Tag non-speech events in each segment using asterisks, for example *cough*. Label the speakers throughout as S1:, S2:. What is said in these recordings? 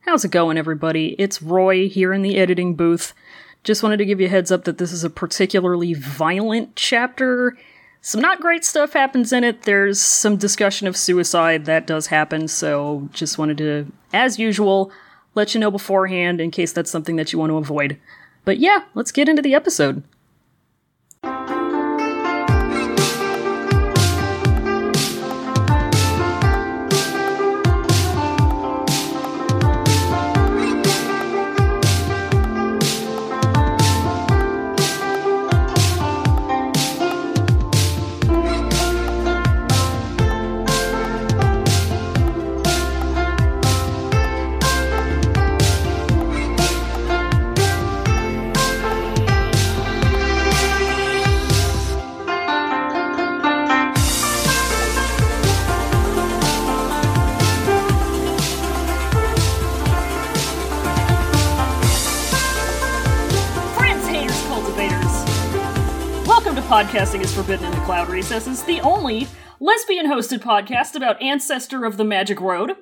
S1: How's it going, everybody? It's Roy here in the editing booth. Just wanted to give you a heads up that this is a particularly violent chapter. Some not great stuff happens in it. There's some discussion of suicide that does happen, so just wanted to, as usual, let you know beforehand in case that's something that you want to avoid. But yeah, let's get into the episode. Friends, haters, cultivators! Welcome to Podcasting is Forbidden in the Cloud Recesses, the only lesbian hosted podcast about Ancestor of the Magic Road.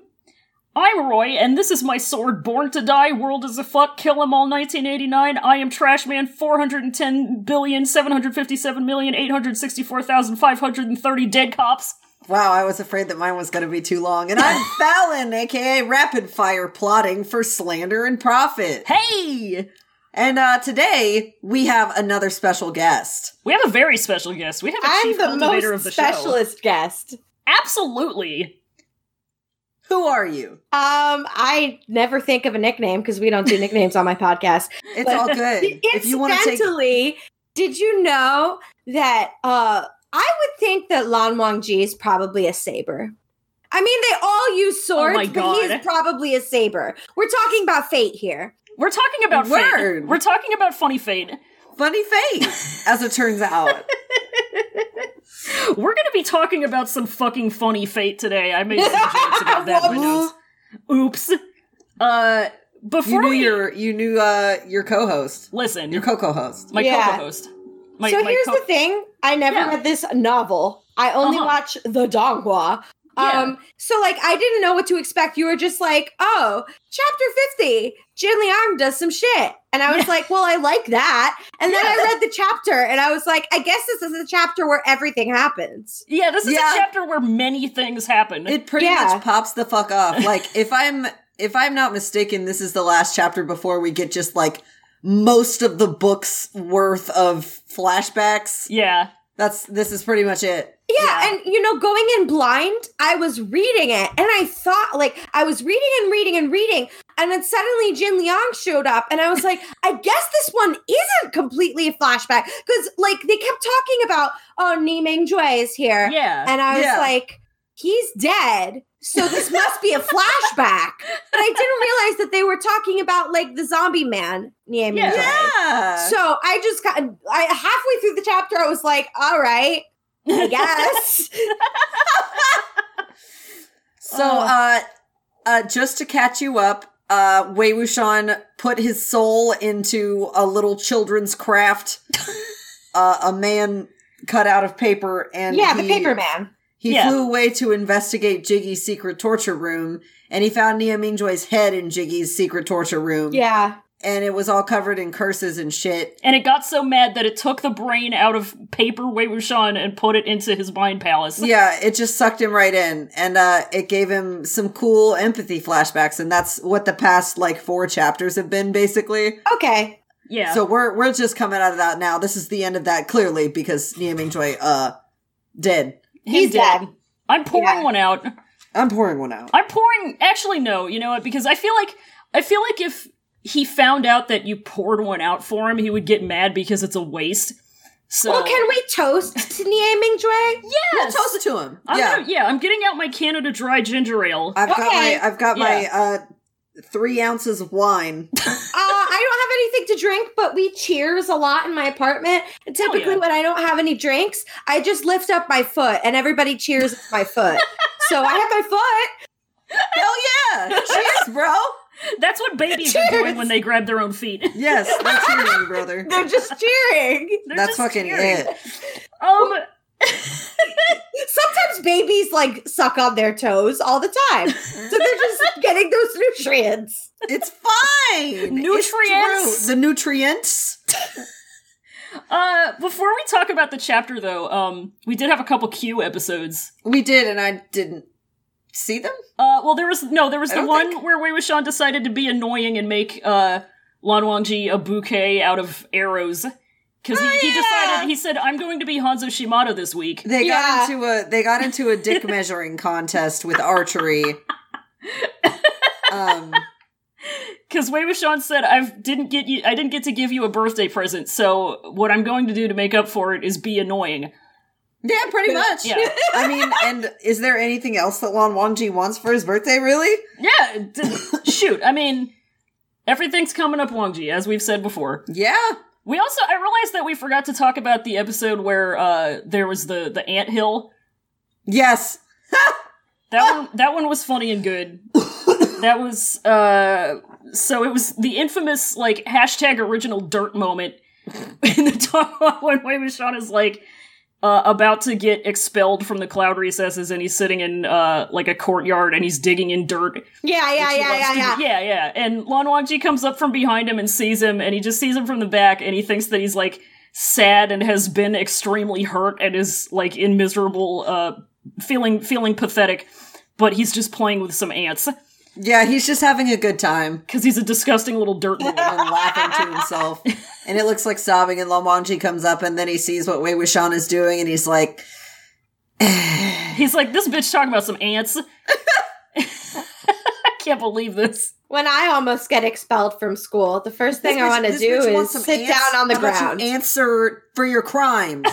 S1: I'm Roy, and this is my sword, Born to Die, World is a Fuck, Kill 'em All 1989. I am Trashman 410,757,864,530 Dead Cops.
S2: Wow, I was afraid that mine was going to be too long. And
S1: *laughs*
S2: I'm Fallon, aka Rapid Fire Plotting for Slander and Profit.
S1: Hey!
S2: And uh, today we have another special guest.
S1: We have a very special guest. We have a
S3: *laughs* I'm
S1: chief
S3: the
S1: cultivator
S3: most
S1: of the show.
S3: specialist guest.
S1: Absolutely.
S2: Who are you?
S3: Um, I never think of a nickname because we don't do nicknames on
S1: *laughs*
S3: my podcast.
S2: It's all good. if you want to take,
S3: Incidentally, did you know that uh I would think that Lan Wang Ji is probably a saber. I mean, they all use swords,
S1: Oh my
S3: but he
S1: God.
S3: is probably a saber. We're talking about fate here.
S1: We're talking about fate.
S2: Word.
S1: We're talking about funny fate.
S2: funny face, as it turns out.
S1: We're going to be talking about some fucking funny fate today. I made some jokes
S3: *laughs*
S1: about *laughs* that in my notes. Oops. Uh,
S2: you
S1: before
S2: knew
S1: we
S2: your you knew uh, your co-host,
S1: listen,
S2: your co-co-host.
S1: my
S3: *laughs* Yeah.
S1: co-host. My,
S3: so
S1: my
S3: here's
S1: co-
S3: the thing: I never
S1: Yeah.
S3: read this novel. I only
S1: Uh-huh.
S3: watch the Donghua.
S1: Yeah.
S3: Um, so like I didn't know what to expect. You were just like, oh, chapter 50, Jin Liang does some shit. And I was like, well, I like that. And then I read the chapter and I was like, I guess this is the chapter where everything happens.
S1: Yeah, this is
S2: Yeah.
S1: a chapter where many things happen.
S2: It pretty
S3: Yeah.
S2: much pops the fuck
S3: *laughs*
S2: off. Like if I'm if I'm not mistaken, this is the last chapter before we get just like most of the book's worth of flashbacks.
S1: yeah.
S2: That's this is pretty much it.
S3: Yeah,
S1: Yeah.
S3: and you know, going in blind, I was reading it and I thought like I was reading and reading and reading, and then suddenly Jin Liang showed up, and I was
S1: *laughs*
S3: like, I guess this one isn't completely a flashback. Because like they kept talking about oh Ni Ming Jue is here.
S1: Yeah.
S3: And I was
S2: Yeah.
S3: like, he's dead. So this
S1: *laughs*
S3: must be a flashback. But I didn't realize that they were talking about like the zombie man, Ni Ming
S1: Yeah.
S3: Jue.
S2: Yeah.
S3: So I just got I halfway through the chapter, I was like, all right,
S1: *laughs*
S3: I guess.
S2: So,
S3: Oh.
S2: uh, uh, just to catch you up, uh, Wei Wuxian put his soul into a little children's
S3: *laughs*
S2: craft, uh, a man cut out of paper, and
S3: yeah, the
S2: he-
S3: paper man.
S2: He
S1: Yeah.
S2: flew away to investigate Jiggy's secret torture room, and he found Nia Mingjoy's head in Jiggy's secret torture room.
S3: Yeah.
S2: and it was all covered in curses and shit.
S1: and it got so mad that it took the brain out of paper Wei Wuxian and put it into his mind palace.
S2: yeah, it just sucked him right in, and uh, it gave him some cool empathy flashbacks, and that's what the past like four chapters have been basically.
S3: Okay.
S1: Yeah.
S2: So we're we're just coming out of that now. This is the end of that clearly because Nia Mingjoy uh dead.
S1: Him
S3: He's
S1: dead.
S3: dead.
S1: I'm pouring
S3: Yeah.
S1: one out.
S2: I'm pouring one out.
S1: I'm pouring. Actually, no. You know what? Because I feel like I feel like if he found out that you poured one out for him, he would get mad because it's a waste. So
S3: Well, can we
S1: *laughs*
S3: toast to Nie Mingjue?
S1: yes,
S2: Toast it to him.
S1: I'm
S2: yeah,
S1: Gonna, yeah. I'm getting out my Canada Dry ginger ale.
S2: I've got
S3: Okay.
S2: my I've got my uh three ounces of wine.
S3: Uh, I don't have anything to drink, but we cheers a lot in my apartment. And
S1: Hell
S3: typically,
S1: yeah.
S3: when I don't have any drinks, I just lift up my foot and everybody cheers with my foot. so I have my foot.
S2: Hell yeah! Cheers, bro.
S1: That's what babies are doing when they grab their own feet. *laughs*
S2: Yes, that's you, *laughs* brother.
S3: They're just cheering.
S1: They're Um,
S2: That's
S1: just
S2: fucking
S1: cheering.
S2: it.
S1: Um.
S3: sometimes babies like suck on their toes all the time. So they're just getting those nutrients.
S2: It's fine.
S1: Nutrients.
S2: It's true. The nutrients.
S1: Uh, before we talk about the chapter, though, um, we did have a couple Q episodes.
S2: We did, and I didn't see them.
S1: Uh, well, there was no, there was
S2: I
S1: the
S2: don't
S1: one
S2: think-
S1: where Wei Wuxian decided to be annoying and make uh, Lan Wangji a bouquet out of arrows because he,
S2: Oh,
S1: he
S2: yeah.
S1: decided he said, "I'm going to be Hanzo Shimada this week."
S2: They
S3: Yeah.
S2: got into a they got into a dick measuring contest with archery. Um,
S1: Because Wei Wuxian said, "I didn't get you. I didn't get to give you a birthday present. So what I'm going to do to make up for it is be annoying."
S2: yeah, pretty much.
S1: Yeah,
S2: I mean, and is there anything else that Lan Wangji wants for his birthday? Really?
S1: yeah. d- *laughs* shoot, I mean, everything's coming up Wangji, as we've said before.
S2: Yeah.
S1: We also I realized that we forgot to talk about the episode where uh, there was the the ant hill.
S2: Yes.
S1: That one that one was funny and good. that was uh so it was the infamous like hashtag original dirt moment in the talk *laughs* when Wei Wuxian is like uh, about to get expelled from the cloud recesses and he's sitting in uh like a courtyard and he's digging in dirt. which
S3: Yeah, yeah,
S1: he
S3: yeah,
S1: loves
S3: yeah,
S1: to
S3: yeah.
S1: do. yeah, yeah. And Lan Wangji comes up from behind him and sees him and he just sees him from the back and he thinks that he's like sad and has been extremely hurt and is like in miserable uh feeling feeling pathetic but he's just playing with some ants
S2: Yeah, he's just having a good time
S1: because he's a disgusting little dirt boy.
S3: *laughs*
S2: and laughing to himself. And it looks like sobbing, and Lan Wangji comes up and then he sees what Wei Wuxian is doing and he's like, *sighs*
S1: he's like, this bitch talking about some ants. *laughs* I can't believe this.
S3: When I almost get expelled from school, the first thing I
S2: "This bitch-
S3: want to
S2: this
S3: do
S2: bitch
S3: is
S2: wants some
S3: sit
S2: ans-
S3: down on the
S2: how about
S3: ground. *laughs*
S2: You answer for your crimes.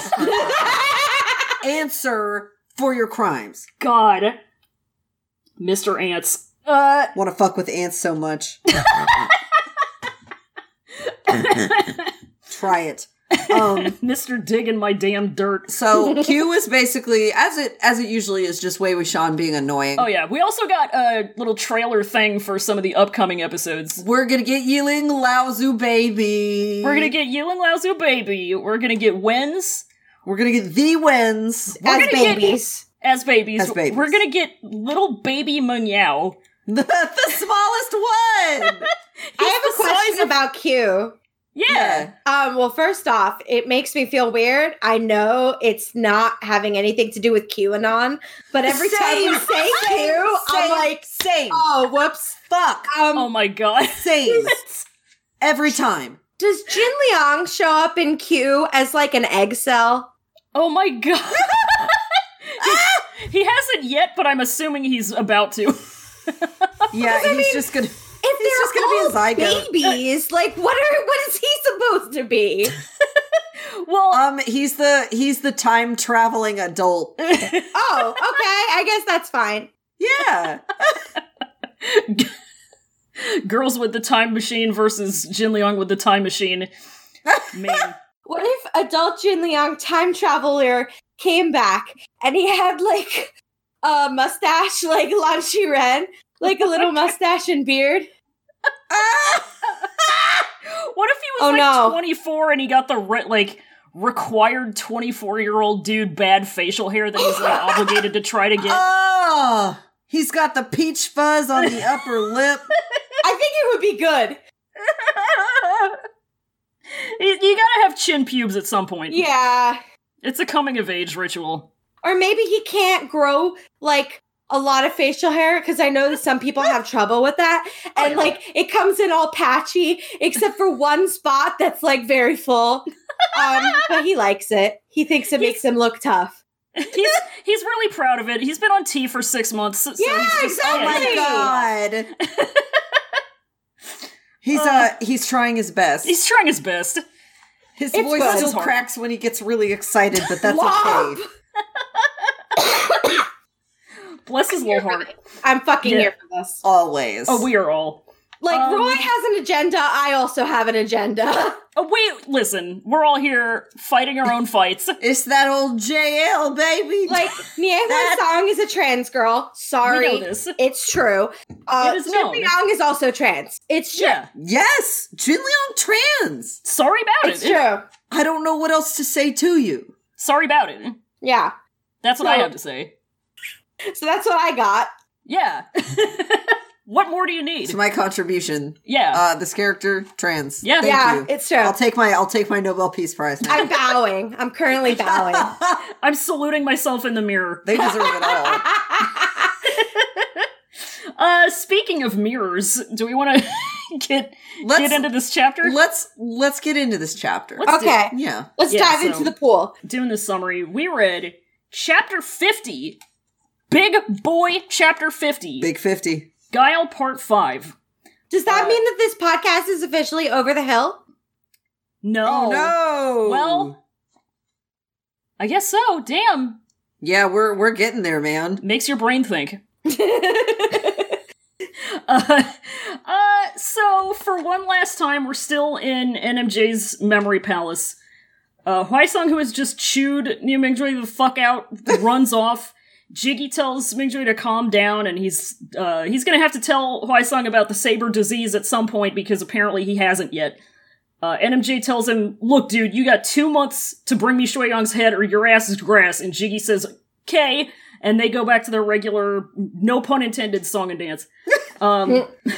S2: answer for your crimes.
S1: God. Mr. Ants. Uh,
S2: Want to fuck with ants so
S3: *laughs*
S2: much. Try it. Um,
S1: Mr. Dig in my damn dirt.
S2: so Q is basically as it as it usually is, just Wei Wuxian being annoying.
S1: Oh, yeah. We also got a little trailer thing for some of the upcoming episodes.
S2: We're gonna get Yiling Laozu baby.
S1: We're gonna get Yu and Laozu Baby. We're gonna get Wens
S2: we're gonna get the wins.
S3: As
S1: gonna get-
S3: babies.
S1: as babies.
S2: As babies.
S1: We're gonna get little baby Munyao.
S2: The, the
S3: *laughs*
S2: smallest one.
S3: I have a
S1: the size
S3: question
S1: of-
S3: about Q.
S1: yeah.
S3: Um, well, first off, it makes me feel weird. I know it's not having anything to do with QAnon, but every time you
S2: Same. *laughs*
S3: say Q, I'm
S2: Same,
S3: like,
S2: same.
S3: oh, whoops.
S2: Fuck.
S3: Um,
S1: Oh my god. *laughs*
S2: Same. Every time.
S3: does Jin Liang show up in Q as like an egg cell?
S1: Oh my god. *laughs* he hasn't yet, but I'm assuming he's about to. *laughs*
S3: *laughs*
S2: Yeah, he's just gonna.
S3: If
S2: just
S3: they're
S2: gonna be a
S3: all
S2: zygote. Uh,
S3: babies, like what are *laughs* what is he supposed to be?
S2: *laughs*
S1: Well,
S2: Um, he's the he's the time traveling adult.
S3: Oh, okay, I guess that's fine. *laughs*
S2: Yeah. Uh,
S1: girls with the time machine versus Jin Liang with the time
S2: *laughs*
S1: machine. Man,
S3: What if adult Jin Liang time traveler came back and he had like a mustache like Lan Ren, like
S2: *laughs*
S3: a little mustache and beard?
S2: Ah!
S1: what if he was
S3: Oh
S1: like
S3: no.
S1: 24 and he got the re- like required 24 year old dude bad facial hair that he's like obligated to try to
S3: *laughs*
S1: get?
S2: Oh, he's got the peach fuzz on the upper lip.
S3: I think it would be
S2: *laughs*
S3: good.
S1: you, you gotta have chin pubes at some point.
S3: Yeah.
S1: it's a coming of age ritual.
S3: Or maybe he can't grow like a lot of facial hair because I know that some people have trouble with that. And like it comes in all patchy except for one spot that's like very full. Um, but he likes it. He thinks it makes him look tough.
S1: He's he's really proud of it. He's been on T for six months. So
S3: Yeah,
S1: he's just-
S2: Oh
S3: Hey.
S2: my god. *laughs* He's uh he's trying his best.
S1: He's trying his best.
S2: His
S3: it's
S2: voice
S3: good.
S2: still
S1: It's hard.
S2: cracks when he gets really excited, but that's
S3: Womp.
S2: okay.
S1: Bless his little heart.
S3: I'm fucking
S1: Yeah.
S3: here for this.
S2: Always.
S1: Oh, we are all.
S3: Like
S1: Um,
S3: Roy has an agenda, I also have an agenda. *laughs*
S1: Oh, wait, listen. We're all here fighting our own fights.
S2: it's that old JL baby.
S3: like Niehua's Song is a trans girl. Sorry.
S1: We know this.
S3: It's true. Uh,
S1: It is
S3: Jin
S1: known.
S3: Young is also trans. It's true.
S1: Yeah.
S2: yes, Jin Leon trans.
S1: Sorry about
S3: It's
S1: it.
S3: true.
S2: I don't know what else to say to you.
S1: Sorry about it.
S3: Yeah.
S1: That's what I
S3: So-
S1: have to say.
S3: So that's what I got.
S1: Yeah. what more do you need?
S2: It's my contribution.
S1: yeah.
S2: Uh, this character trans.
S1: Oh. Yeah.
S2: Thank
S3: yeah,
S2: you.
S3: it's true.
S2: I'll take my I'll take my Nobel Peace Prize. Now.
S3: I'm bowing. I'm
S2: *laughs*
S3: currently bowing.
S1: I'm saluting myself in the mirror.
S2: they deserve
S1: *laughs*
S2: it all.
S1: Uh, speaking of mirrors, do we want to *laughs* get
S2: Let's
S1: get into this chapter?
S2: let's let's get into this chapter.
S1: Let's do it.
S3: okay,
S2: yeah.
S3: let's
S1: Yeah,
S3: dive
S1: so-
S3: into the pool.
S1: Doing this summary, we read chapter fifty, Big Boy chapter fifty,
S2: Big 50.
S1: Guile part five.
S3: Does that
S1: Uh,
S3: mean that this podcast is officially over
S2: *laughs*
S3: the hill?
S1: Oh, No,
S2: Oh, no.
S1: Well, I guess so. Damn,
S2: yeah, we're we're getting there, man.
S1: makes your brain think. *laughs* uh, uh, so for one last time, we're still in NMJ's memory palace. Uh, Huaisung, who has just chewed New Mingjoy the fuck out, runs off. Jiggy tells Mingjoy to calm down, and he's uh, he's gonna have to tell Huaisung about the saber disease at some point because apparently he hasn't yet. Uh, NMJ tells him, "Look, dude, you got two months to bring me Shoyang's head, or your ass is grass." And Jiggy says, "Okay," and they go back to their regular, no pun intended, song and dance. Um, *laughs* a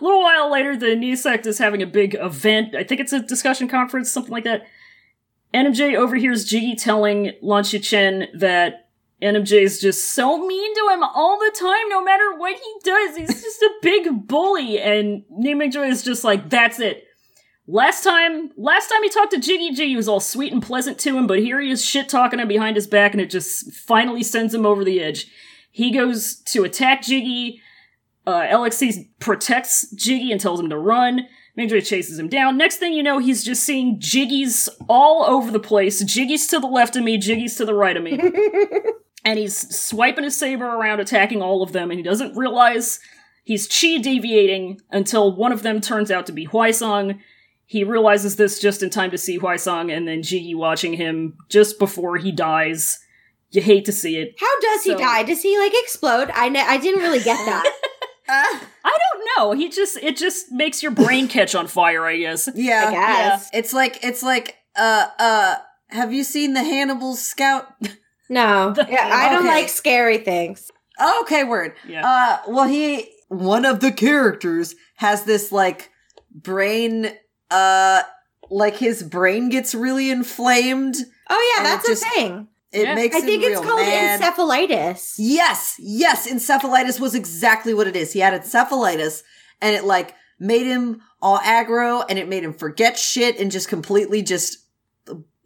S1: little while later, the New Sect is having a big event. I think it's a discussion conference, something like that. NMJ overhears Jiggy telling Lan Chen that NMJ is just so mean to him all the time, no matter what he does. He's just a big bully. And Namingjoy is just like, that's it. Last time, last time he talked to Jiggy Jiggy was all sweet and pleasant to him, but here he is shit talking him behind his back, and it just finally sends him over the edge. He goes to attack Jiggy. Uh, LXC protects Jiggy and tells him to run. Mingjoy chases him down. Next thing you know, he's just seeing Jiggies all over the place. Jiggies to the left of me, Jiggies to the right of me. and he's swiping his saber around, attacking all of them, and he doesn't realize he's chi deviating until one of them turns out to be Huaisong. He realizes this just in time to see Huaisong, and then Jiggy watching him just before he dies. You hate to see it.
S3: How does he
S1: So-
S3: die? Does he like explode? I ne- I didn't really get that.
S2: Ah,
S1: I don't know. He just it just makes your brain catch on fire, I guess.
S2: yeah.
S3: I guess
S2: It's like it's like uh uh have you seen the Hannibal scout?
S3: no. Yeah, I don't
S2: Okay.
S3: like scary things.
S2: Oh, okay, word.
S1: Yeah.
S2: Uh well he one of the characters has this like brain uh like his brain gets really inflamed.
S3: Oh yeah,
S2: And it
S3: that's
S2: just-
S3: a thing.
S2: It
S1: Yeah.
S2: makes
S3: I
S2: him
S3: think it's
S2: real
S3: called
S2: mad.
S3: encephalitis.
S2: Yes, yes, encephalitis was exactly what it is. He had encephalitis and it like made him all aggro and it made him forget shit and just completely just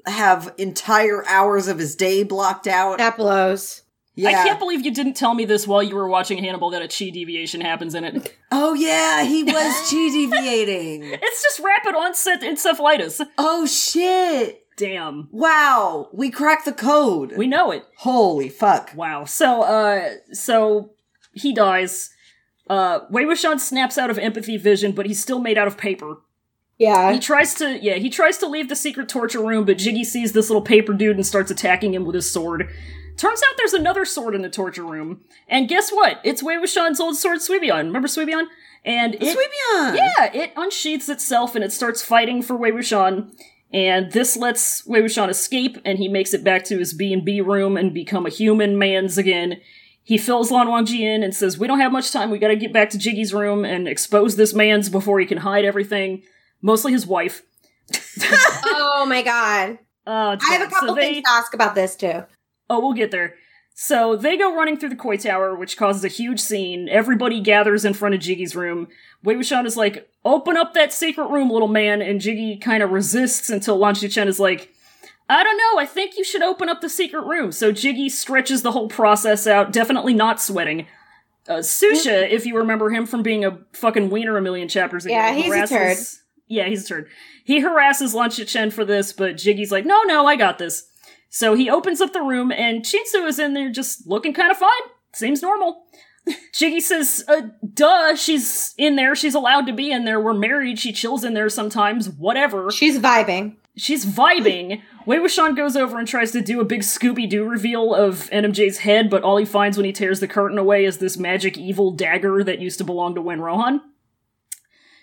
S2: have entire hours of his day blocked out.
S3: That blows.
S2: Yeah.
S1: I can't believe you didn't tell me this while you were watching Hannibal that a chi deviation happens in it. *laughs*
S2: oh yeah, he was G deviating.
S1: It's just rapid onset encephalitis.
S2: Oh shit.
S1: Damn.
S2: Wow, we cracked the code.
S1: We know it.
S2: Holy fuck.
S1: Wow. So uh so he dies. Uh Wei Wuxian snaps out of empathy vision, but he's still made out of paper. He
S3: Yeah.
S1: tries to yeah, he tries to leave the secret torture room, but Jiggy sees this little paper dude and starts attacking him with his sword. Turns out there's another sword in the torture room. And guess what? It's Wei Wuxian's old sword Suibion. Remember Suibion? And it
S2: Sweepion.
S1: Yeah, it unsheaths itself and it starts fighting for Wei Wuxian. And this lets Wei Wuxian escape, and he makes it back to his B and B room and become a human man's again. He fills Lan Wangji in and says, "We don't have much time. We got to get back to Jiggy's room and expose this man's before he can hide everything, mostly his wife."
S3: oh my god.
S1: Uh,
S3: I have a
S1: so
S3: couple
S1: they-
S3: things to ask about this too.
S1: Oh, we'll get there. So they go running through the koi tower, which causes a huge scene. Everybody gathers in front of Jiggy's room. Wei Wuxian is like, "Open up that secret room, little man," and Jiggy kind of resists until Lan Chen is like, "I don't know. I think you should open up the secret room." So Jiggy stretches the whole process out, definitely not sweating. Uh,
S3: Mm.
S1: Susha, if you remember him from being a fucking wiener a million chapters ago,
S3: Yeah, he's a
S1: harasses- Yeah, he's a turd. He harasses Lan Chen for this, but Jiggy's like, "No, no, I got this." So he opens up the room, and Shinsu is in there just looking kind of fine. Seems normal. *laughs* Jiggy says, uh, duh, she's in there. She's allowed to be in there. We're married. She chills in there sometimes. Whatever. *laughs*
S3: She's vibing.
S1: She's vibing. Wei Wuxian goes over and tries to do a big Scooby Doo reveal of NMJ's head, but all he finds when he tears the curtain away is this magic evil dagger that used to belong to Wen Rohan.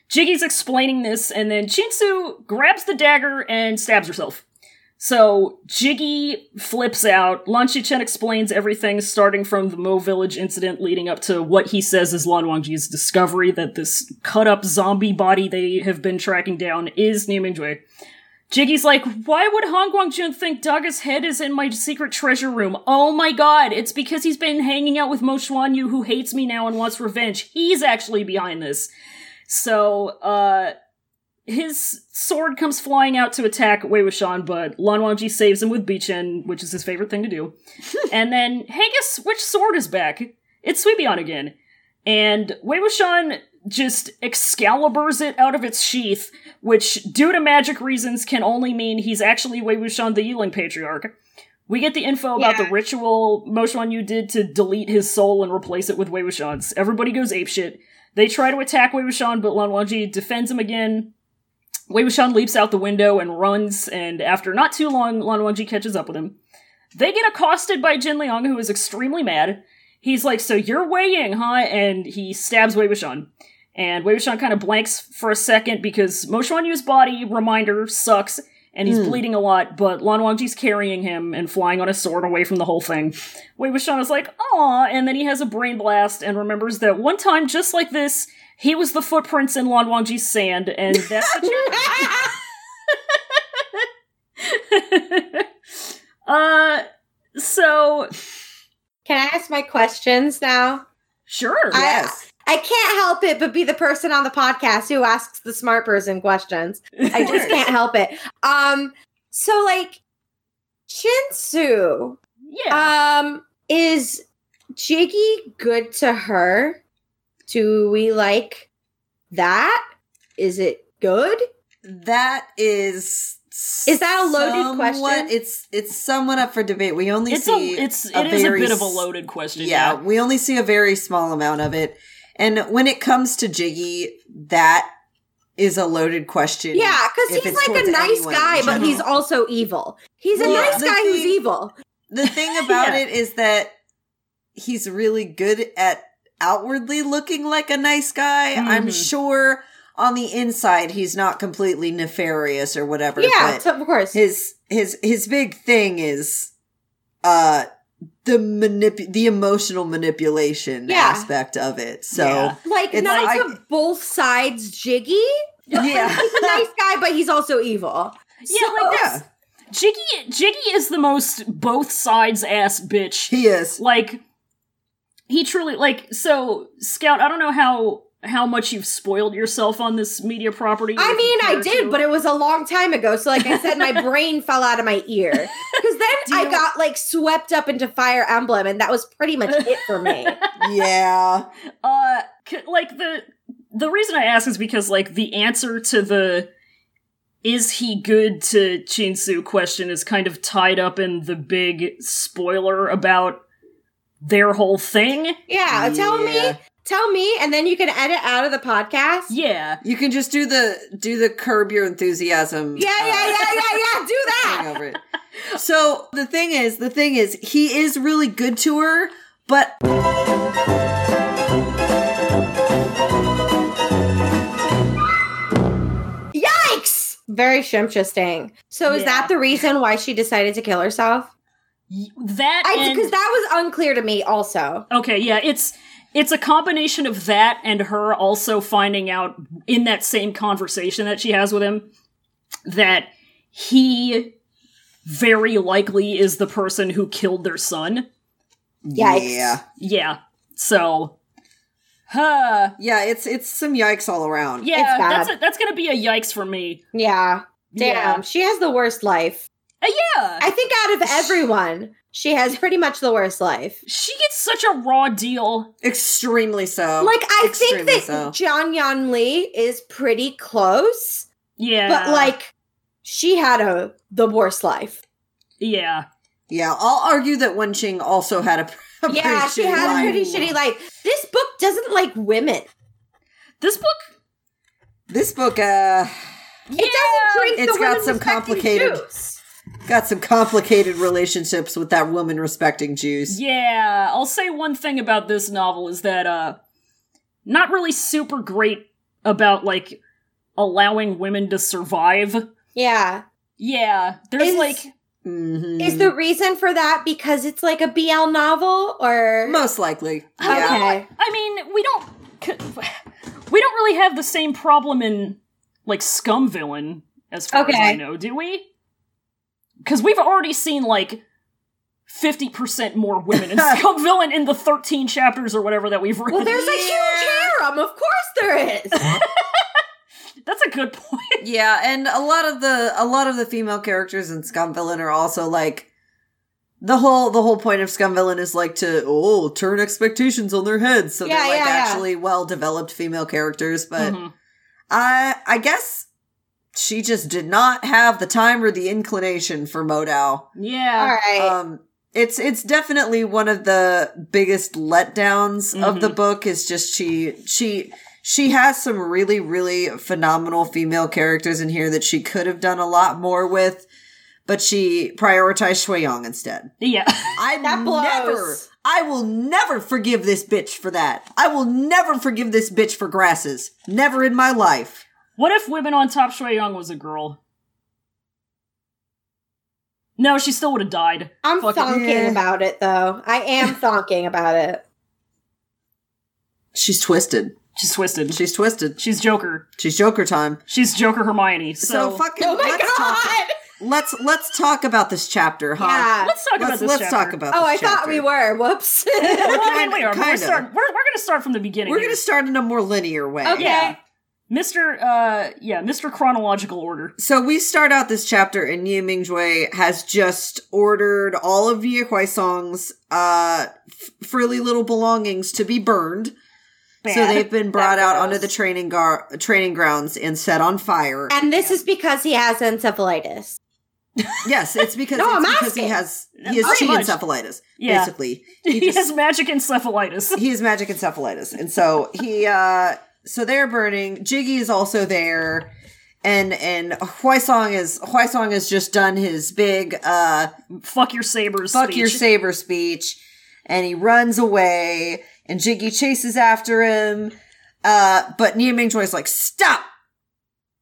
S1: Jiggy's explaining this, and then Chinsu grabs the dagger and stabs herself. So Jiggy flips out. Lanchi Chen explains everything, starting from the Mo Village incident leading up to what he says is Lan Wangji's discovery that this cut up zombie body they have been tracking down is Ni Mingjue. Jiggy's like, why would Hong Guangjun think Daga's head is in my secret treasure room? Oh my god, it's because he's been hanging out with Mo Xuan Yu who hates me now and wants revenge. He's actually behind this. So, uh, his sword comes flying out to attack Wei Wuxian, but Lan Wangji saves him with Beechen, which is his favorite thing to do. and then Haggis, which sword is back? It's Suibion again. And Wei Wuxian just Excaliburs it out of its sheath, which, due to magic reasons, can only mean he's actually Wei Wuxian, the Yiling Patriarch. We get the info about
S3: Yeah.
S1: the ritual Moshuan Yu did to delete his soul and replace it with Wei Wuxian's. Everybody goes apeshit. They try to attack Wei Wuxian, but Lan Wangji defends him again. Wei Wuxian leaps out the window and runs, and after not too long, Lan Wangji catches up with him. They get accosted by Jin Liang, who is extremely mad. He's like, So you're Wei Ying, huh? And he stabs Wei Wuxian. And Wei Wuxian kind of blanks for a second because Mo Xuan Yu's body, reminder, sucks, and he's
S2: Hmm.
S1: bleeding a lot, but Lan Wangji's carrying him and flying on a sword away from the whole thing. Wei Wuxian is like, aw, and then he has a brain blast and remembers that one time, just like this, he was the footprints in Lan Wangji's sand, and that's the
S3: *laughs*
S1: truth. *laughs* uh, so,
S3: Can I ask my questions now?
S1: sure.
S3: I-
S2: Yes.
S3: I can't help it but be the person on the podcast who asks the smart person questions. I just can't help it. Um, so like Shinsu,
S1: *laughs* yeah.
S3: um, is Jiggy good to her? Do we like that? Is it good?
S2: That is.
S3: Is that a loaded question?
S2: It's it's somewhat up for debate. We only
S1: it's a,
S2: see
S1: it's,
S2: a
S1: it is a
S2: very
S1: bit of a
S2: s-
S1: loaded question.
S2: yeah, we only see a very small amount of it. And when it comes to Jiggy, that is a loaded question.
S3: Yeah, because
S2: If
S3: he's
S2: it's
S3: like a
S2: towards
S3: nice
S2: anyone
S3: guy,
S2: in
S3: but he's
S2: general.
S3: also evil. He's a
S2: Yeah.
S3: nice
S2: The
S3: guy who's
S2: thing-
S3: evil.
S2: The
S3: *laughs*
S2: thing about
S1: Yeah.
S2: it is that he's really good at outwardly looking like a nice guy.
S3: Mm-hmm.
S2: I'm
S1: Mhm.
S2: sure on the inside he's not completely nefarious or whatever.
S3: Yeah,
S2: but
S3: so- of course.
S2: his his his big thing is uh the manip- the emotional manipulation
S3: Yeah.
S2: aspect of it. So
S1: Yeah.
S3: like
S2: it's
S3: not
S2: like-
S3: to both sides, Jiggy. *laughs*
S2: Yeah.
S3: he's a nice guy, but he's also evil.
S1: Yeah,
S3: So-
S1: like that's Jiggy Jiggy is the most both sides ass bitch.
S2: he is.
S1: Like he truly like so Scout, I don't know how how much you've spoiled yourself on this media property.
S3: I mean, I did, but it was a long time ago. So, like I
S1: *laughs*
S3: said, my brain fell out of my ear because then
S1: Do
S3: I
S1: you-
S3: got like swept up into Fire Emblem, and that was pretty much it for
S1: *laughs*
S3: me.
S2: Yeah.
S1: uh c- like the the reason I ask is because like the answer to the is he good to Chinsu question is kind of tied up in the big spoiler about their whole thing.
S3: Yeah, tell me,
S2: Yeah.
S3: tell me, and then you can edit out of the podcast. Yeah,
S1: Yeah.
S2: You can just do the do the curb your enthusiasm.
S3: yeah, yeah,
S2: uh,
S3: yeah, yeah,
S1: *laughs*
S3: yeah. Do
S2: thing
S3: that.
S2: over it. So the thing is, the thing is, he is really good to her, but
S3: Yikes! Very interesting. So, is
S1: Yeah.
S3: that the reason why she decided to kill herself?
S1: Y- That
S3: I
S1: and-
S3: because that was unclear to me. Also,
S1: Okay, yeah, it's it's a combination of that and her also finding out in that same conversation that she has with him that he very likely is the person who killed their son.
S3: Yikes.
S2: yeah,
S1: Yeah. So huh.
S2: yeah, it's it's some yikes all around.
S1: Yeah,
S3: bad.
S1: that's a, that's going to be a yikes for me.
S3: yeah. Damn,
S1: Yeah.
S3: she has the worst life.
S1: Uh, yeah.
S3: I think out of everyone, she has pretty much the worst life.
S1: she gets such a raw deal.
S2: extremely so.
S3: Like I think
S2: Oh, Extremely
S3: that
S2: so.
S3: John Yan Lee is pretty close,
S1: Yeah.
S3: but like she had a the worst life.
S1: yeah.
S2: yeah, I'll argue that Wen Ching also had a, *laughs* a
S3: yeah, she
S2: pretty shitty
S3: had
S2: life.
S3: a pretty shitty life. This book doesn't like women.
S1: This book
S2: This book uh
S1: yeah,
S3: It doesn't drink
S2: It's
S3: the
S2: got
S3: women
S2: some
S3: respecting
S2: complicated-
S3: Jews.
S2: got some complicated relationships with that woman respecting Jews.
S1: Yeah, I'll say one thing about this novel is that uh not really super great about like allowing women to survive.
S3: Yeah,
S1: Yeah, there's
S3: Is-
S1: like
S2: Mhm.
S3: Is the reason for that because it's like a BL novel or
S2: most likely? Yeah.
S3: Okay.
S1: I mean, we don't we don't really have the same problem in like scum villain as far as I
S3: Okay.
S1: know, do we? Because we've already seen like fifty percent more women in scum villain in the thirteen chapters or whatever that we've read.
S3: Well, there's a huge harem. Of course there is.
S1: That's a good point.
S2: Yeah, and a lot of the a lot of the female characters in Scum Villain are also like the whole the whole point of Scum Villain is like to oh turn expectations on their heads, so
S3: Yeah,
S2: they're like
S3: yeah, yeah.
S2: actually well developed female characters. But
S1: Mhm.
S2: I I guess she just did not have the time or the inclination for Modal.
S3: All
S1: *laughs* Yeah.
S3: right.
S2: Um, it's it's definitely one of the biggest letdowns of
S3: Mm-hmm.
S2: the book. Is just she she she has some really really phenomenal female characters in here that she could have done a lot more with, but she prioritized Shui Yong instead.
S1: Yeah. *laughs*
S2: I
S3: That blows.
S2: never. I will never forgive this bitch for that. I will never forgive this bitch for grasses. Never in my life.
S1: what if women on top Shui Young was a girl? No, she still would have died.
S3: I'm
S1: Fuck it.
S3: thonking
S2: Yeah.
S3: about it though. I am thonking about it.
S2: She's twisted.
S1: She's twisted.
S2: She's twisted.
S1: She's Joker.
S2: She's Joker time.
S1: She's Joker Hermione.
S2: So,
S1: So,
S2: fucking.
S3: Oh my
S2: let's Talk,
S3: god.
S2: let's let's talk about this chapter, huh?
S3: Yeah.
S1: let's talk about
S2: Let's,
S1: this.
S2: let's
S1: chapter.
S2: talk about.
S3: Oh, I
S2: this
S3: thought
S2: chapter.
S3: we were. Whoops.
S1: Well, I mean,
S2: Kind-
S1: we are. but We're,
S2: kinda.
S1: start, we're, we're going to start from the beginning.
S2: We're gonna start in a more linear way.
S3: Okay.
S1: Yeah. Mr. Uh, yeah, Mr. Chronological Order.
S2: So we start out this chapter, and Nia Mingjue has just ordered all of Ye Huaisong's uh, f- frilly little belongings to be burned. So
S1: Bad.
S2: they've been brought out
S3: gross.
S2: onto the training gar- training grounds and set on fire.
S3: and this is because he has encephalitis.
S2: yes, it's because it's
S3: No, I'm
S2: because
S3: asking.
S2: he has he has
S1: Pretty
S2: chi
S1: much.
S2: encephalitis.
S1: Yeah.
S2: Basically,
S1: *laughs* He, *laughs*
S2: just-
S1: has magic encephalitis.
S2: he has magic encephalitis and so he uh so they're burning jiggy is also there and and Huaisong is Huaisong has just done his big uh
S1: Fuck your sabers.
S2: fuck
S1: speech.
S2: your saber speech and he runs away and jiggy chases after him uh but Nia Mingjoy is like stop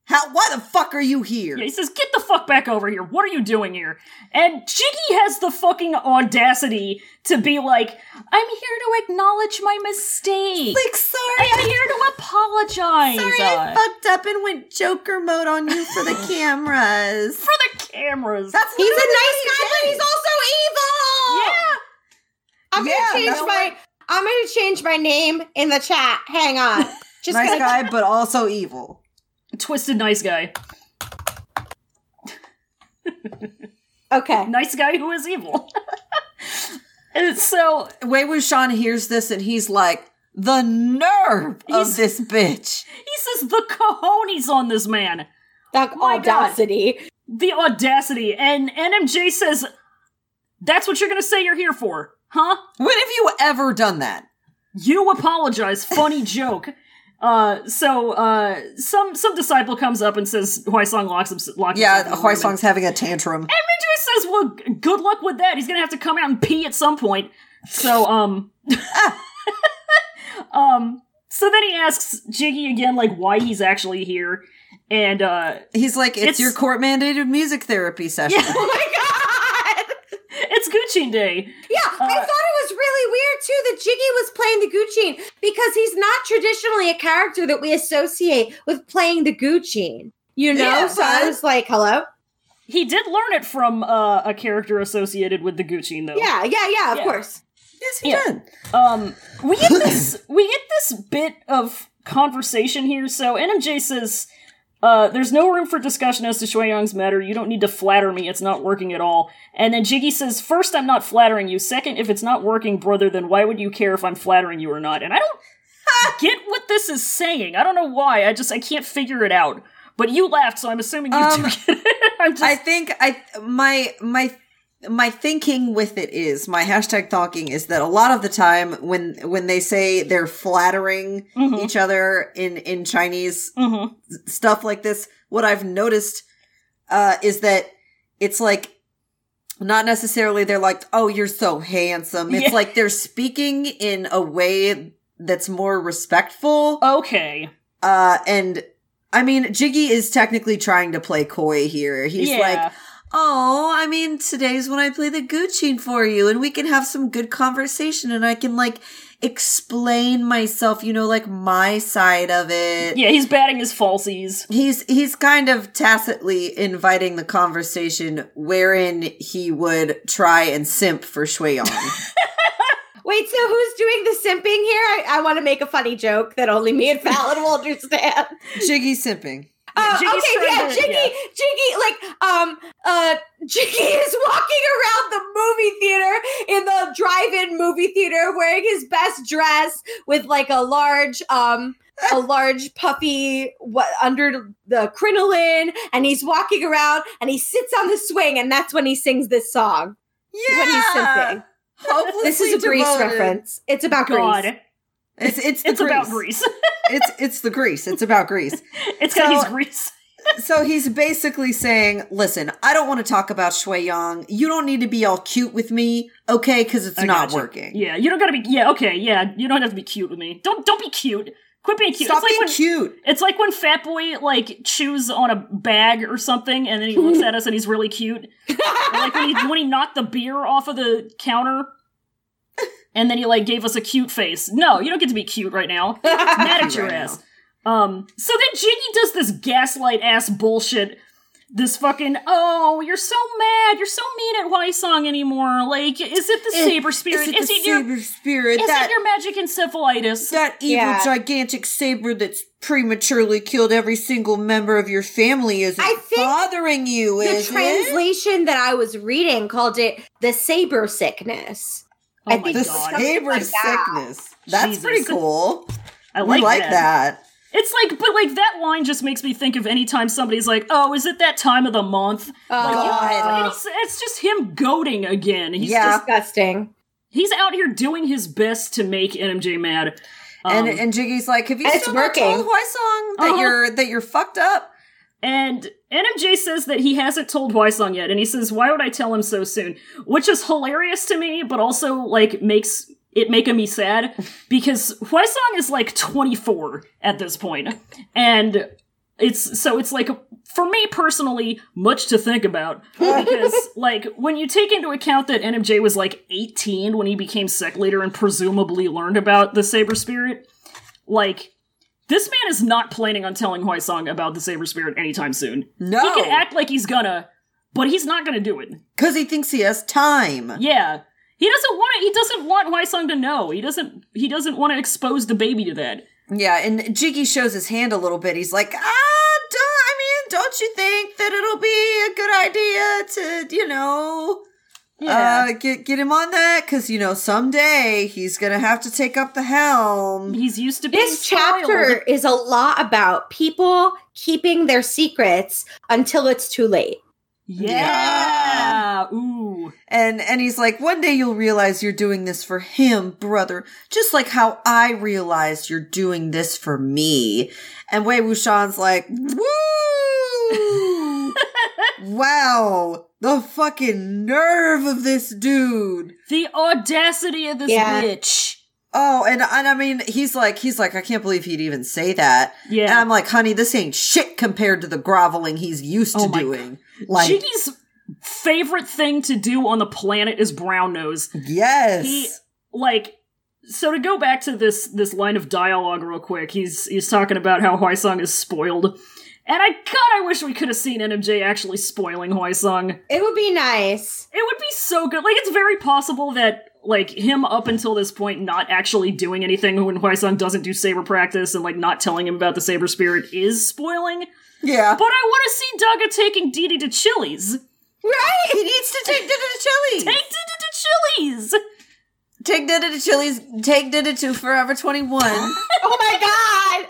S2: how why the fuck are you here
S1: Yeah, he says, "Get the fuck back over here! What are you doing here?" And Jiggy has the fucking audacity to be like, "I'm here to acknowledge my mistake.
S2: like sorry
S1: I'm here to apologize
S2: sorry I
S1: uh,
S2: fucked up and went joker mode on you for *laughs* the cameras
S1: for the cameras."
S2: that's
S3: He's a
S2: literally what
S3: nice guy,
S2: he
S3: but
S2: did.
S3: he's also evil.
S1: yeah,
S3: I'm
S2: Yeah,
S3: gonna change
S2: no
S3: my I'm gonna change my name in the chat. Hang on. Just
S2: nice
S3: gonna
S2: guy, but also evil.
S1: twisted nice guy,
S3: Okay.
S1: nice guy who is evil. *laughs* and so
S2: Wei Wuxian hears this and he's like, the nerve
S1: He's-
S2: of this bitch.
S1: He says the cojones on this man.
S3: The
S1: My God.
S3: audacity.
S1: The audacity. And NMJ says, That's what you're going to say you're here for, huh?
S2: When have you ever done that?
S1: You apologize. Funny joke. Uh, so, uh, some, some disciple comes up and says, Huaisong locks him, locks
S2: Yeah,
S1: himself in the room.
S2: Huaisong's having a tantrum.
S1: And NMJ says, well, g- good luck with that. He's going to have to come out and pee at some point. So, um, um, so then he asks Jiggy again, like, why he's actually here. And, uh,
S2: He's like, it's,
S1: It's-
S2: your court mandated music therapy session.
S1: Yeah.
S2: *laughs*
S3: Oh *laughs* my god!
S1: it's Gucci Day.
S3: Yeah, I
S1: Uh,
S3: thought it was really weird too that Jiggy was playing the Gucci because he's not traditionally a character that we associate with playing the Gucci. You know,
S2: Yeah,
S3: so I
S2: but-
S3: was like, "Hello."
S1: He did learn it from uh, a character associated with the Gucci, though.
S3: Yeah, yeah, yeah. Of
S1: Yeah.
S3: course.
S2: Yes, he
S1: Yeah.
S2: did.
S1: Um, we get this. *laughs* we get this bit of conversation here. So NMJ says, uh, "There's no room for discussion as to Shui Yang's matter. You don't need to flatter me. It's not working at all." And then Jiggy says, first, I'm not flattering you. Second, if it's not working, brother, then why would you care if I'm flattering you or not?" And I
S2: *laughs*
S1: don't get what this is saying. I don't know why. I just I can't figure it out. But you laughed, so I'm assuming you
S2: Um,
S1: took it. *laughs* I'm just
S2: I think I my my my thinking with it is my hashtag talking is that a lot of the time when when they say they're flattering
S1: Mhm.
S2: each other in in Chinese
S1: mhm.
S2: stuff like this, what I've noticed uh, is that it's like not necessarily they're like, oh, you're so handsome. It's
S1: Yeah.
S2: like they're speaking in a way that's more respectful.
S1: Okay.
S2: Uh, and I mean, Jiggy is technically trying to play coy here. He's
S1: yeah.
S2: like, "Oh, I mean, today's when I play the gucci for you, and we can have some good conversation, and I can like explain myself, you know, like my side of it."
S1: yeah, he's batting his falsies.
S2: He's he's kind of tacitly inviting the conversation wherein he would try and simp
S1: *laughs*
S2: for Shuiyan.
S3: Wait, so who's doing the simping here? I, I want to make a funny joke that only me and Fallon will understand.
S2: Jiggy simping.
S3: Uh,
S1: Jiggy's
S3: okay,
S1: trying
S3: yeah,
S1: to-
S3: Jiggy,
S1: yeah.
S3: Jiggy, like, um, uh, *laughs* Jiggy is walking around the movie theater in the drive-in movie theater wearing his best dress with like a large, um,
S1: *laughs*
S3: a large puffy what under the crinoline, and he's walking around and he sits on the swing, and that's when he sings this song.
S2: Yeah.
S3: When he's simping.
S2: Hopelessly
S3: This is a Grease
S2: devoted.
S3: reference. It's about
S1: God, *laughs*
S3: Grease.
S2: It's it's, the
S1: it's about
S2: grease.
S1: Greece.
S2: it's it's the grease. It's about grease.
S1: *laughs* It's got
S2: So-
S1: his Greece.
S2: So he's basically saying, "Listen, I don't want to talk about Shui Yang. You don't need to be all cute with me, okay? Because it's
S1: I
S2: not
S1: gotcha.
S2: working.
S1: Yeah, you don't gotta be. Yeah, okay, yeah, you don't have to be cute with me. Don't don't be cute. Quit being cute. it's
S2: Stop
S1: like
S2: being
S1: when,
S2: cute.
S1: It's like when Fat Boy like chews on a bag or something, and then he looks at us and he's really cute. Or, like when he when he knocked the beer off of the counter, and then he like gave us a cute face. No, you don't get to be cute right now. Mad at
S2: Cute
S1: your
S2: right
S1: ass. Um. So then Jiggy does this gaslight ass bullshit. This fucking oh, you're so mad, you're so mean at Wysong anymore. Like, is it the saber spirit?
S2: Eh, Is it
S1: Is
S2: the
S1: it your
S2: saber spirit?
S1: is
S2: that
S1: it your magic encephalitis?
S2: that evil
S3: Yeah.
S2: gigantic saber that's prematurely killed every single member of your family is
S3: I
S2: not
S3: think
S2: bothering you,
S3: The
S2: is it?
S3: translation that I was reading called it the saber sickness.
S1: oh
S3: I
S1: my
S3: think
S2: The
S1: god,
S3: same-
S2: saber
S3: Like that.
S2: sickness. That's
S1: Jesus.
S2: pretty cool.
S1: I
S2: we like that.
S1: It's like, but like that line just makes me think of any time somebody's like, "Oh, is it that time of the month?"
S3: Oh,
S2: God.
S1: It's, it's just him goading again. He's
S2: Yeah.
S1: just
S3: disgusting.
S1: he's out here doing his best to make NMJ mad. Um,
S2: and and Jiggy's like, have you
S3: and it's
S2: still not told
S3: working.
S2: Hwai Song that
S1: Uh-huh.
S2: you're that you're fucked up?
S1: and NMJ says that he hasn't told Wysong yet, and he says, "Why would I tell him so soon?" Which is hilarious to me, but also like makes it making me sad because Wysong is like 24 at this point, and it's so it's like for me personally much to think about because like when you take into account that NMJ was like 18 when he became sect leader and presumably learned about the saber spirit, like this man is not planning on telling Huaisong about the saber spirit anytime soon.
S2: No,
S1: He
S3: Oh.
S1: can act like he's gonna, but he's not gonna do it.
S2: because he thinks he has time.
S1: Yeah. He doesn't want to, he doesn't want Huaisong to know. He doesn't he doesn't want to expose the baby to that.
S2: Yeah, and Jiggy shows his hand a little bit. He's like, ah, duh, I mean, don't you think that it'll be a good idea to, you know, uh, get get him on that? Because you know, someday he's gonna have to take up the helm.
S1: Um, he's used to being
S3: This chapter
S1: spoiled.
S3: is a lot about people keeping their secrets until it's too late.
S1: Yeah. Ooh.
S2: And and he's like, one day you'll realize you're doing this for him, brother, just like how I realized you're doing this for me. And Wei Wuxian's like, *laughs* woo. Wow, the fucking nerve of this dude.
S1: The audacity of this
S3: Yeah.
S1: bitch.
S2: Oh, and and I mean, he's like, he's like, I can't believe he'd even say that.
S3: Um,
S2: And
S1: Yeah.
S2: I'm like, honey, this ain't shit compared to the groveling he's used to
S1: Oh my
S2: doing. Like,
S1: Jiggy's favorite thing to do on the planet is brown nose.
S2: yes,
S1: He like so to go back to this this line of dialogue real quick. He's he's talking about how Huaisong is spoiled. And I god, I wish we could have seen NMJ actually spoiling Huaisong.
S3: It would be nice.
S1: It would be so good. Like it's very possible that like him up until this point not actually doing anything when Huaisong doesn't do saber practice and like not telling him about the saber spirit is spoiling.
S2: yeah.
S1: But I want to see Daga taking Didi to Chili's.
S3: Right?
S2: *laughs* He needs to take Dida to
S1: Take
S2: Chili's.
S1: Didi to Chili's.
S2: Take Dida to Chili's. Take Dida to Forever 21.
S3: Oh my God.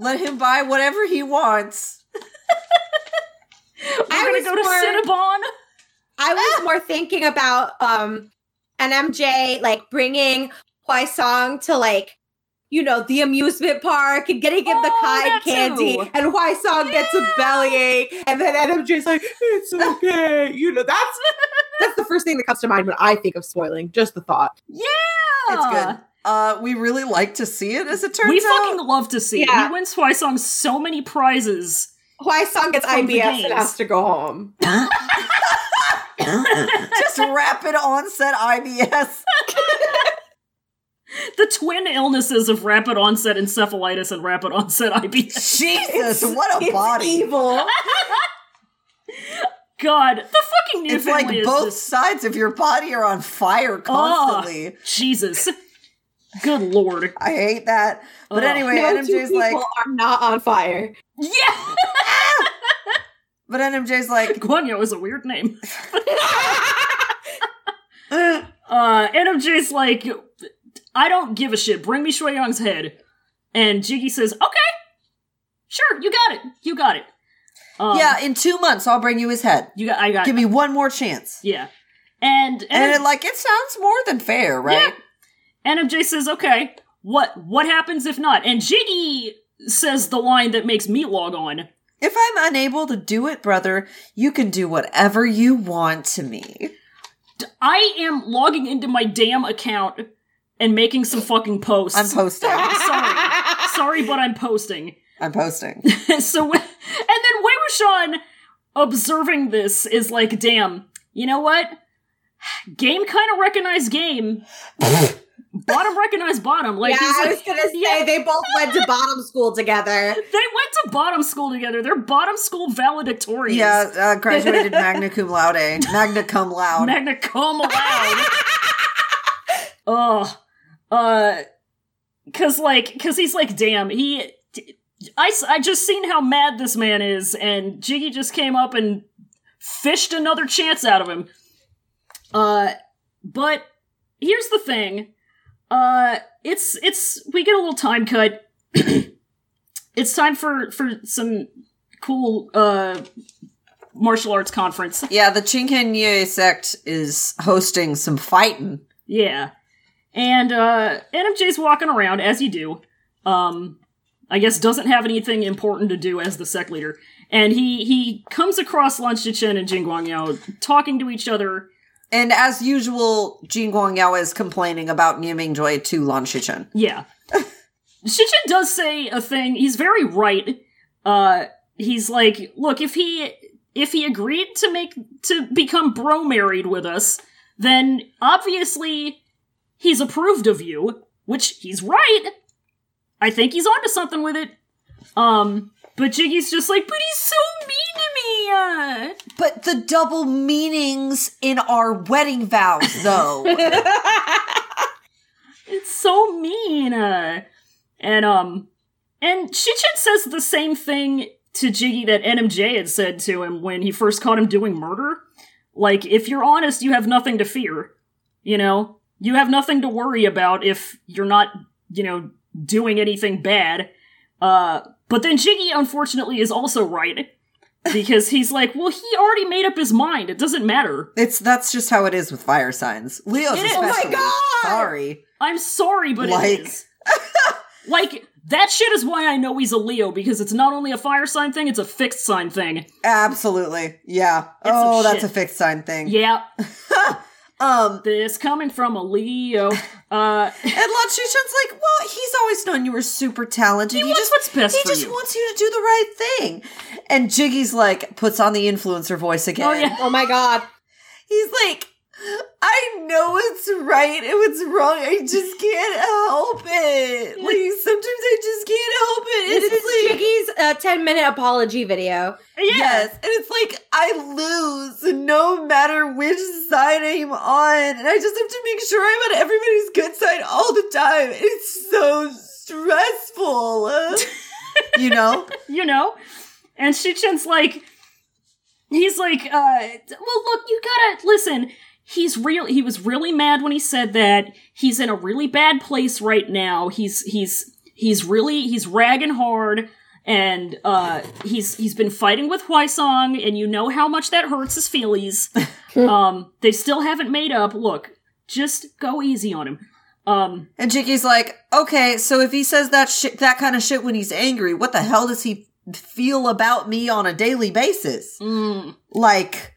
S2: Let him buy whatever he wants.
S1: We're
S3: I
S1: gonna
S3: was
S1: go to
S3: more-
S1: Cinnabon.
S3: I
S1: Ah!
S3: was more thinking about um NMJ like bringing Huaisong to like you know the amusement park and getting him the
S1: Oh,
S3: cotton
S1: that
S3: candy,
S1: too.
S3: and Huaisong gets a bellyache, and then NMJ's like,
S1: *laughs*
S3: "It's okay," you know. That's that's the first thing that comes to mind when I think of spoiling. Just the thought.
S1: Yeah,
S2: It's good. Uh, we really like to see it, as it turns
S1: we
S2: out.
S1: fucking love to see it.
S3: Yeah.
S1: He wins Song so many prizes.
S3: Why Song gets
S1: From the
S3: IBS and
S1: games.
S3: has to go home.
S2: *laughs* just rapid onset IBS.
S1: The twin illnesses of rapid onset encephalitis and rapid onset
S2: *laughs*
S1: IBS.
S2: Jesus, what a
S3: It's
S2: body!
S3: evil.
S1: God, the fucking new
S2: It's like
S1: family
S2: both
S1: is just,
S2: sides of your body are on fire constantly.
S1: Jesus. Good lord.
S2: I hate that. But
S1: Ugh.
S2: anyway,
S3: no two
S2: NMJ's
S3: people
S2: like,
S3: are not
S1: *laughs*
S3: on fire.
S1: Yeah!
S2: but NMJ's like,
S1: Guanyo is a weird name. Uh, NMJ's like, I don't give a shit. Bring me Shui Young's head. And Jiggy says, okay. Sure, you got it. You got it. Um,
S2: yeah, in two months I'll bring you his head.
S1: You got, I got
S2: Give me one more chance.
S1: Yeah. And,
S2: And it,
S1: and,
S2: like it sounds more than fair, right?
S1: NMJ says, okay, what, what happens if not? And Jiggy says the line that makes me log on.
S2: If I'm unable to do it, brother, you can do whatever you want to me.
S1: I am logging into my damn account and making some fucking posts.
S2: I'm
S3: *laughs*
S2: posting.
S1: Sorry. Sorry, but I'm posting. *laughs*
S2: I'm posting.
S1: so, and then Wei Wuxian observing this is like, damn, you know what? Game kind of recognized game. bottom recognized bottom. Like,
S3: yeah,
S1: he's
S3: I
S1: like,
S3: was gonna say
S1: yeah,
S3: they both went to bottom school
S1: *laughs*
S3: together.
S1: they went to bottom school together. They're bottom school valedictorians.
S2: Yeah, uh, graduated magna cum laude, magna cum laude.
S1: Magna cum laude. *laughs* Ugh. Uh, cause like, cause he's like, damn, he. I, s- I just seen how mad this man is, and Jiggy just came up and fished another chance out of him. Uh, but here's the thing. Uh, it's, it's, we get a little time cut. *clears throat* it's time for, for some cool, uh, martial arts conference.
S2: yeah, the Chinkenye sect is hosting some fighting.
S1: Yeah. And uh NMJ's walking around as you do. Um I guess doesn't have anything important to do as the sect leader. And he he comes across Lan Shichen and Jing Guangyao talking to each other.
S2: And as usual, Jin Guangyao is complaining about Niu Mingjoy to Lan Shichen.
S1: Yeah. Shichen does say a thing. He's very right. Uh he's like, look, if he if he agreed to make to become bro married with us, then obviously he's approved of you, which he's right. I think he's onto something with it. Um but Jiggy's just like, but he's so mean to me. Uh.
S2: But the double meanings in our wedding vows,
S3: *laughs*
S2: though.
S1: It's so mean. Uh, and um and Shichen says the same thing to Jiggy that NMJ had said to him when he first caught him doing murder. Like, if you're honest, you have nothing to fear. You know? You have nothing to worry about if you're not, you know, doing anything bad. Uh but then Jiggy unfortunately is also right. Because he's like, well, he already made up his mind. It doesn't matter.
S2: it's that's just how it is with fire signs. Leo's
S1: It is-
S2: especially.
S1: oh my
S3: God!
S2: Sorry.
S1: I'm sorry, but
S2: Like-
S1: it is. like that shit is why I know he's a Leo because it's not only a fire sign thing; it's a fixed sign thing.
S2: Absolutely. Yeah. oh, that's a
S1: shit.
S2: fixed sign thing.
S1: Yeah,
S2: Um
S1: this coming from a Leo. Uh,
S2: and Lan Shishan's like, well, he's always known you were super talented. He,
S1: wants
S2: just
S1: what's best
S2: He
S1: for
S2: just
S1: you.
S2: wants you to do the right thing. And Jiggy's like, puts on the influencer voice again.
S1: oh yeah,
S3: oh my god.
S2: He's like, I know it's right and it's wrong. I just can't help it. Like sometimes I just can't help it. And
S3: This
S2: it's
S3: is
S2: like
S3: Jiggy's uh, 10 minute apology video.
S1: yeah.
S2: Yes. And it's like I lose no matter which side I'm on. And I just have to make sure I'm on everybody's good side all the time. It's so stressful. you know?
S1: You know, and Shichin's like, he's like, uh, well, look, you gotta listen. He's real. He was really mad when he said that. He's in a really bad place right now. He's he's he's really he's ragging hard, and uh, he's he's been fighting with Huaisong, and you know how much that hurts his feelies. um, they still haven't made up. Look, just go easy on him. Um,
S2: And Jiggy's like, okay, so if he says that shit, that kind of shit when he's angry, what the hell does he feel about me on a daily basis?
S1: mm,
S2: Like,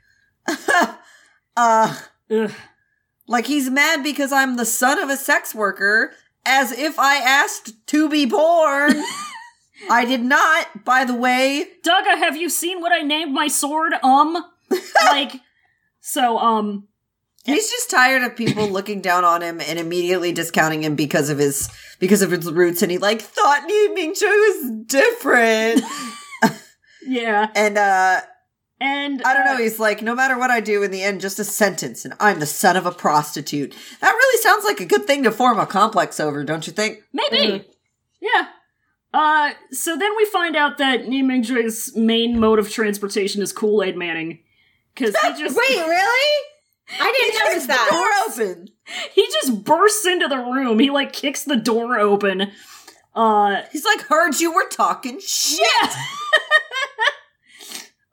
S2: *laughs* uh,
S1: ugh.
S2: like he's mad because I'm the son of a sex worker as if I asked to be born. I did not, by the way.
S1: Dugga, have you seen what I named my sword? Um, like, *laughs* so um,
S2: He's just tired of people looking down on him and immediately discounting him because of his because of his roots, and he like thought Yu Ming Chu was different.
S1: yeah,
S2: and uh
S1: and
S2: I don't know,
S1: uh,
S2: he's like, no matter what I do in the end, just a sentence, and I'm the son of a prostitute. That really sounds like a good thing to form a complex over, don't you think?
S1: maybe, yeah. Uh, so then we find out that Nimingjue's main mode of transportation is Kool Aid Manning, because
S2: *laughs*
S1: he just
S3: Wait, really? I didn't notice that.
S2: Door open.
S1: he just bursts into the room. He like kicks the door open. Uh,
S2: He's like, heard you were talking shit.
S1: yeah. *laughs*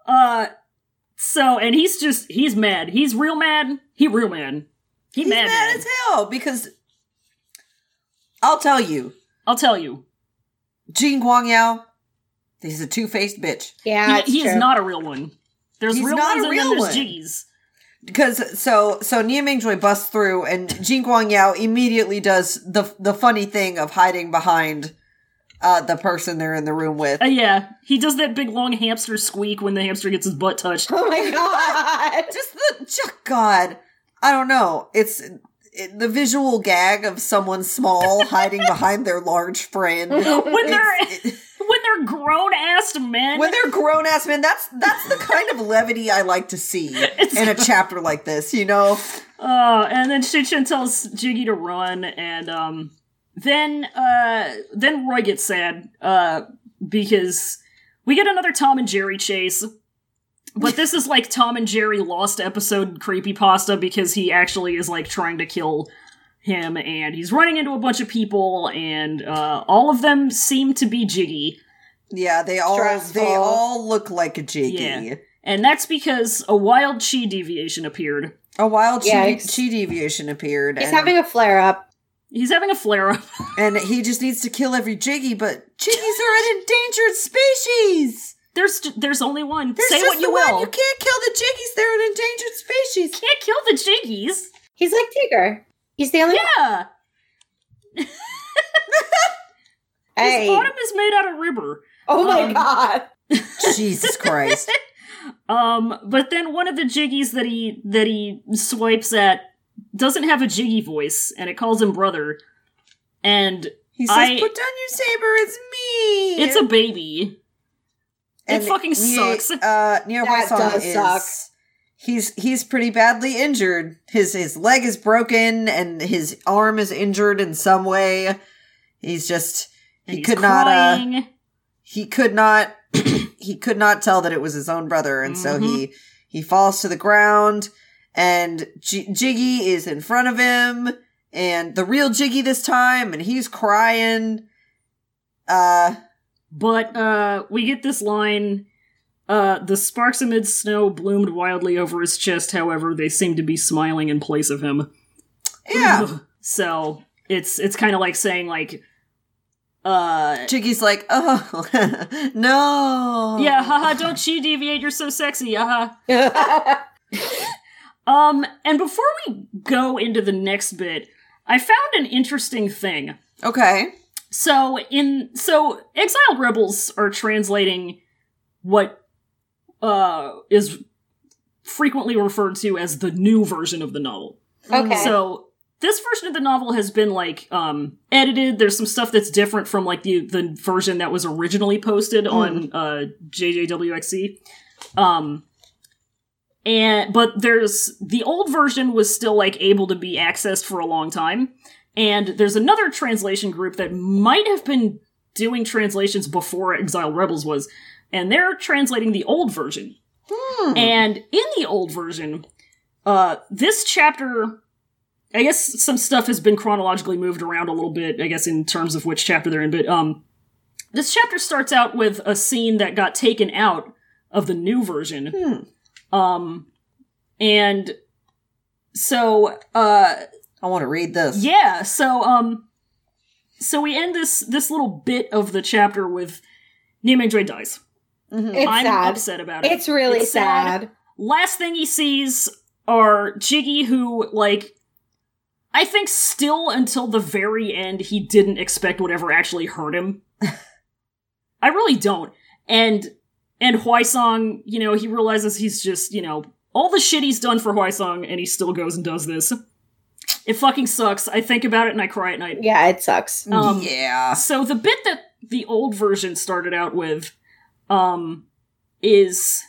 S1: uh, so and he's just he's mad. He's real mad. He real mad. He
S2: He's
S1: mad. mad.
S2: mad as hell because I'll tell you,
S1: I'll tell you.
S2: Jing Guangyao, he's a two faced bitch.
S3: Yeah,
S1: He,
S3: it's
S1: he is
S3: true.
S1: not a real one. There's
S2: He's
S1: real
S2: not
S1: ones
S2: a
S1: and
S2: real
S1: then
S2: one.
S1: there's G's.
S2: Because so so Nia Mingjoy busts through and Jing Guangyao immediately does the the funny thing of hiding behind uh, the person they're in the room with.
S1: Uh, yeah, he does that big long hamster squeak when the hamster gets his butt touched.
S3: *laughs* Oh my god.
S2: just the ju- god i don't know it's it, the visual gag of someone small hiding behind their large
S1: *laughs*
S2: friend
S1: When they're
S2: It's- it-
S1: when they're grown ass men,
S2: when they're grown ass men that's that's the kind of levity i like
S1: *laughs*
S2: to see in a chapter like this you know
S1: Uh, and then Shinchin tells Jiggy to run, and um, then uh, then Roy gets sad uh, because we get another Tom and Jerry chase. But this is like Tom and Jerry lost episode creepypasta because he actually is like trying to kill him and he's running into a bunch of people and uh, all of them seem to be Jiggy.
S2: yeah they all
S3: Stressful.
S2: they all look like a jiggy
S1: Yeah. And that's because a wild chi deviation appeared.
S2: a wild chi
S3: Yikes.
S2: chi deviation appeared
S3: He's
S2: and,
S3: having a flare up.
S1: He's having a flare up.
S2: and he just needs to kill every jiggy but jiggies are an endangered species
S1: *laughs* There's there's only one.
S2: There's
S1: Say
S2: just
S1: what you
S2: the
S1: will.
S2: one. you can't kill the jiggies they're an endangered
S1: *laughs*
S2: species
S1: can't kill the Jiggies.
S3: He's like Tigger. He's the only
S1: Yeah, his
S3: Hey.
S1: bottom is made out of rubber.
S3: Oh my
S1: um,
S3: god. *laughs*
S2: Jesus Christ.
S1: Um, but then one of the Jiggies that he that he swipes at doesn't have a Jiggy voice, and it calls him brother. And
S2: He says,
S1: I-
S2: "Put down your saber. It's me."
S1: it's a baby.
S2: And
S1: fucking sucks.
S2: Uh, Neo
S3: That
S2: Bison
S3: does
S2: is,
S3: suck.
S2: He's he's pretty badly injured. His his leg is broken and his arm is injured in some way. He's just
S1: And
S2: he
S1: he's
S2: could not uh,
S1: crying.
S2: he could not *clears throat* he could not tell that it was his own brother, and so
S1: Mm-hmm.
S2: he he falls to the ground. And J- Jiggy is in front of him, and the real Jiggy this time, and he's crying. Uh,
S1: But uh, we get this line. Uh, the sparks amid snow bloomed wildly over his chest. However, they seemed to be smiling in place of him.
S2: yeah.
S1: *laughs* So it's it's kind of like saying like, uh,
S2: Jiggy's like, oh *laughs* no.
S1: yeah, haha, don't she deviate? You're so sexy, haha. Mm,
S3: yeah.
S1: Um, and before we go into the next bit, I found an interesting thing.
S2: Okay.
S1: So in so exiled rebels are translating what uh is frequently referred to as the new version of the novel.
S3: Okay.
S1: So this version of the novel has been like um edited. There's some stuff that's different from like the the version that was originally posted on uh JJWXC. E. Um and but there's the old version was still like able to be accessed for a long time. And there's another translation group that might have been doing translations before Exile Rebels was, and they're translating the old version.
S2: Hmm.
S3: Hmm.
S1: And in the old version, uh, this chapter, I guess some stuff has been chronologically moved around a little bit, I guess in terms of which chapter they're in, but um, this chapter starts out with a scene that got taken out of the new version.
S2: Hmm.
S1: Um, and so, uh,
S2: I want to read this.
S1: yeah, so um so we end this this little bit of the chapter with Nimingjoy dies.
S2: Mhm.
S3: it's
S1: I'm
S3: sad.
S1: upset about it.
S3: It's really
S1: It's sad.
S3: sad.
S1: Last thing he sees are Jiggy who like I think still until the very end, he didn't expect whatever actually hurt him. I really don't. And and Huaisong, you know, he realizes he's just, you know, all the shit he's done for Huaisong, and he still goes and does this. It fucking sucks. I think about it and I cry at night.
S3: Yeah, it sucks.
S1: Um,
S2: yeah.
S1: So the bit that the old version started out with um, is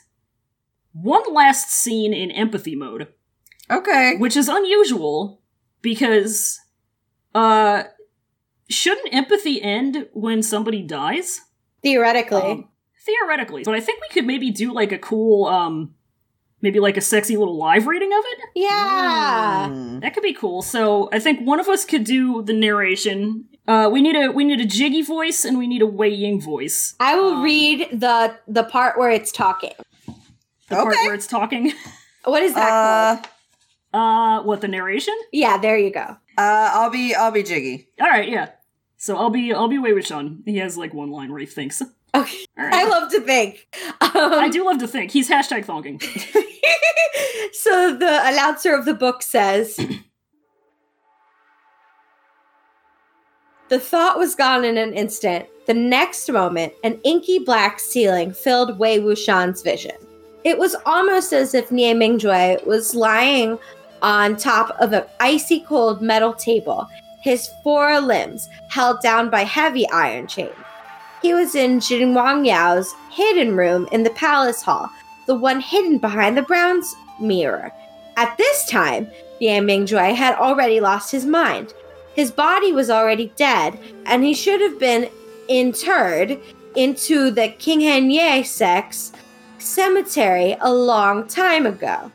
S1: one last scene in empathy mode,
S2: Okay.
S1: which is unusual because uh, shouldn't empathy end when somebody dies?
S3: Theoretically.
S1: Um, theoretically, but I think we could maybe do like a cool, um, maybe like a sexy little live reading of it.
S2: Hmm.
S3: yeah.
S2: Mm.
S1: That could be cool. So I think one of us could do the narration. Uh, we need a we need a jiggy voice and we need a Wei Ying voice.
S3: I will
S1: Um,
S3: read the the part where it's talking.
S1: The part
S2: Okay.
S1: where it's talking. *laughs*
S3: What is that
S2: Uh,
S3: called?
S1: Uh, what the narration?
S3: Yeah, there you go.
S2: uh, I'll be, I'll be jiggy.
S1: All right, yeah. So I'll be I'll be Wei with Sean. He has like one line where he thinks. All
S3: Okay.
S1: right.
S3: I love to think. Um,
S1: I do love to think. He's hashtag thonking.
S3: *laughs* so the announcer of the book says The thought was gone in an instant. The next moment, an inky black ceiling filled Wei Wuxian's vision. It was almost as if Nie Mingjue was lying on top of an icy cold metal table, his four limbs held down by heavy iron chains. He was in Jin Wang Yao's hidden room in the palace hall, the one hidden behind the bronze mirror. At this time, Yan Mingjue had already lost his mind. His body was already dead, and he should have been interred into the Qinghenye sex cemetery a long time ago.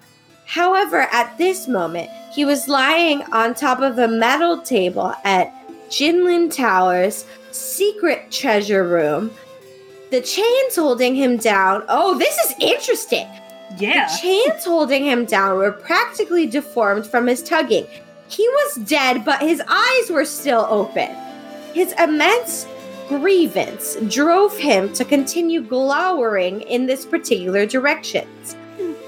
S3: However, at this moment, he was lying on top of a metal table at Jinlin Towers secret treasure room. The chains holding him down. Oh, this is interesting.
S1: yeah.
S3: The chains holding him down were practically deformed from his tugging. He was dead, but his eyes were still open. His immense grievance drove him to continue glowering in this particular direction.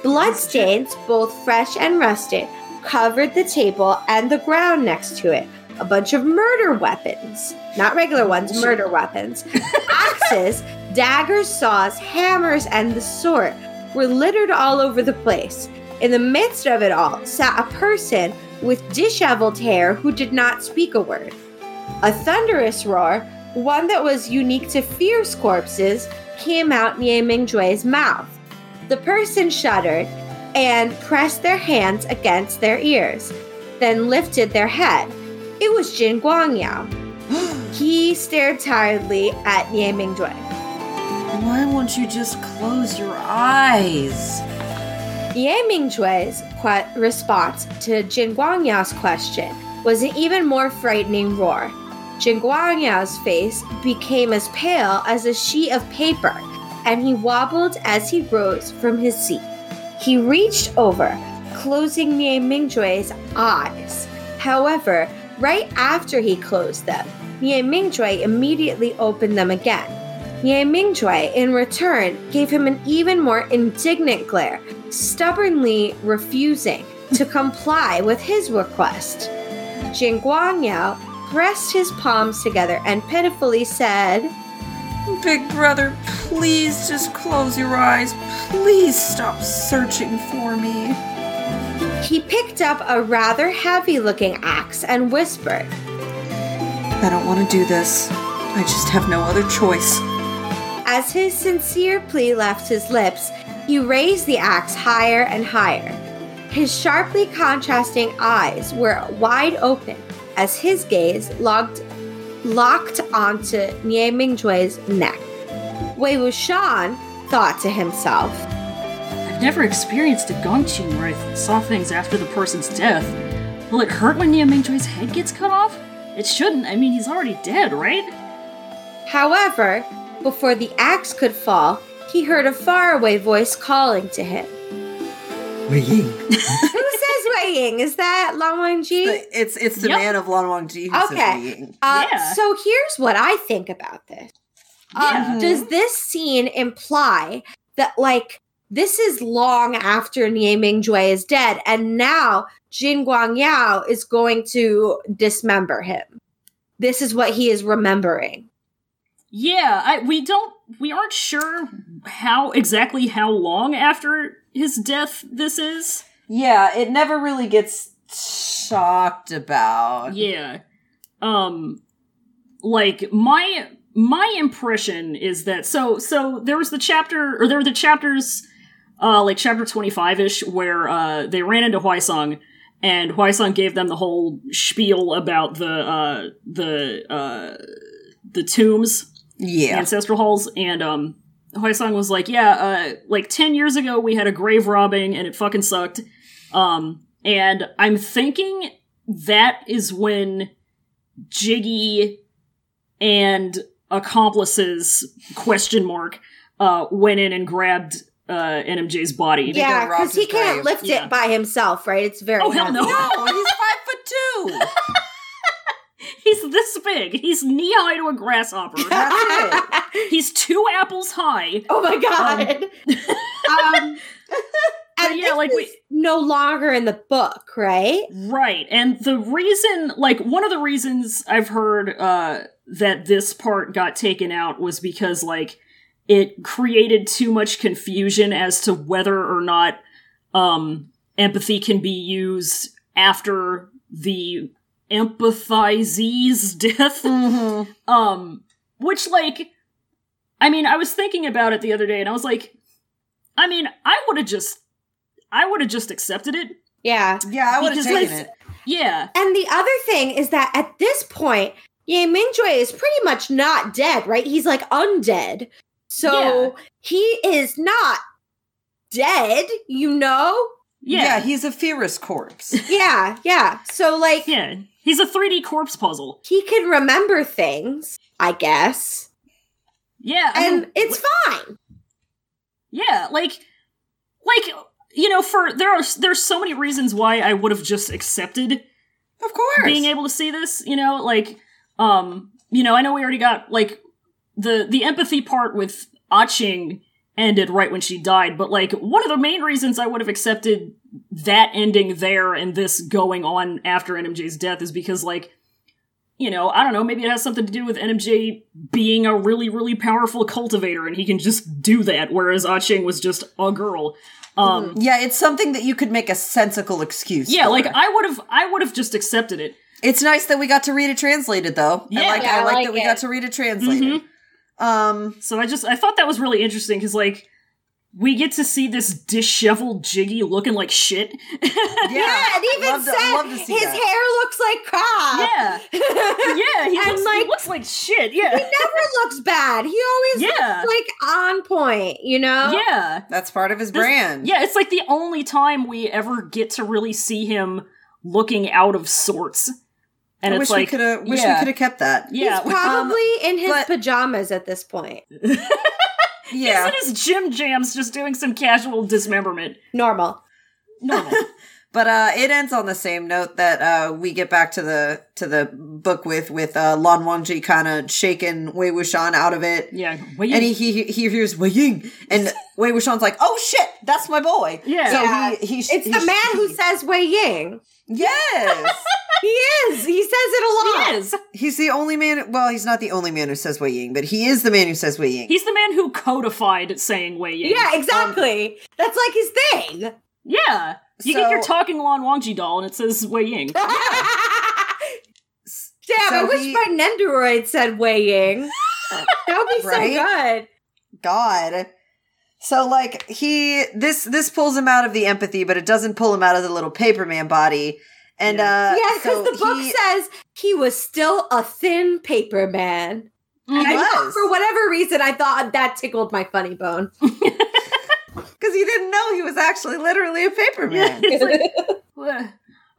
S3: Bloodstains, both fresh and rusted, covered the table and the ground next to it. A bunch of murder weapons, not regular ones, murder weapons, axes, daggers, saws, hammers, and the sort were littered all over the place. In the midst of it all sat a person with disheveled hair who did not speak a word. A thunderous roar, one that was unique to fierce corpses, came out Nie Mingjue's mouth. The person shuddered and pressed their hands against their ears, then lifted their head. It was Jin Guangyao. *gasps* He stared tiredly at Nie Mingjue.
S2: Why won't you just close your eyes?
S3: Ye Mingjue's que- response to Jin Guangyao's question was an even more frightening roar. Jin Guangyao's face became as pale as a sheet of paper, and he wobbled as he rose from his seat. He reached over, closing Ye Mingjue's eyes. However, right after he closed them, Ye Mingjue immediately opened them again. Ye Mingjue, in return, gave him an even more indignant glare stubbornly refusing to comply with his request. Jing Guangyao pressed his palms together and pitifully said,
S2: Big brother, please just close your eyes. Please stop searching for me.
S3: he picked up a rather heavy looking axe and whispered,
S2: I don't want to do this. I just have no other choice.
S3: As his sincere plea left his lips, he raised the axe higher and higher. His sharply contrasting eyes were wide open as his gaze locked, locked onto Nie Mingjue's neck. Wei Wuxian thought to himself,
S1: I've never experienced a gongqing where I th- saw things after the person's death. Will it hurt when Nia Mingjui's head gets cut off? It shouldn't. I mean, he's already dead, right?
S3: However, before the axe could fall, he heard a faraway voice calling to him. Wei Ying. Who says Wei Ying? Is that Lan Wangji?
S2: It's it's the
S1: Yep.
S2: man of Lan Wang Ji who
S3: Okay.
S2: says being.
S3: Uh,
S1: Yeah.
S3: So here's what I think about this. Um,
S1: Yeah.
S3: Does this scene imply that, like, This is long after Nie Mingjue is dead, and now Jin Guangyao is going to dismember him. This is what he is remembering.
S1: Yeah, I, we don't we aren't sure how exactly how long after his death this is.
S2: Yeah, it never really gets talked about.
S1: Yeah. Um like my my impression is that so so there was the chapter or there were the chapters uh like chapter 25ish where uh they ran into Huaisong and Huaisong gave them the whole spiel about the uh the uh the tombs
S2: Yeah.
S1: ancestral halls and um Hoisong was like, yeah, uh like 10 years ago we had a grave robbing and it fucking sucked. Um and I'm thinking that is when Jiggy and accomplices question mark uh went in and grabbed uh NMJ's body.
S2: They
S3: yeah,
S2: gonna rob
S3: because he
S2: his
S3: can't
S2: grave.
S3: lift
S1: Yeah.
S3: it by himself, right? It's very
S1: Oh, hell
S3: heavy.
S1: no.
S2: *laughs*
S3: *laughs*
S1: *laughs*
S2: no, he's five foot two.
S1: He's this big. He's knee high to a grasshopper.
S2: That's it.
S1: He's two apples high.
S3: Oh
S1: *laughs*
S3: my god. Um, and
S1: yeah, like
S3: like
S1: we-
S3: we no longer in the book, right?
S1: Right. And the reason, like, one of the reasons I've heard uh, that this part got taken out was because, like, it created too much confusion as to whether or not um, empathy can be used after the empathizee's *laughs* death.
S2: Mhm.
S1: Um, which, like, I mean, I was thinking about it the other day and I was like, I mean, I would have just, I would have just accepted it.
S3: Yeah.
S2: Yeah, I would have
S1: Because
S2: taken
S1: let's-
S2: it.
S1: Yeah.
S3: And the other thing is that at this point, Ye Mingjue is pretty much not dead, right? He's like undead. So he is not dead, you know?
S2: Yeah.
S1: Yeah.
S2: he's a fearless corpse.
S3: Yeah, yeah. So like
S1: Yeah, he's a 3D corpse puzzle.
S3: he can remember things, I guess.
S1: Yeah, I
S3: And
S1: mean,
S3: it's fine.
S1: yeah, like, like you know, for there are there's so many reasons why I would have just accepted
S2: Of course.
S1: being able to see this. You know, like, um, you know, I know we already got like the the empathy part with Aching ended right when she died, but like one of the main reasons I would have accepted that ending there and this going on after NMJ's death is because like you know, I don't know, maybe it has something to do with NMJ being a really, really powerful cultivator and he can just do that, whereas Ah Ching was just a girl. Um
S2: yeah, it's something that you could make a sensical excuse.
S1: Yeah,
S2: for.
S1: like I would have I would have just accepted it.
S2: it's nice that we got to read it translated, though. I
S1: Yeah.
S2: like,
S3: Yeah,
S2: I
S3: I
S2: like,
S3: like
S2: that we
S3: it.
S2: got to read it translated.
S1: Mm-hmm.
S2: Um,
S1: So I just I thought that was really interesting because like we get to see this disheveled Jiggy looking like shit. *laughs*
S2: yeah,
S3: Yeah, it even
S2: love to-
S3: said
S2: love to see
S3: his
S2: that.
S3: hair looks like crap.
S1: yeah, yeah,
S2: *laughs*
S1: he
S3: And,
S1: looks, like,
S3: like-
S1: he looks like shit.
S3: *laughs* He
S1: Yeah,
S3: never looks bad. He always
S1: yeah,
S3: looks like on point, you know?
S1: yeah,
S2: That's part of his brand.
S1: yeah. It's like the only time we ever get to really see him looking out of sorts, and
S2: I
S1: it's
S2: wish
S1: like
S2: we could have. Wish we
S1: yeah.
S2: could have kept that.
S1: yeah,
S3: He's probably in his
S2: Um, but-
S3: pajamas at this point.
S2: Yeah,
S1: He's in his gym jams, just doing some casual dismemberment.
S3: Normal.
S2: *laughs*
S1: Normal.
S2: but uh, it ends on the same note that uh, we get back to the to the book with with uh, Lan Wangji kind of shaking Wei Wuxian out of it.
S1: yeah, well,
S2: And he, he he hears Wei Ying,
S1: *laughs*
S2: and Wei Wuxian's like, "Oh shit, that's my boy."
S1: Yeah.
S2: so
S3: Yeah.
S2: he, he
S3: It's the man who says Wei Ying. *laughs*
S2: yes.
S3: He is. He says it a lot.
S1: he is.
S2: He's the only man. Well, he's not the only man who says Wei Ying, but he is the man who says Wei Ying.
S1: He's the man who codified saying Wei Yang.
S3: Yeah, exactly.
S2: Um,
S3: That's like his thing.
S1: Yeah. You get
S2: So-
S1: your talking Lan Wangji doll and it says Wei Ying.
S3: *laughs* Damn, I
S2: So
S3: wish
S2: he-
S3: my Nendoroid said Wei
S2: *laughs*
S3: Ying. that would be
S2: Right?
S3: so good.
S2: God. So like he this this pulls him out of the empathy, but it doesn't pull him out of the little paperman body. And
S1: Yeah.
S2: uh
S3: yeah, because
S2: so
S3: the book
S2: he-
S3: says he was still a thin paper man.
S1: Mhm.
S3: And I thought-
S2: was.
S3: for whatever reason, I thought that tickled my
S2: *laughs*
S3: funny bone.
S2: Because he didn't know he was actually literally a paper man.
S1: It's
S3: *laughs*
S1: like, "Wha-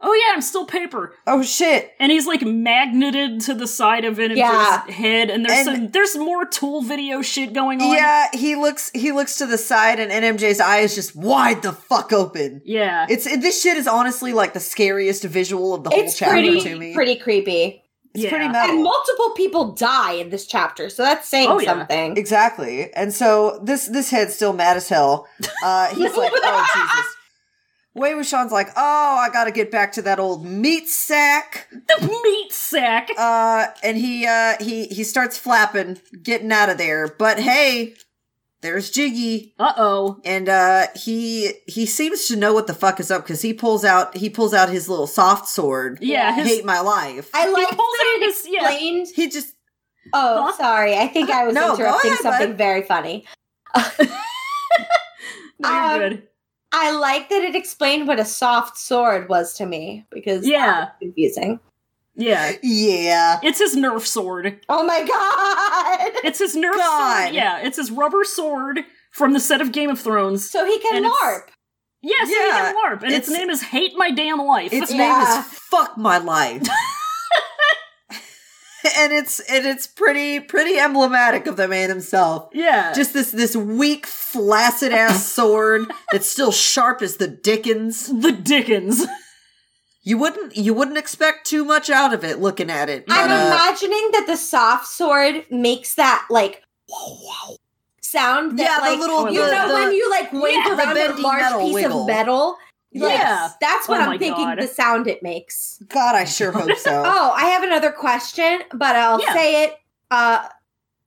S1: oh yeah, I'm still paper.
S2: *laughs* oh shit.
S1: And he's like magneted to the side of it
S3: Yeah.
S1: head and there's
S2: And-
S1: some there's more tool video shit going on.
S2: Yeah, he looks he looks to the side and NMJ's eye is just wide the fuck open.
S1: Yeah.
S2: It's it, this shit is honestly like the scariest visual of the whole
S3: It's
S2: chapter
S3: pretty,
S2: to me. Oh.
S3: pretty creepy.
S2: It's
S1: Yeah.
S2: pretty metal.
S3: And multiple people die in this chapter, so that's saying
S1: Oh, yeah.
S3: something.
S2: Exactly. And so this this head's still mad as hell. Uh, he's like, oh Jesus. Wei Wuxian's like, oh, I gotta get back to that old meat sack.
S1: The meat sack.
S2: Uh, and he uh he he starts flapping, getting out of there. But hey, there's Jiggy.
S1: Uh oh.
S2: And uh he he seems to know what the fuck is up because he pulls out he pulls out his little soft sword.
S1: Yeah, his-
S2: hate my life.
S3: I like
S1: pulls
S3: that
S1: out
S3: it
S1: his- yeah.
S3: explained. *laughs*
S2: he just
S3: Oh,
S1: Huh?
S3: sorry. I think I was
S2: No, go
S3: interrupting
S2: ahead,
S3: something
S2: bud.
S3: very funny.
S1: No, you're
S3: Um,
S1: good.
S3: I like that it explained what a soft sword was to me because that
S1: Yeah.
S3: was confusing.
S1: Yeah.
S2: yeah.
S1: It's his Nerf sword.
S3: Oh my god!
S1: *laughs* It's his Nerf
S2: God.
S1: sword. Yeah, it's his rubber sword from the set of Game of Thrones.
S3: So he can
S1: And it's-
S3: LARP.
S1: Yes,
S2: Yeah,
S1: yeah, so he can LARP, and its,
S2: it's-
S1: name is Hate My Damn Life.
S2: Its name
S3: Yeah.
S2: is Fuck My
S1: *laughs*
S2: Life. *laughs* and it's and it's pretty pretty emblematic of the man himself.
S1: yeah.
S2: Just this this weak,
S1: *laughs*
S2: flaccid ass sword that's still sharp as the Dickens.
S1: the Dickens.
S2: You wouldn't you wouldn't expect too much out of it looking at it.
S3: I'm
S2: But, uh,
S3: imagining that the soft sword makes that like sound. That,
S2: yeah,
S3: like,
S2: the little
S1: Oh, I
S3: You
S1: love
S3: know
S2: the,
S3: when
S2: the-
S3: you like wave
S1: Yeah,
S2: the
S3: around a
S2: bendy
S3: large
S2: metal
S3: piece
S2: wiggle.
S3: of metal?
S1: Yeah.
S3: that's what
S1: Oh my
S3: I'm thinking.
S1: God.
S3: The sound it makes.
S2: God, I sure
S1: *laughs*
S2: hope
S1: Um,
S2: so.
S3: Oh, I have another question, but I'll
S1: Yeah.
S3: say it. Uh,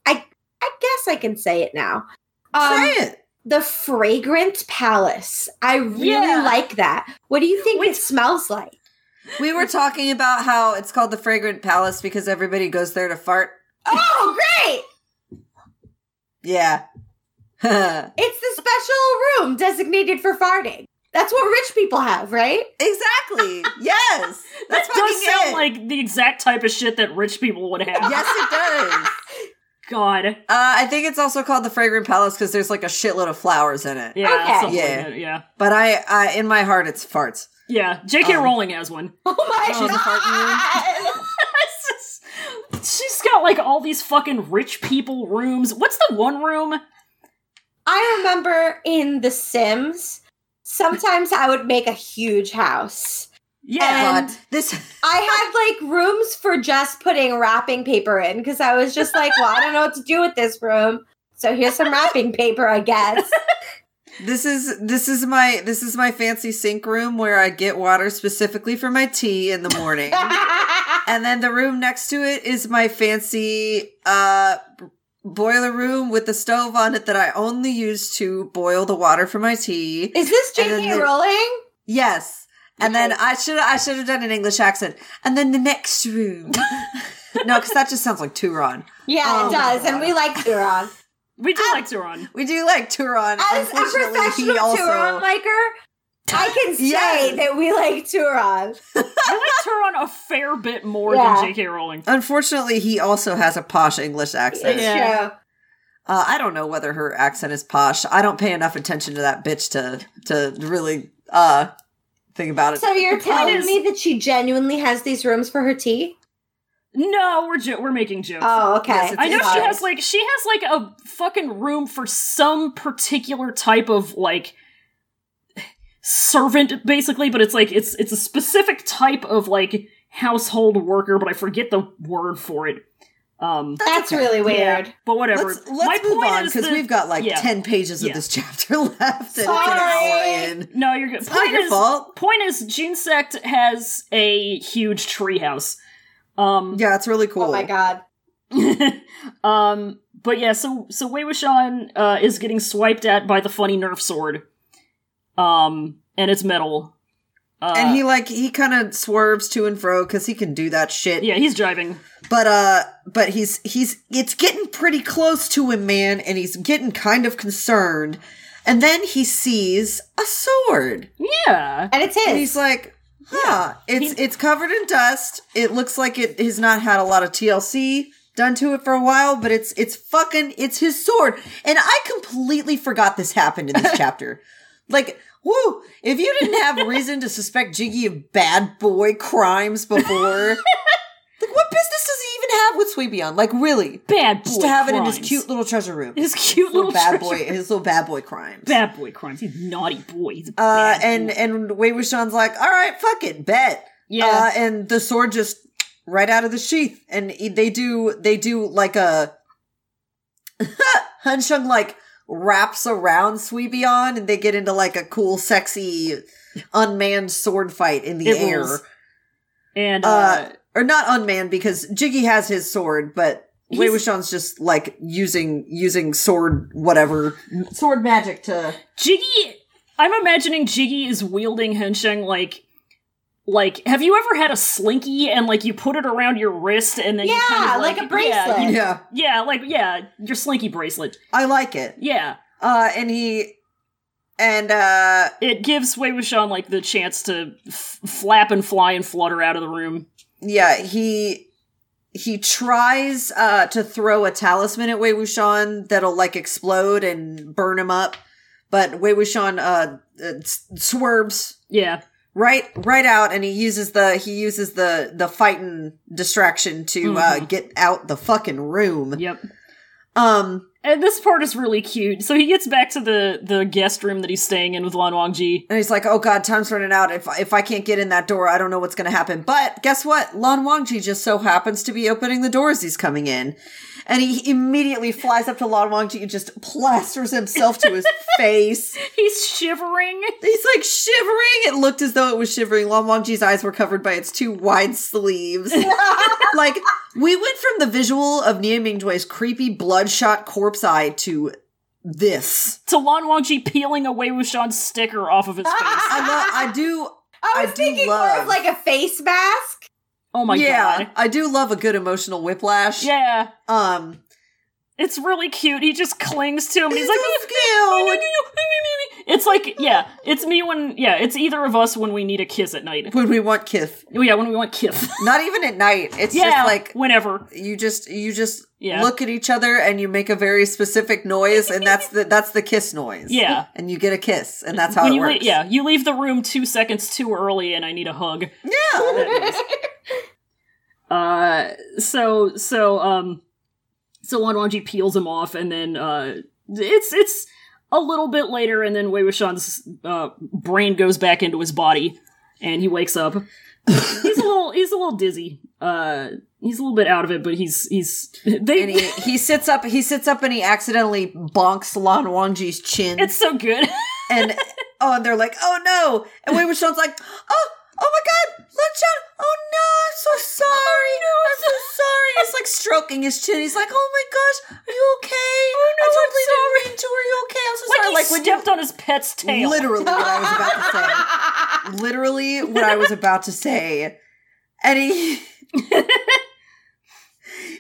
S3: I I guess I can say it now. Um,
S2: Say it.
S3: the fragrant palace. I really
S1: Yeah.
S3: like that. What do you think
S1: Which-
S3: it smells like?
S2: We were talking about how it's called the Fragrant Palace because everybody goes there to fart.
S3: Oh, great!
S2: Yeah. *laughs* exactly.
S3: It's the special room designated for farting. That's what rich people have, right?
S2: yes. That's
S1: *laughs* that
S2: fucking
S1: does sound
S2: it.
S1: like the exact type of shit that rich people would have.
S2: yes, it does.
S1: God.
S2: Uh, I think it's also called the Fragrant Palace because there's like a shitload of flowers in it.
S1: Yeah.
S3: Okay.
S1: something like
S2: Yeah.
S1: that, yeah.
S2: But I, I in my heart, it's farts.
S1: Yeah. J.K.
S2: Um,
S1: Rowling has one. *laughs*
S3: Oh my
S2: She's a farting
S3: god!
S1: It's just- She's got like all these fucking rich people rooms. What's the one room?
S3: I remember in The Sims, sometimes I would make a huge house.
S1: Yeah. um,
S3: And-
S2: God, this
S3: I had like rooms for just putting wrapping paper in because I was just like, well, I don't know what to do with this room. So here's some wrapping paper,
S2: *laughs*
S3: I guess.
S2: this is this is my this is my fancy sink room where I get water specifically for my tea in the
S3: *laughs*
S2: morning. and then the room next to it is my fancy uh b- boiler room with the stove on it that I only use to boil the water for my tea.
S3: Is this
S2: And then
S3: J.K.
S2: the-
S3: Rowling?
S2: Yes. And then I should I should have done an English accent. And then the next room. no, because that just sounds like Turon.
S3: Yeah,
S2: Oh
S3: it
S2: my
S3: does. And
S2: God.
S3: we like Turon.
S2: *laughs*
S1: we do like Turon.
S2: We do like Turon.
S3: As a
S2: Unfortunately,
S3: professional
S2: he also
S3: Turon liker, I can say
S2: *laughs* Yes.
S3: that we like Turon.
S1: I like Turon a fair bit more
S3: Yeah.
S1: than J.K. Rowling.
S2: Unfortunately, he also has a posh English accent.
S3: It's
S1: Yeah.
S3: true.
S2: Uh, I don't know whether her accent is posh. I don't pay enough attention to that bitch to to really uh think about it.
S3: So you're
S1: point
S3: telling
S1: is-
S3: me that she genuinely has these rooms for her tea?
S1: No, we're jo- we're making jokes.
S3: Oh, okay.
S2: Yes, it's
S1: I know
S2: It's
S1: she
S2: ours.
S1: has like she has like a fucking room for some particular type of like servant basically, but it's like it's it's a specific type of like household worker, but I forget the word for it. Um
S3: That's really weird.
S1: but whatever.
S2: Let's,
S1: My
S2: let's move
S1: point
S2: on
S1: is
S2: because
S1: that-
S2: we've got like
S1: yeah.
S2: ten pages of
S1: Yeah.
S2: this chapter *laughs* left, and
S3: Sorry.
S2: it's an hour in.
S1: No, you're good.
S2: It's
S1: point
S2: not your
S1: is
S2: fault.
S1: point is Gene Sect has a huge treehouse. Um
S2: Yeah, it's really cool.
S3: Oh my god.
S1: *laughs* um, but yeah, so so Wei Wuxian uh, is getting swiped at by the funny Nerf sword, um, and it's metal. Uh,
S2: and he like he kind of swerves to and fro because he can do that shit.
S1: yeah, he's driving.
S2: But uh, but he's he's it's getting pretty close to him, man, and he's getting kind of concerned. And then he sees a sword,
S1: Yeah,
S3: And it's
S2: and he's
S3: his.
S2: like, "Huh, it's it's covered in dust. It looks like it has not had a lot of TLC done to it for a while, but it's it's fucking it's his sword." And I completely forgot this happened
S1: *laughs*
S2: in this chapter. Like, woo! If you didn't have reason to suspect Jiggy of bad boy
S1: *laughs*
S2: crimes before. Like what business does he even have with Sweepion? Like really,
S1: bad boy.
S2: just to have it in his
S1: crimes.
S2: cute little treasure room,
S1: *laughs* his cute little
S2: little bad
S1: treasure-
S2: boy, his little bad boy crimes.
S1: bad boy crimes. He's a naughty boy. He's a
S2: uh,
S1: bad
S2: and
S1: boy.
S2: Uh, and Wei Wuxian's like, all right, fuck it, bet.
S1: yeah,
S2: Uh, and the sword just right out of the sheath, and he- they do they do like a *laughs* Hunshung like wraps around Sweebion, and they get into like a cool, sexy, unmanned sword fight in the
S1: It
S2: air.
S1: rules. And uh,
S2: Uh, or not unmanned because Jiggy has his sword, but
S1: He's-
S2: Wei Wuxian's just like using using sword whatever sword magic to
S1: Jiggy, I'm imagining Jiggy is wielding Hensheng like, like. Have you ever had a slinky and like you put it around your wrist and then you
S3: Yeah,
S1: kind of,
S3: like a bracelet.
S1: Yeah, you-
S2: yeah.
S1: yeah, like yeah, your slinky bracelet.
S2: I like it.
S1: Yeah,
S2: Uh, and he and uh,
S1: it gives Wei Wuxian like the chance to f- flap and fly and flutter out of the room.
S2: yeah, he he tries uh to throw a talisman at Wei Wuxian that'll like explode and burn him up, but Wei Wuxian uh, uh s- swerves
S1: Yeah,
S2: right right out and he uses the he uses the the fighting distraction to uh get out the fucking room
S1: yep.
S2: um
S1: And this part is really cute. So he gets back to the the guest room that he's staying in with Lan Wangji. *laughs*
S2: and he's like oh god time's running out if if i can't get in that door i don't know what's gonna happen but guess what lon wangji just so happens to be opening the door as he's coming in and he immediately flies up to lon wangji and just plasters himself to
S1: *laughs*
S2: his face
S1: He's shivering.
S2: he's like shivering it looked as though it was shivering lon wangji's eyes were covered by its two wide
S1: *laughs*
S2: sleeves
S3: *laughs*
S2: *laughs* like we went from the visual of Nia Mingjui's creepy bloodshot corpse eye to this.
S1: To Lan Wangji peeling a Wei Wuxian sticker off of his face.
S2: *laughs* I love. I do.
S3: I was
S2: I do
S3: thinking more
S2: love-
S3: of like a face
S2: *laughs*
S3: mask.
S1: *laughs* Oh my
S2: yeah,
S1: god.
S2: I do love a good emotional whiplash.
S1: Yeah.
S2: Um.
S1: It's really cute. He just clings to him. and He's
S2: *laughs*
S1: like, "Oh,
S2: so cute.
S1: it's like, yeah, it's me when, yeah, it's either of us when we need a kiss at night.
S2: when we want kiss,
S1: Oh, yeah, when we want kiss.
S2: not even at night. It's
S1: *laughs* yeah,
S2: just like
S1: whenever.
S2: you just you just
S1: Yeah.
S2: look at each other and you make a very specific noise, and that's the that's the kiss noise.
S1: Yeah.
S2: and you get a kiss, and that's how
S1: When
S2: it
S1: you
S2: works.
S1: le- yeah, you leave the room two seconds too early, and I need a hug.
S2: yeah.
S1: Uh, so so um, so Lan Wangji peels him off, and then uh, it's it's a little bit later, and then Wei Wuxian's uh brain goes back into his body, and he wakes
S2: *laughs*
S1: up. he's a little he's a little dizzy. Uh, he's a little bit out of it, but he's he's they.
S2: And he, he sits up. He sits up and he accidentally bonks Lon Wangji's chin.
S1: it's so good. *laughs*
S2: and oh, and they're like, oh no. And Wei Wuxian's like, oh, oh my god, lunch out. Oh no, I'm *laughs* so sorry. I'm so sorry. It's like stroking his chin. He's like, oh my gosh, are you okay? Oh no, I totally didn't mean to. Are you okay? I'm so
S1: like
S2: sorry.
S1: he stepped on his pet's tail.
S2: literally what I was about
S3: *laughs*
S2: to say. Literally what I was about to say. And he he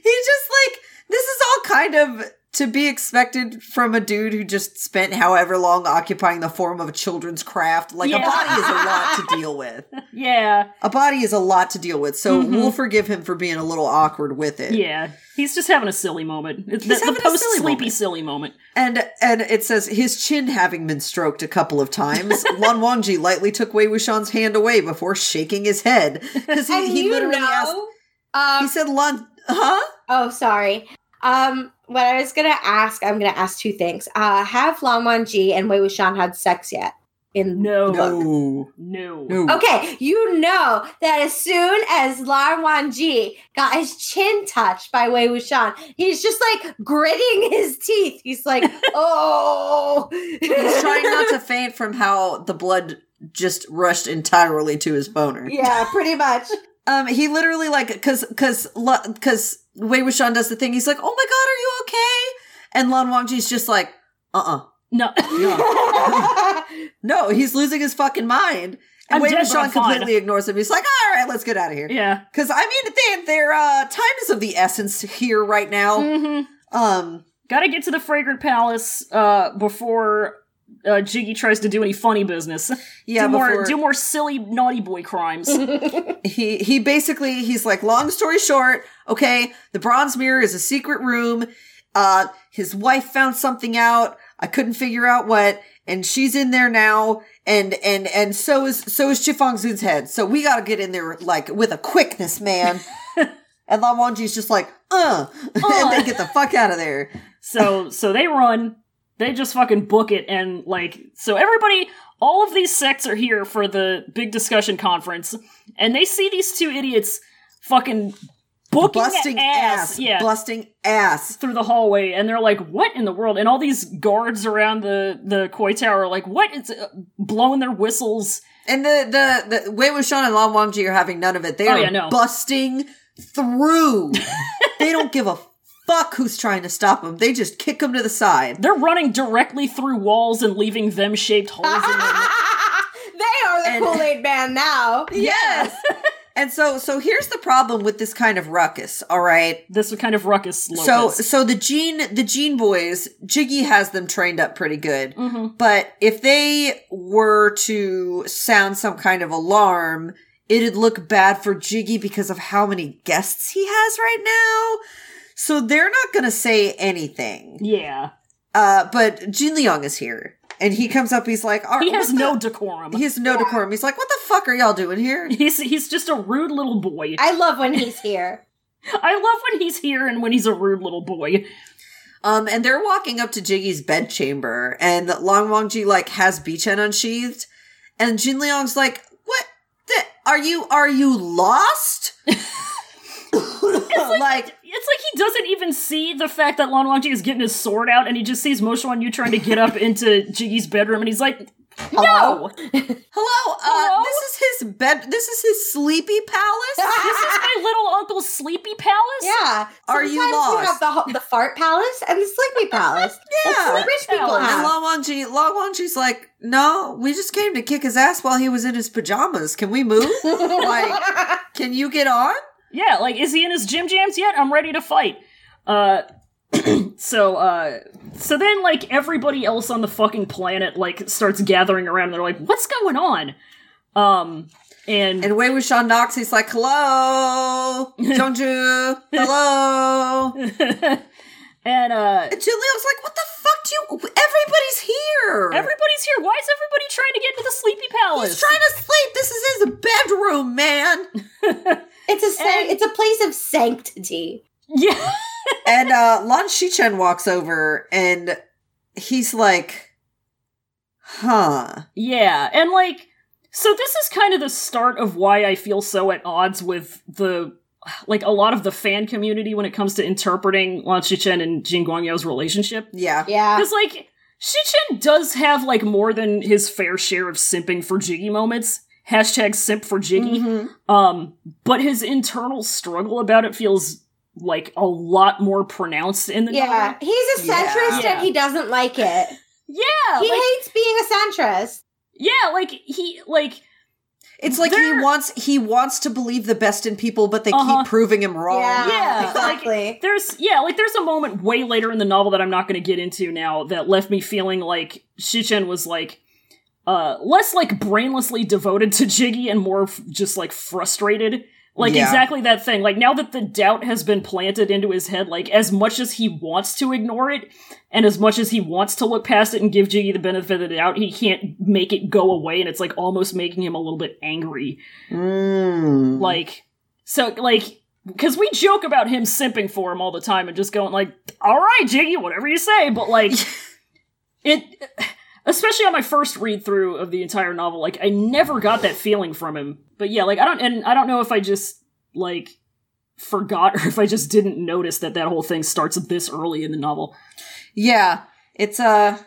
S2: just like this is all kind of to be expected from a dude who just spent however long occupying the form of a children's craft. Like
S1: Yeah.
S2: a body is a lot to deal with.
S1: Yeah,
S2: A body is a lot to deal with, so
S3: Mm-hmm.
S1: Mhm.
S2: we'll forgive him for being a little awkward with it.
S1: yeah. He's just having a silly moment. It's
S2: He's
S1: the, the
S2: having a silly
S1: post sleepy
S2: moment.
S1: silly moment.
S2: And and it says his chin having been stroked a couple of
S3: *laughs*
S2: times, Lan Wangji lightly took Wei Wuxian's hand away before shaking his head because he,
S3: And
S2: he
S3: you
S2: literally asked.
S3: know, um,
S2: He said, "Lan, huh?
S3: Oh, sorry. Um, what I was gonna ask, I'm gonna ask two things. Uh, have Lan Wan Ji and Wei Wuxian had sex yet? In
S1: No, no,
S2: No,
S1: no.
S2: no.
S3: okay, you know that as soon as Lan Wan Ji got his chin touched by Wei Wuxian, he's just like gritting his teeth.
S2: *laughs*
S3: He's like, oh,
S2: He's
S3: *laughs*
S2: trying not to faint from how the blood just rushed entirely to his boner.
S3: yeah,
S2: *laughs*
S3: pretty much. *laughs*
S2: Um, he literally like because because because Wei Wuxian does the thing. He's like, "Oh my god, are you okay?" And Lan Wangji's just like, "Uh, uh
S1: No. *laughs*
S3: *laughs*
S2: no." He's losing his fucking mind. And
S1: I'm
S2: Wei
S1: dead, but I'm
S2: Wuxian
S1: fine.
S2: completely ignores him. He's like, "All right, let's get out of here."
S1: yeah.
S2: Because I mean, they, their uh, time is of the essence here right now.
S1: hmm
S2: Um,
S1: Gotta get to the Fragrant Palace uh, before uh, Jiggy tries to do any funny business. *laughs*
S2: yeah,
S1: do more,
S2: before-
S1: do more silly naughty boy *laughs* crimes.
S2: *laughs* he he basically he's like, long story short, okay, the Bronze Mirror is a secret room. Uh, his wife found something out. I couldn't figure out what, and she's in there now. And and and so is so is Chifong Zun's head. So we gotta get in there like with a quickness, man. and Lan Wangji's just like, uh, *laughs* and they get the fuck out of there.
S1: so so they run. They just fucking book it and like so everybody all of these sects are here for the big discussion conference and they see these two idiots fucking booking
S2: busting
S1: ass,
S2: ass,
S1: yeah,
S2: busting ass.
S1: through the hallway, and they're like, "What in the world?" And all these guards around the the koi tower are like, "What?" It's uh, blowing their whistles.
S2: And the the the Wei Wuxian and Lan Wangji are having none of it. They
S1: Oh,
S2: are
S1: yeah, no.
S2: busting
S1: *laughs*
S2: through. they don't give a fuck who's trying to stop them. They just kick them to the side.
S1: They're running directly through walls and leaving them shaped holes
S2: *laughs*
S1: in them.
S3: *laughs* they are the
S2: And-
S3: Kool Aid Man now.
S2: Yes. and so so here's the problem with this kind of ruckus. All right.
S1: This kind of ruckus. Lopez.
S2: So so the Gene the Gene boys Jiggy has them trained up pretty good.
S1: Mhm.
S2: But if they were to sound some kind of alarm, it'd look bad for Jiggy because of how many guests he has right now. So they're not going to say anything.
S1: yeah,
S2: Uh, but Jin Leong is here. And he comes up, he's like, all right.
S1: he has
S2: what
S1: no
S2: the-
S1: decorum.
S2: He has no decorum. He's like, what the fuck are y'all doing here?
S1: He's he's just a rude little boy.
S3: I love when he's here.
S1: I love when he's here and when he's a rude little boy.
S2: Um, and they're walking up to Jiggy's bedchamber, and Long Wangji like has Beechen unsheathed, and Jin Leong's like, "What? The, are you are you lost?" *laughs* like,
S1: *laughs* It's like he doesn't even see the fact that Lan Wangji is getting his sword out, and he just sees Moshuan Yu trying to get
S2: *laughs*
S1: up into Jiggy's bedroom, and he's like,
S3: Hello?
S1: *laughs* "No,
S2: hello, uh,
S1: Hello?
S2: this is his bed. This is his
S1: *laughs*
S2: sleepy palace.
S1: this is my little uncle's sleepy palace."
S3: Yeah.
S2: Are you
S3: Sometimes
S2: lost?
S3: You have the, ho- the fart palace and
S1: *laughs*
S3: the sleepy palace.
S2: Yeah.
S3: That's what rich people
S1: Palace.
S2: and
S3: have.
S2: Long Wangji, Long Wangji's like, "No, we just came to kick his ass while he was in his pajamas. Can
S1: *laughs*
S2: we move? like, can you get on?"
S1: Yeah, like is he in his gym jams yet? I'm ready to fight. Uh *clears throat* so uh so then like everybody else on the fucking planet like starts gathering around and they're like, what's going on? Um and,
S2: And Wei Wuxian knocks. He's like, "Hello, Jongju.
S1: *laughs*
S2: Hello."
S1: and uh
S2: And Jin Leo's like, "What the fuck do you? Everybody's here.
S1: everybody's here. Why is everybody trying to get into the sleepy
S2: He's
S1: palace?
S2: trying to sleep. This is his bedroom,
S1: *laughs*
S2: man."
S3: *laughs* It's a san-
S1: And-
S3: it's a place of sanctity.
S1: yeah.
S2: and uh, Lan Shichen walks over, and he's like, "Huh."
S1: Yeah. And like so this is kind of the start of why I feel so at odds with the like a lot of the fan community when it comes to interpreting Lan Shichen and Jin Guangyao's relationship.
S2: Yeah.
S3: Yeah.
S1: Because like Shichen does have like more than his fair share of simping for Jiggy moments. Hashtag simp for Jiggy.
S2: Mhm.
S3: Mm-hmm.
S1: Um, but his internal struggle about it feels like a lot more pronounced in the
S3: Yeah.
S1: novel.
S3: He's a
S2: Yeah.
S3: centrist
S1: Yeah.
S3: and he doesn't like it.
S1: *laughs* Yeah,
S3: He
S1: like,
S3: hates being a centrist.
S1: yeah, like he like
S2: It's like he
S1: There-
S2: wants he wants to believe the best in people, but they
S1: Uh-huh.
S2: keep proving him wrong.
S3: Yeah.
S1: Yeah.
S3: *laughs* Exactly.
S1: there's yeah, like there's a moment way later in the novel that I'm not going to get into now that left me feeling like Shichen was like uh less like brainlessly devoted to Jiggy and more f- just like frustrated. Like
S2: Yeah.
S1: exactly that thing. Like now that the doubt has been planted into his head, like as much as he wants to ignore it and as much as he wants to look past it and give Jiggy the benefit of the doubt, he can't make it go away and it's like almost making him a little bit angry.
S2: Mm.
S1: Like, so, like, because we joke about him simping for him all the time and just going, like, all right, Jiggy, whatever you say, but, like, it, especially on my first read through of the entire novel, like, I never got that feeling from him. But yeah, like, I don't, and I don't know if I just, like, forgot or *laughs* if I just didn't notice that that whole thing starts this early in the novel.
S2: Yeah, it's uh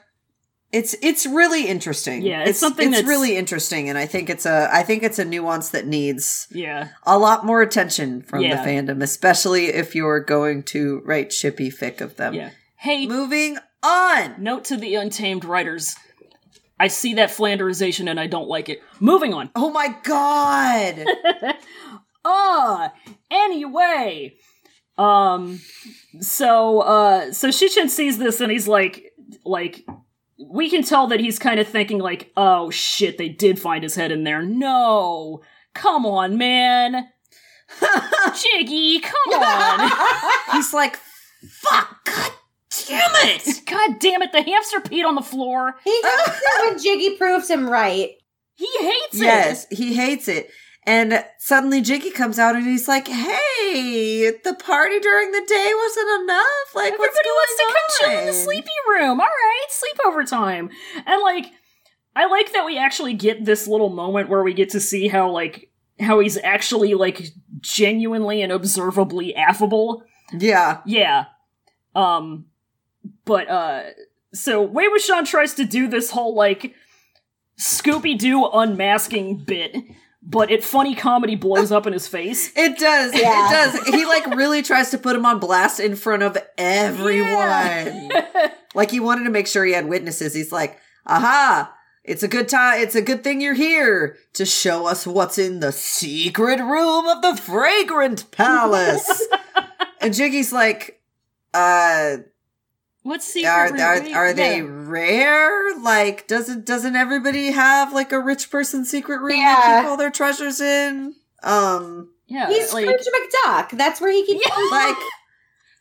S2: it's it's really interesting.
S1: Yeah, it's something
S2: it's
S1: that's-
S2: really interesting, and I think it's a I think it's a nuance that needs
S1: Yeah.
S2: a lot more attention from
S1: Yeah.
S2: the fandom, especially if you're going to write shippy fic of them.
S1: Yeah. Hey,
S2: Moving on.
S1: note to the untamed writers. I see that Flanderization and I don't like it. Moving on.
S2: Oh my
S1: *laughs*
S2: god.
S1: Ah, anyway. Um so uh so Shichen sees this and he's like like we can tell that he's kind of thinking like, "Oh shit, they did find his head in there. No. Come on, man. *laughs* Jiggy, come on.
S2: He's like, fuck, god *laughs* damn it.
S1: God damn it, the hamster peed on the floor.
S3: *laughs* He hates it when Jiggy proves him right.
S1: He hates it.
S2: Yes, he hates it. And suddenly Jiggy comes out and he's like, hey, the party during the day wasn't enough. Like,
S1: Everybody
S2: what's going
S1: wants to come chill in the
S2: on?"
S1: sleepy room. All right, sleepover time. And like, I like that we actually get this little moment where we get to see how like how he's actually like genuinely and observably affable.
S2: Yeah.
S1: Yeah. Um but uh so Wei Wuxian tries to do this whole like Scooby Doo unmasking bit, but it funny comedy blows up in his face.
S2: It does.
S3: Yeah.
S2: It does. He like really tries to put him on blast in front of everyone.
S1: *laughs*
S2: like he wanted to make sure he had witnesses. He's like, "Aha, it's a good time. It's a good thing you're here to show us what's in the secret room of the
S1: *laughs*
S2: fragrant palace." and Jiggy's like, "Uh,
S1: What's secret?
S2: are
S1: room?
S2: are,
S1: Wait,
S2: are they
S1: yeah.
S2: rare? Like, doesn't doesn't everybody have like a rich person secret room
S3: Yeah.
S2: they keep all their treasures in? Um,
S1: *laughs* Yeah,
S3: He's
S1: like,
S3: Scrooge McDuck. That's where he keeps.
S2: like,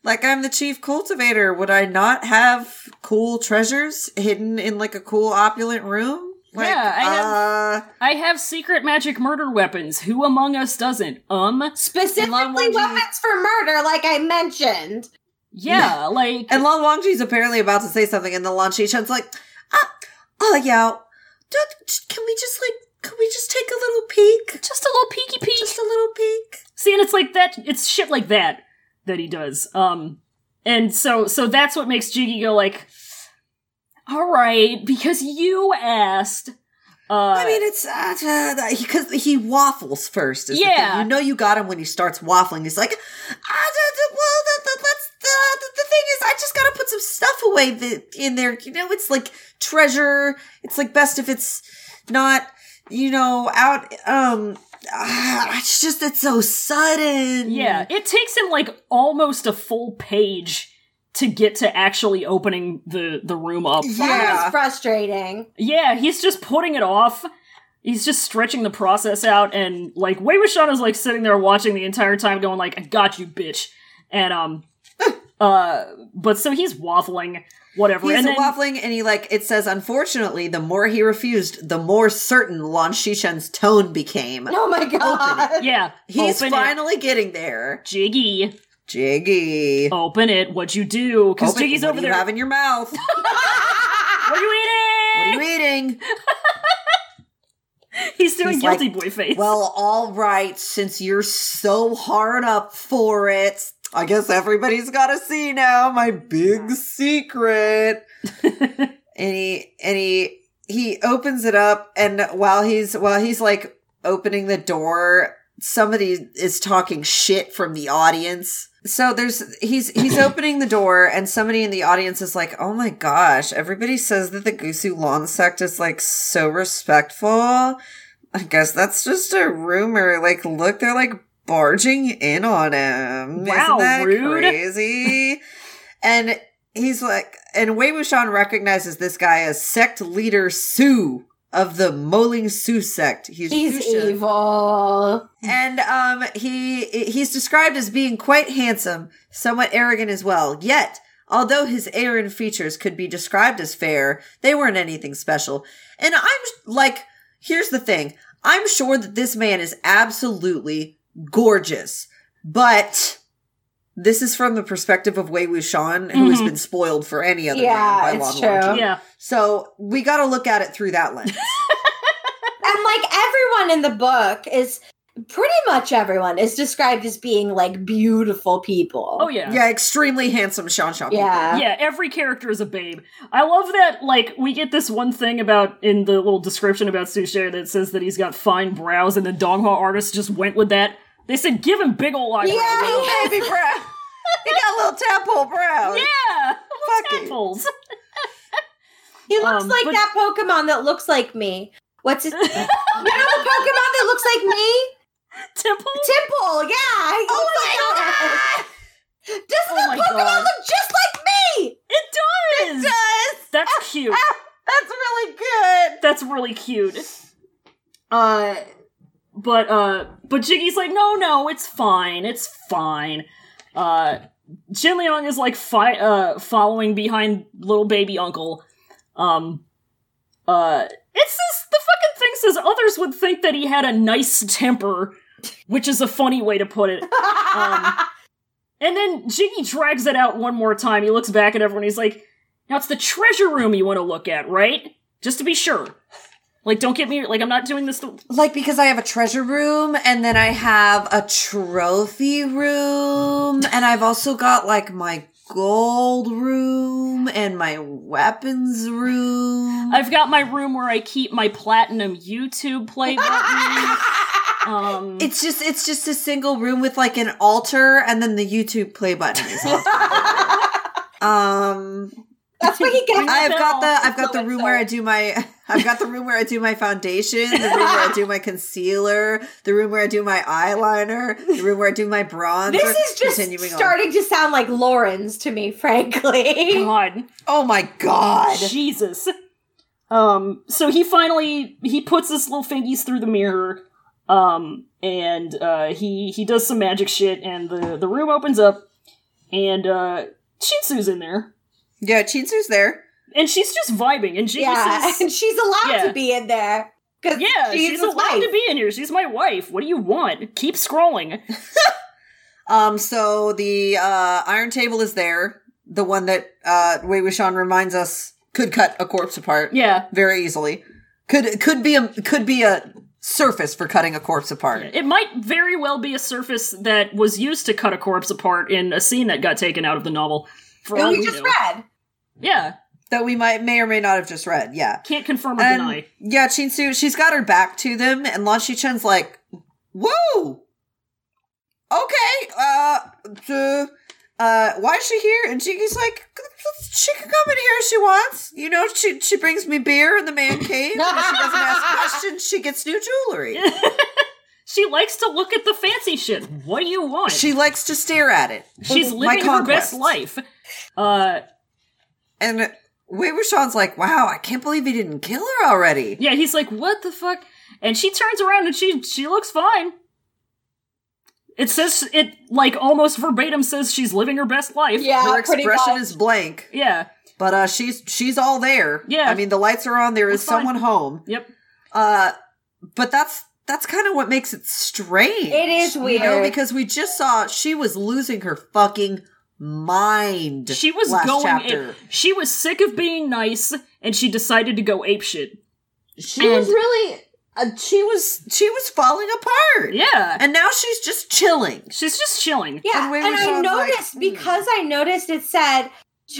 S2: like I'm the chief cultivator. Would I not have cool treasures hidden in like a cool opulent room? Like,
S1: Yeah, I
S2: uh,
S1: I have secret magic murder weapons. Who among us doesn't? Um, Lon
S3: Specifically,
S1: Wang Ji-
S3: weapons for murder, like I mentioned.
S2: *laughs*
S1: yeah, like
S2: and Lan Wangji's apparently about to say something, and the Lan Shishan's like, ah, oh yeah, don't- can we just like, can we just take a little peek?
S1: just a little peeky peek.
S2: Just a little peek.
S1: See, and it's like that. It's shit like that that he does. Um, and so so that's what makes Jiggy go like, all right, because you asked. Uh,
S2: I mean, it's uh, because he waffles first. Is yeah,
S1: Yeah.
S2: you know, you got him when he starts waffling. He's like, ah, d- d- well, the, the, let's the, the, the thing is, I just gotta put some stuff away that, in there. You know, it's like treasure. It's like best if it's not, you know, out. Um, ah, it's just it's so sudden.
S1: yeah, it takes him like almost a full page to get to actually opening the the room up.
S2: Yeah.
S3: That was frustrating.
S1: Yeah, he's just putting it off. He's just stretching the process out, and like Wei Wuxian is like sitting there watching the entire time, going like, "I got you, bitch," and
S2: *laughs*
S1: um, uh, but so he's waffling, whatever,
S2: He's
S1: and then
S2: waffling, and he like it says. Unfortunately, the more he refused, the more certain Lan Shishan's tone became.
S3: Oh my god.
S1: yeah,
S2: He's
S1: open it.
S2: finally getting there.
S1: Jiggy,
S2: Jiggy.
S1: open it. What'd you do? Because
S2: Open-
S1: Oh, Jiggy's
S2: what
S1: over
S2: do you
S1: there.
S2: have in
S1: *laughs*
S2: your mouth? what
S1: *laughs* what are you
S2: are
S1: eating? *laughs*
S2: you eating?
S1: he's doing
S2: He's
S1: guilty
S2: like,
S1: boy face.
S2: Well, all right. Since you're so hard up for it, I guess everybody's got to see now my
S1: *laughs*
S2: big secret. and he and he he opens it up, and while he's while he's like opening the door, somebody is talking shit from the audience. So there's he's
S1: *clears throat*
S2: he's opening the door and somebody in the audience is like, "Oh my gosh, everybody says that the Gusu Lawn sect is like so respectful. I guess that's just a rumor. Like, look, they're like barging in on him.
S1: Wow,
S2: Isn't that
S1: rude. *laughs*
S2: crazy?" and he's like, and Wei Wuxian recognizes this guy as sect leader Su of the Moling Su sect.
S3: He's
S2: Susha
S3: evil.
S2: and um, he he's described as being quite handsome, somewhat arrogant as well. Yet, although his Aaron features could be described as fair, they weren't anything special. And I'm like, here's the thing: I'm sure that this man is absolutely gorgeous, but this is from the perspective of Wei Wuxian, who has
S1: Mhm.
S2: been spoiled for any other
S3: Mm-hmm. Yeah,
S2: man by
S3: it's
S2: Lan
S3: true.
S2: Wangji.
S1: yeah,
S2: So we got to look at it through that lens.
S3: And like everyone in the book is pretty much everyone is described as being like beautiful people.
S1: oh yeah.
S2: yeah, extremely handsome Sean Sean.
S3: Yeah.
S1: Yeah, every character is a babe. I love that, like, we get this one thing about in the little description about Suchere that says that he's got fine brows, and the Donghua artists just went with that. They said, give him big ol' eyebrows.
S3: Yeah.
S2: little baby brow. He got a little tadpole brow.
S1: Yeah!
S2: Fuck it.
S1: *laughs* Apples.
S3: He looks
S1: Um,
S3: like
S1: but-
S3: that Pokemon that looks like me.
S1: *laughs*
S3: What's his You know the Pokemon that looks like me?
S1: Temple?
S3: Temple, yeah. He
S2: Oh
S3: looks
S2: my
S3: like that. Does
S1: Oh my
S3: the Pokemon
S1: God.
S3: look just like me?
S1: It does!
S2: Yes.
S1: That's cute.
S2: *laughs* That's really good.
S1: That's really cute. Uh, but, uh, but Jiggy's like, no, no, it's fine, it's fine. Uh, Jin Liang is like fi- uh, following behind little baby uncle. Um, uh, it says the fucking thing says others would think that he had a nice temper, which is a funny way to put it.
S2: *laughs*
S1: Um, and then Jiggy drags it out one more time. He looks back at everyone. He's like, "Now it's the treasure room you want to look at, right? Just to be sure." Like, don't get me. Like, I'm not doing this. To-
S2: Like because I have a treasure room and then I have a trophy room and I've also got like my gold room and my weapons room.
S1: I've got my room where I keep my platinum YouTube play
S3: *laughs*
S1: button. Um,
S2: it's just it's just a single room with like an altar and then the YouTube play button.
S1: *laughs*
S2: is all. um
S3: That's what he
S2: *laughs*
S3: gets.
S2: I've
S1: Bell.
S2: got the I've got the room where I do my *laughs* I've got the room where I do my foundation, the room where I do my concealer, the room where I do my eyeliner, the room where I do my bronzer.
S3: This is just
S2: Continuing on.
S3: starting to sound like Lauren's to me, frankly.
S1: God,
S2: Oh my god.
S1: Jesus. Um, so he finally he puts his little fingies through the mirror, um, and uh, he he does some magic shit, and the the room opens up, and uh, Shinsu's in there,
S2: Yeah, Chinsu's there.
S1: and she's just vibing, and Jesus.
S3: *laughs* Yeah,
S1: is-
S3: *laughs* and she's allowed
S1: Yeah.
S3: to be in there because
S1: Yeah,
S3: she's,
S1: she's,
S3: his
S1: allowed
S3: wife.
S1: to be in here. She's my wife. What do you want? Keep scrolling.
S2: Um, so the uh iron table is there, the one that uh Wei Wuxian reminds us could cut a corpse apart
S1: Yeah.
S2: very easily. Could could be a could be a surface for cutting a corpse apart.
S1: It might very well be a surface that was used to cut a corpse apart in a scene that got taken out of the novel. For
S3: Who
S1: all
S3: we
S1: we
S3: just
S1: know.
S3: read.
S1: Yeah.
S2: That we might may or may not have just read, yeah.
S1: Can't confirm or
S2: And
S1: deny.
S2: yeah, Chinsu, she's got her back to them, and Lan Chen's like, "Whoa, okay, uh, uh, uh, why is she here?" And Jigi's like, "She can come in here if she wants. You know, she she brings me beer in the man cave. and if she doesn't
S3: *laughs*
S2: ask questions. She gets new jewelry.
S1: She likes to look at the fancy shit. What do you want?
S2: She likes to stare at it.
S1: She's
S2: My
S1: living her best
S2: conquests.
S1: life. Uh,
S2: And Wei Wuxian's like, "Wow, I can't believe he didn't kill her already."
S1: yeah, he's like, what the fuck? And she turns around and she she looks fine. It says it like almost verbatim says she's living her best life.
S3: Yeah,
S2: Her
S3: pretty
S2: expression
S3: much.
S2: is blank,
S1: Yeah.
S2: but uh, she's she's all there.
S1: Yeah.
S2: I mean, the lights are on. There is
S1: It's fine.
S2: someone home.
S1: Yep.
S2: Uh, but that's that's kind of what makes it strange.
S3: It is
S2: you know,
S3: weird.
S2: because we just saw she was losing her fucking mind.
S1: She was
S2: last
S1: going
S2: chapter.
S1: ape- She was sick of being nice, and she decided to go ape shit.
S2: She was
S1: and-
S2: really. Uh, she was she was falling apart.
S1: Yeah,
S2: and now she's just chilling.
S1: she's just chilling.
S3: Yeah,
S2: And
S3: and,
S2: we were
S3: I
S2: sounds like,
S3: noticed
S2: hmm.
S3: because I noticed it said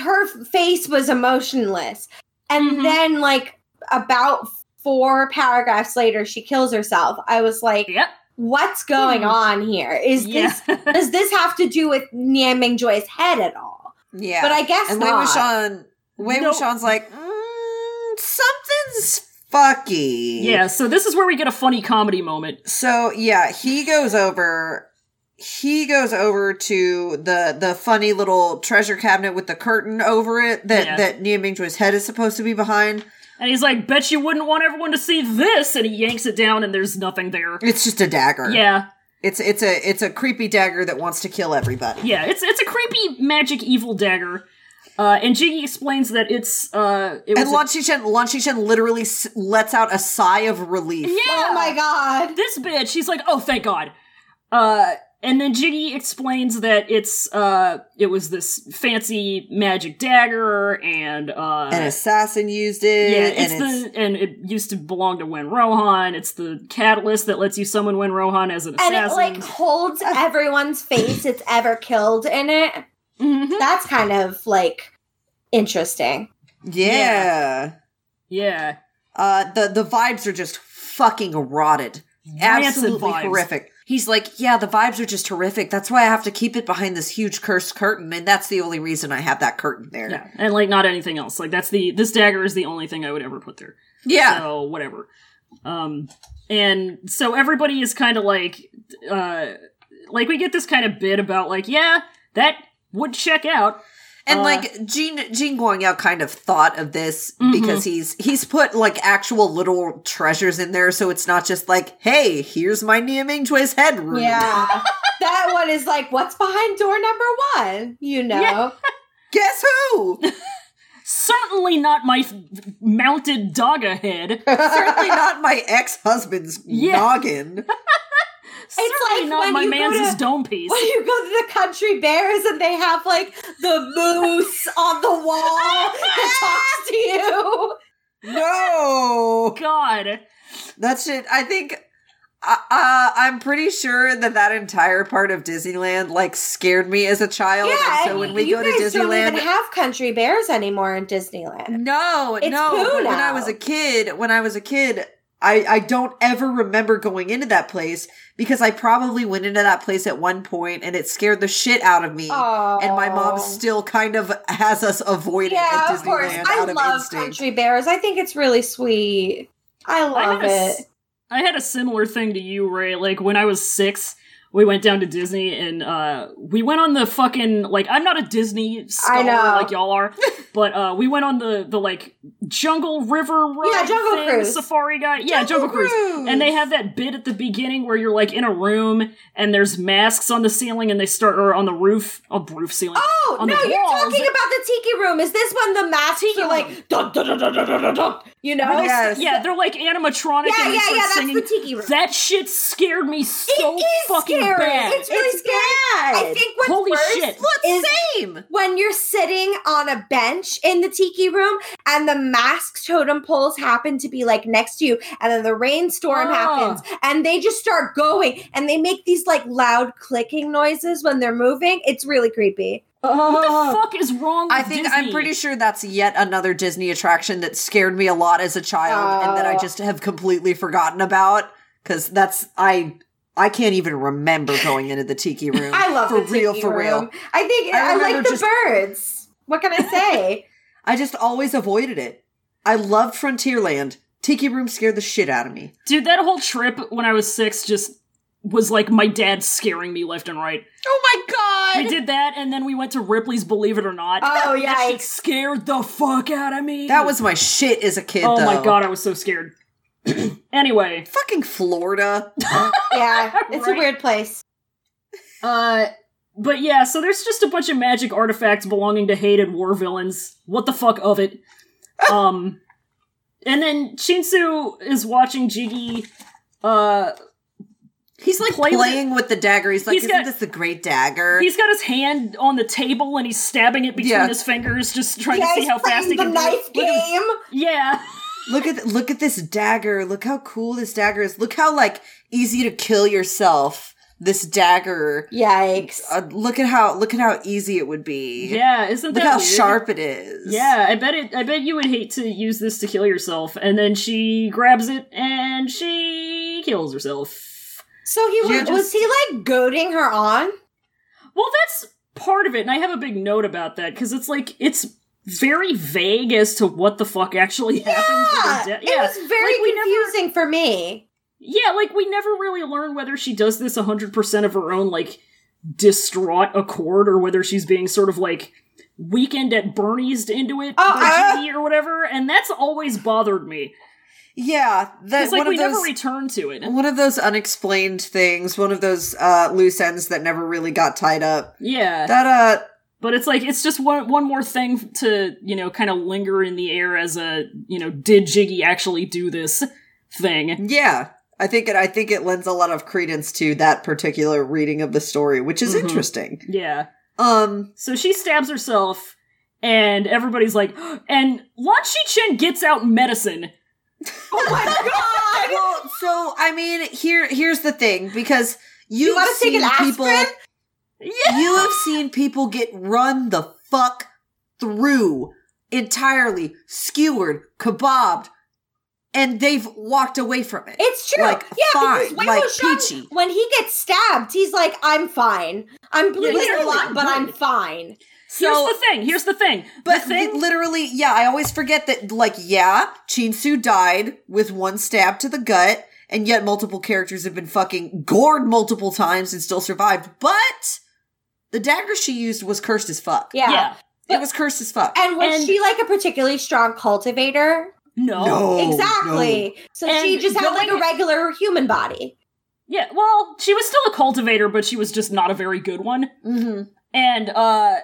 S3: her face was emotionless, and
S1: Mhm.
S3: then like about four paragraphs later, she kills herself. I was like,
S1: Yep.
S3: "What's going
S1: Hmm.
S3: on here?
S1: *laughs*
S3: Is
S1: Yeah.
S3: this does this have to do with Nian Ming Joy's head at all?"
S2: Yeah,
S3: But I guess
S2: and Wei
S3: not.
S2: Wuxian, Wei
S1: No.
S2: Wuxian's like mm, something's fucky.
S1: yeah. So this is where we get a funny comedy moment.
S2: So yeah, he goes over. He goes over to the the funny little treasure cabinet with the curtain over it that
S1: Yeah.
S2: that Nia Mingjui's head is supposed to be behind.
S1: And he's like, "Bet you wouldn't want everyone to see this," and he yanks it down, and there's nothing there.
S2: It's just a dagger.
S1: Yeah,
S2: it's it's a it's a creepy dagger that wants to kill everybody.
S1: yeah. It's it's a creepy magic evil dagger. Uh, and Jiggy explains that it's uh, it was
S2: And
S1: a-
S2: Lan Chen Lan Chen literally s- lets out a sigh of relief.
S1: yeah.
S3: Oh my god!
S1: this bitch she's like oh thank god uh and then jiggy explains that it's uh it was this fancy magic dagger and uh
S2: An assassin used it.
S1: yeah it's
S2: and it's
S1: the and it used to belong to wen rohan it's the catalyst that lets you summon wen rohan as an
S3: And it
S1: assassin
S3: like holds everyone's face it's ever killed in it.
S1: Mhm.
S3: That's kind of like interesting.
S2: yeah.
S1: yeah
S2: Uh, the the vibes are just fucking rotted.
S1: Rancid
S2: Absolutely
S1: vibes.
S2: horrific. He's like, yeah, the vibes are just horrific. That's why I have to keep it behind this huge cursed curtain, and that's the only reason I have that curtain there.
S1: yeah and like not anything else like that's the this dagger is the only thing i would ever put there
S2: Yeah.
S1: so whatever um and so everybody is kind of like uh like we get this kind of bit about like yeah that would check out
S2: and
S1: uh,
S2: like Gene Gene Guangyao kind of thought of this
S1: Mhm.
S2: because he's he's put like actual little treasures in there, so it's not just like, hey, here's my Nia Ming Jue's head room.
S3: Yeah. that one is like, what's behind door number one? You know?
S1: Yeah. *laughs*
S2: Guess who?
S1: certainly not my f- mounted dogga head
S2: Certainly not my ex husband's
S1: Yeah. *laughs*
S2: noggin.
S1: certainly
S3: like
S1: not
S3: when
S1: my
S3: you go
S1: man's
S3: to-
S1: dome piece
S3: When you go to the country bears and they have like the moose on the wall that talks to you.
S2: No.
S1: god Oh, god.
S2: That shit. I think. Uh, uh, I'm pretty sure that that entire part of Disneyland like scared me as a child. and so
S3: and
S2: when we
S3: you
S2: go
S3: guys
S2: to Disneyland,
S3: don't even have country bears anymore in Disneyland.
S2: No,
S3: It's
S2: no.
S3: poo
S2: but When
S3: now.
S2: I was a kid, when I was a kid, I I don't ever remember going into that place because I probably went into that place at one point and it scared the shit out of me.
S3: Oh,
S2: And my mom still kind of has us avoid it at
S3: Yeah,
S2: Disneyland
S3: of course.
S2: out
S3: I
S2: of
S3: love
S2: instinct.
S3: country bears. I think it's really sweet. I love
S1: I had a
S3: it.
S1: s- I had a similar thing to you, Ray. Like when I was six, we went down to Disney and uh, we went on the fucking like I'm not a Disney scholar
S3: know.
S1: like y'all
S3: *laughs*
S1: are, but uh, we went on the the like jungle river ride
S3: Yeah, Jungle
S1: thing,
S3: Cruise.
S1: safari guy yeah jungle cruise. And they have that bit at the beginning where you're like in a room and there's masks on the ceiling and they start or on the roof, on roof ceiling.
S3: Oh
S1: on
S3: no!
S1: the
S3: You're
S1: walls.
S3: talking about the tiki room. Is this one the masks are like dun, dun, dun, dun, dun, dun, dun, dun, you know?
S2: Where they
S3: yeah,
S2: s-
S1: Yeah, they're like animatronic.
S3: yeah, yeah.
S1: and they start
S3: That's
S1: singing.
S3: the tiki room.
S1: That shit scared me so
S3: it is
S1: fucking
S3: scary.
S1: bad.
S3: It's really scary. I think what's
S1: Holy
S3: worse
S1: shit.
S2: What
S3: is
S2: same?
S3: when you're sitting on a bench in the tiki room and the mask totem poles happen to be like next to you and then the rainstorm
S1: Ah.
S3: happens and they just start going and they make these like loud clicking noises when they're moving it's really creepy
S1: What the fuck is wrong with
S2: I think I'm
S1: Disney?
S2: pretty sure that's yet another Disney attraction that scared me a lot as a child and that I
S3: Oh.
S2: just have completely forgotten about because that's I I can't even remember going into the
S3: *laughs*
S2: tiki room.
S3: i love
S2: for
S3: the
S2: real,
S3: tiki
S2: for real.
S3: room. i think
S2: I
S3: i,
S2: remember
S3: like the
S2: just-
S3: birds what can i say
S2: I just always avoided it. I loved Frontierland. Tiki Room scared the shit out of me.
S1: Dude, that whole trip when I was six just was like my dad scaring me left and right.
S2: *laughs* Oh
S1: We did that, and then we went to Ripley's Believe It or Not.
S3: *laughs* oh
S1: that shit
S3: yikes
S1: scared the fuck out of me.
S2: That was my shit as a kid.
S1: Oh my
S2: though.
S1: god, I was so scared. *clears throat* anyway,
S2: Fucking Florida.
S1: *laughs*
S3: yeah it's
S1: Right.
S3: a weird place
S1: uh, but yeah, so there's just a bunch of magic artifacts belonging to hated war villains. What the fuck of
S3: *laughs*
S1: it? um, and then Shinsu is watching Jiggy. Uh,
S2: He's like
S1: Play with
S2: playing with the dagger. He's like,
S1: He's
S2: isn't
S1: got-
S2: this the great dagger?
S1: he's got his hand on the table and he's stabbing it between
S2: Yeah.
S1: his fingers, just trying
S3: yeah,
S1: to see
S3: he's
S1: how fast
S3: playing
S1: he
S3: the
S1: can. do it.
S3: knife
S1: Look at-
S3: game
S1: Yeah.
S2: look at look at this dagger. Look how cool this dagger is. Look how like easy to kill yourself. This dagger.
S3: yikes
S2: Uh, look at how look at how easy it would be.
S1: Yeah, isn't
S2: Look
S1: that
S2: how
S1: weird?
S2: sharp it is.
S1: Yeah, I bet it. I bet you would hate to use this to kill yourself. And then she grabs it and she kills herself.
S3: so he was,
S2: You're
S3: was he like goading her on
S1: Well, that's part of it, and I have a big note about that because it's like it's very vague as to what the fuck actually happens. with her
S3: Yeah,
S1: de-
S3: it was very
S1: Like, we never-
S3: confusing for me.
S1: Yeah, like we never really learn whether she does this 100% of her own, like, distraught accord or whether she's being sort of like weekend at Bernie's into it
S3: Oh,
S1: by
S3: uh-
S1: Gigi or whatever. And that's always bothered me.
S2: Yeah. That's
S1: It's like
S2: one
S1: we
S2: of those
S1: never return to it.
S2: one of those unexplained things, one of those uh loose ends that never really got tied up.
S1: Yeah.
S2: That uh
S1: but it's like, it's just one, one more thing to, you know, kind of linger in the air as a, you know, did Jiggy actually do this thing?
S2: yeah. I think it I think it lends a lot of credence to that particular reading of the story, which is
S1: Mhm.
S2: interesting.
S1: Yeah.
S2: Um
S1: So she stabs herself, and everybody's like, *gasps* and Lan Shi Chen gets out medicine.
S3: Oh my *laughs* god!
S2: well, so I mean, here here's the thing because you've
S3: wanna take
S2: seen
S3: an
S2: people
S3: aspirin? *laughs*
S1: Yeah.
S2: you have seen people get run the fuck through entirely, skewered, kebabbed, and they've walked away from it.
S3: It's true.
S2: Like,
S3: yeah, because
S2: fine,
S3: Wei
S2: like,
S3: Wuxian,
S2: peachy.
S3: when he gets stabbed, he's like, "I'm fine. I'm bleeding
S1: literally,
S3: a lot, but I'm
S1: right.
S3: fine."
S2: So-
S1: here's the thing. Here's the thing.
S2: But
S1: the thing,
S2: li- literally, yeah, I always forget that, like, yeah, Chinsu died with one stab to the gut, and yet multiple characters have been fucking gored multiple times and still survived. But the dagger she used was cursed as fuck.
S3: Yeah.
S1: yeah.
S2: It was cursed as fuck.
S3: And was
S1: And-
S3: she like a particularly strong cultivator?
S1: No.
S2: Oh, no. no.
S3: exactly. So she
S1: And
S3: just had like a
S1: going-
S3: regular human body.
S1: Yeah. Well, she was still a cultivator, but she was just not a very good one.
S2: Mhm.
S1: And uh,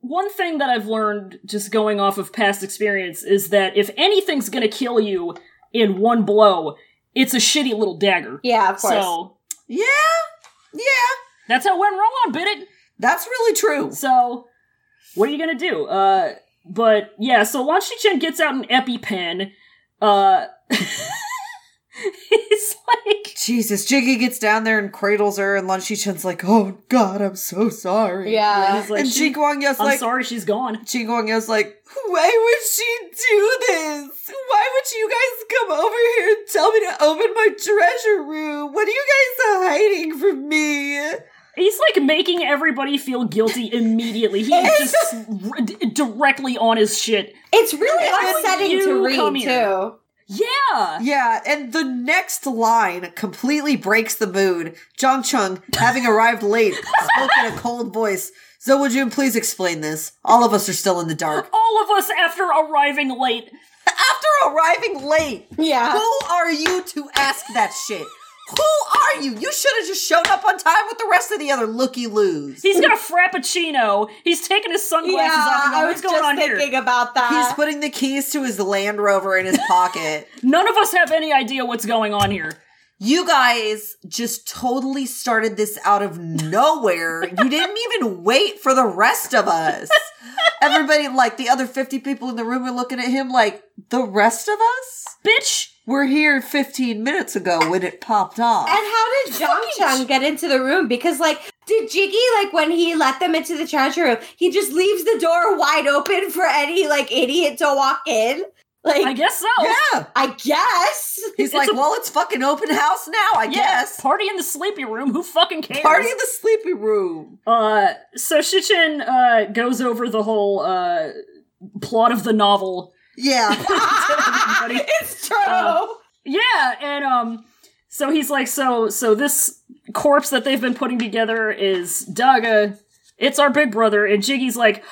S1: one thing that I've learned, just going off of past experience, is that if anything's gonna kill you in one blow, it's a shitty little dagger.
S3: Yeah, of course.
S1: So
S2: Yeah. Yeah.
S1: that's how it went wrong on Bidit.
S2: That's really true.
S1: So, what are you gonna do? Uh, but yeah, so Lan Shichen gets out an EpiPen, Uh, *laughs* it's like
S2: Jesus, Jiggy gets down there and cradles her, and Lan Chen's like, "Oh God, I'm so sorry."
S3: Yeah.
S1: he's like,
S2: and
S1: she,
S2: Ji Guangyo's
S1: I'm
S2: like,
S1: sorry, she's gone.
S2: Ji Guangyo's like, "Why would she do this? Why would you guys come over here and tell me to open my treasure room? What are you guys hiding from me?"
S1: He's like making everybody feel guilty immediately. He is just r- d- directly on his shit.
S3: It's really
S2: Why would
S3: upsetting
S1: you
S3: to read
S1: come here?
S3: too.
S1: Yeah,
S2: Yeah, and the next line completely breaks the mood. Jong Chung, having arrived late, spoke in a cold voice. Zoe Jun, please explain this. All of us are still in the dark.
S1: all of us after arriving late.
S2: *laughs* After arriving late,
S3: Yeah.
S2: who are you to ask that shit? Who are you? You should have just shown up on time with the rest of the other looky loos.
S1: He's got a frappuccino. He's taking his sunglasses
S3: Yeah,
S1: off. And going,
S3: I was
S1: What's going
S3: just
S1: on here?
S3: thinking about that.
S2: He's putting the keys to his Land Rover in his pocket.
S1: None of us have any idea what's going on here.
S2: You guys just totally started this out of nowhere. you didn't even wait for the rest of us. Everybody, like the other 50 people in the room, were looking at him like, the rest of us?
S1: Bitch!
S2: We're here 15 minutes ago when it popped off.
S3: And how did Jong Chung get into the room? Because like, did Jiggy like when he let them into the treasure room? He just leaves the door wide open for any like idiot to walk in. Like,
S1: I
S3: I,
S1: guess so.
S2: yeah. *laughs*
S3: guess.
S2: He's like, well, it's fucking open house now, I guess.
S1: Party in the sleepy room. Who fucking cares?
S2: Party in the sleepy room.
S1: Uh, so Shichin uh goes over the whole uh plot of the novel.
S2: Yeah.
S1: everybody.
S3: *laughs* it's true.
S1: Uh, Yeah, and um, so he's like, so so this corpse that they've been putting together is Daga. It's our big brother, and Jiggy's like,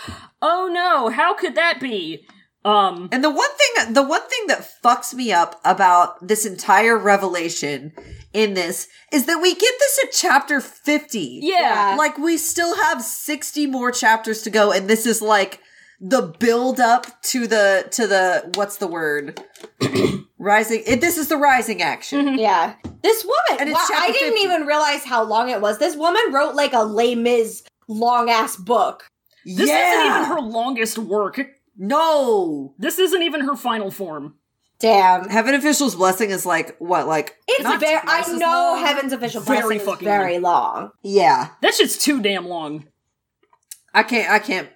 S1: oh no, how could that be? Um,
S2: And the one thing, the one thing that fucks me up about this entire revelation in this is that we get this at chapter 50.
S1: yeah,
S3: Yeah.
S2: Like we still have 60 more chapters to go and this is like the build up to the, to the, what's the word? rising. It, this is the rising action.
S3: yeah, this woman.
S2: And it's
S3: Wow, I
S2: chapter
S3: didn't
S2: 50.
S3: even realize how long it was. This woman wrote like a Les Mis long ass book.
S1: this isn't
S2: yeah.
S1: even her longest work.
S2: no.
S1: This isn't even her final form.
S3: Damn,
S2: Heaven official's blessing is like, what, like,
S3: it's
S2: not
S3: very.
S2: twice
S3: I
S2: as
S3: know
S2: long?
S3: Heaven's official
S1: Very
S3: blessing is
S1: fucking
S3: very long.
S2: Yeah.
S1: That shit's too damn long.
S2: I can't, I can't.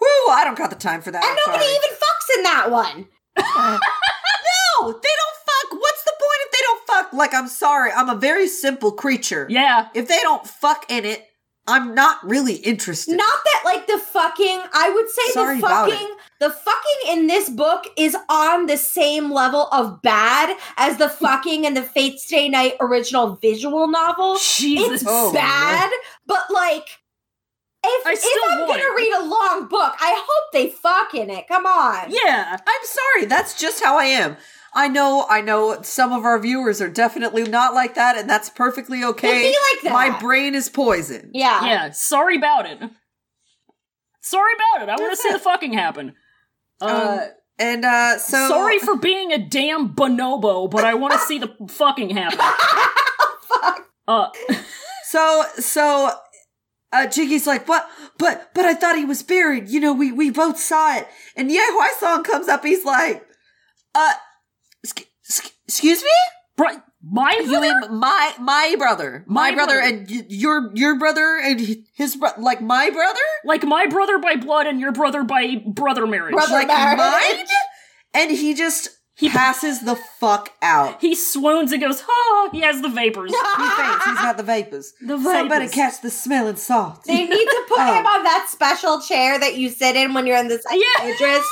S2: Whoo, I don't got the time for that.
S3: And
S2: I'm
S3: nobody
S2: sorry.
S3: even fucks in that one.
S2: No, they don't fuck. What's the point if they don't fuck? Like, I'm sorry, I'm a very simple creature.
S1: Yeah,
S2: If they don't fuck in it, I'm not really interested.
S3: Not that like the fucking I would say
S2: Sorry
S3: the
S2: about
S3: fucking the fucking in this book is on the same level of bad
S2: *laughs*
S3: as the fucking and the Fate Stay Night original visual novel.
S1: Jesus.
S3: It's
S2: Oh,
S3: bad, but like if,
S1: I still
S3: if I'm
S1: want
S3: gonna
S1: it.
S3: read a long book, I hope they fuck in it. Come on.
S1: Yeah,
S2: I'm sorry, that's just how I am. I know, I know some of our viewers are definitely not like that, and that's perfectly okay.
S3: It'd be like that.
S2: My brain is poisoned.
S3: Yeah.
S1: yeah. Sorry about it. Sorry about it. I want to
S2: That's
S1: see
S2: it.
S1: the fucking happen. Uh,
S2: Um, and uh so
S1: Sorry for being a damn bonobo, but I want to see
S2: *laughs*
S1: the fucking happen. Uh,
S2: So so uh Jiggy's like, what but but I thought he was buried. You know, we we both saw it. And Ye Hua Song comes up, he's like, uh sc- sc- excuse me?
S1: bro, my
S2: You
S1: brother?
S2: mean my my brother. My,
S1: My
S2: brother,
S1: brother.
S2: and y- your your brother and h- his brother like my brother?
S1: like my brother by blood and your brother by brother marriage.
S3: Brother-
S2: Like
S3: marriage.
S2: mine? And he just
S1: He-
S2: passes the fuck *laughs* out.
S1: He swoons and goes, "Huh." He has the vapors.
S2: He faints. He's got the vapors.
S1: The
S2: Somebody
S1: vapors.
S2: catch the smelling
S1: *laughs*
S2: salt.
S3: *laughs*
S2: *laughs*
S3: They need to put
S2: Oh.
S3: him on that special chair that you sit in when you're in the psychiatrist.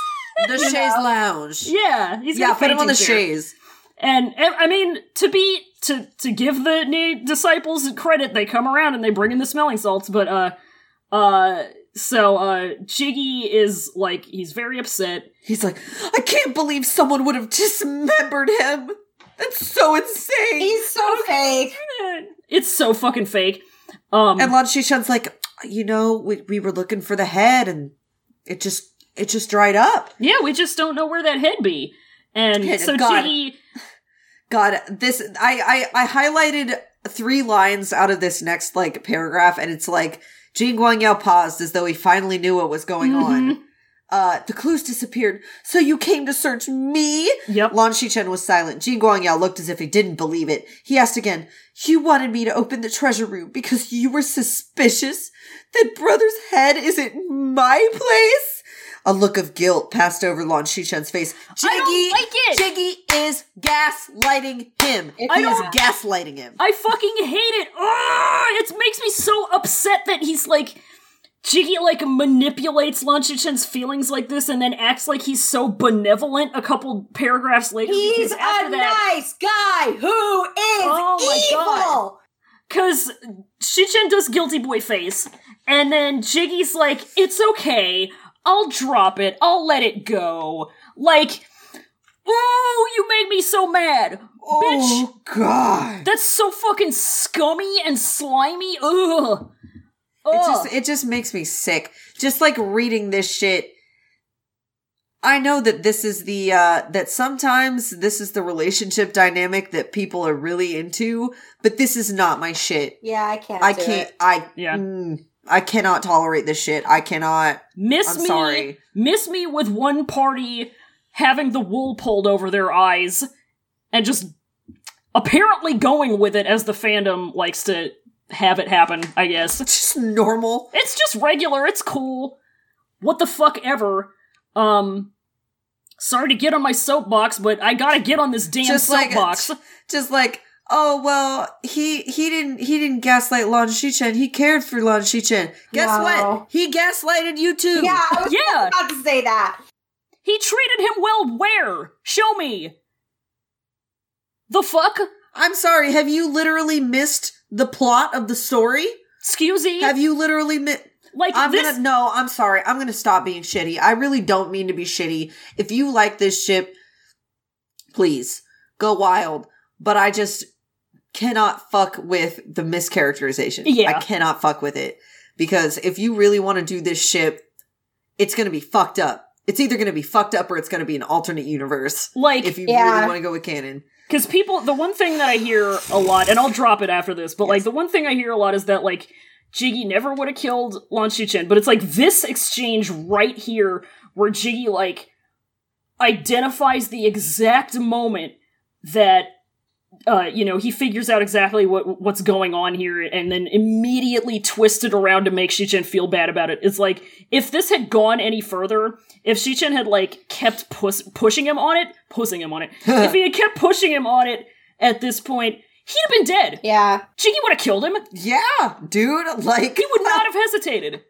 S2: The Chaise Lounge.
S1: yeah, he's
S2: yeah
S1: got a
S2: put him on the
S1: fainting chair.
S2: chaise.
S1: And and, I mean, to be to to give the new disciples credit, they come around and they bring in the smelling salts. But uh, uh, so uh, Jiggy is like he's very upset.
S2: He's like, I can't believe someone would have dismembered him. That's so insane.
S3: He's
S2: *laughs*
S3: so fake.
S1: Eh, It's so fucking fake. Um,
S2: and Lan Shishan's like, you know, we, we were looking for the head and it just it just dried up.
S1: Yeah, we just don't know where that head be. And
S3: *laughs*
S2: Head
S1: so E
S2: of God.
S1: Jiggy,
S2: God, this I I, I highlighted three lines out of this next like paragraph, and it's like Jing Guangyao paused as though he finally knew what was going on. Uh, the clues disappeared, so you came to search me?
S1: Yep.
S2: Lan Shichen was silent. Jin Guangyao looked as if he didn't believe it. He asked again, You wanted me to open the treasure room because you were suspicious that Brother's head is in my place? A look of guilt passed over Lan Shichen's face. Jiggy,
S1: I don't like
S2: Jiggy is gaslighting him.
S3: It
S2: I
S3: is.
S2: is gaslighting him.
S1: I fucking hate it. Ugh, it makes me so upset that he's like Jiggy like manipulates Lunchen's feelings like this and then acts like he's so benevolent a couple paragraphs later
S3: He's
S1: because
S3: a
S1: after that
S3: nice guy who is
S1: Oh my
S3: evil.
S1: Cause Shichen does guilty boy face, and then Jiggy's like, it's okay, I'll drop it, I'll let it go. Like, ooh, you make me so mad. Bitch,
S2: oh, God.
S1: that's so fucking scummy and slimy. Ugh.
S2: It
S1: Ugh.
S2: just it just makes me sick. Just like reading this shit. I know that this is the uh that sometimes this is the relationship dynamic that people are really into, but this is not my shit.
S3: Yeah, I can't.
S2: I
S3: do
S2: can't
S3: it.
S2: I
S1: Yeah.
S2: mm, I cannot tolerate this shit. I cannot
S1: miss
S2: I'm
S1: me,
S2: sorry.
S1: miss me with one party having the wool pulled over their eyes, and just apparently going with it as the fandom likes to have it happen. I guess.
S2: it's just normal.
S1: It's just regular. It's cool. What the fuck ever. Um, sorry to get on my soapbox, but I gotta get on this damn
S2: Just like
S1: soapbox.
S2: just like oh well he he didn't he didn't gaslight Lan Shichen. He cared for Lan Shichen. Guess
S3: No.
S2: what? He gaslighted you too.
S3: Yeah, I was
S1: yeah,
S3: about to say that.
S1: he treated him well. Where? Show me. The fuck?
S2: I'm sorry. Have you literally missed the plot of the story?
S1: Excuse me.
S2: Have you literally missed?
S1: like
S2: I'm
S1: this?
S2: gonna no. I'm sorry. I'm gonna stop being shitty. I really don't mean to be shitty. If you like this ship, please go wild. But I just cannot fuck with the mischaracterization.
S1: Yeah.
S2: I cannot fuck with it because if you really want to do this ship, it's gonna be fucked up. It's either gonna be fucked up or it's gonna be an alternate universe.
S1: like
S2: If you
S3: Yeah.
S2: really want to go with canon,
S1: Because people, the one thing that I hear a lot, and I'll drop it after this, but like the one thing I hear a lot is that like Jiggy never would have killed Lan Chen, but it's like this exchange right here where Jiggy like identifies the exact moment that uh, you know he figures out exactly what what's going on here, and then immediately twists it around to make Shichen feel bad about it. It's like if this had gone any further, if Shichen had like kept pus- pushing him on it, pushing him on it, if he had kept pushing him on it at this point, he'd have been dead.
S3: Yeah.
S1: Jiggy would have killed him.
S2: yeah, dude. Like
S1: He would not have hesitated.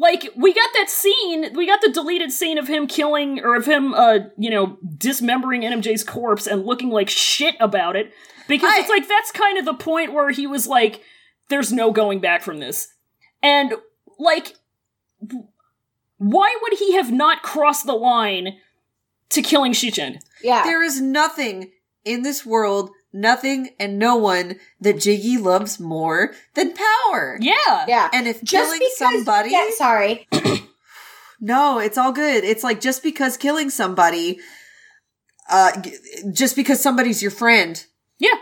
S1: Like we got that scene, we got the deleted scene of him killing or of him, uh, you know, dismembering NMJ's corpse and looking like shit about it because
S2: I-
S1: it's like that's kind of the point where he was like, "There's no going back from this," and like, w- why would he have not crossed the line to killing Shichen?
S3: Yeah.
S2: *laughs* There is nothing in this world, nothing and no one that Jiggy loves more than power.
S1: Yeah,
S3: yeah.
S2: And if
S3: Just
S2: killing
S3: because-
S2: somebody,
S3: Yeah, sorry.
S2: no, it's all good. It's like just because killing somebody, uh, g- just because somebody's your friend.
S1: Yeah.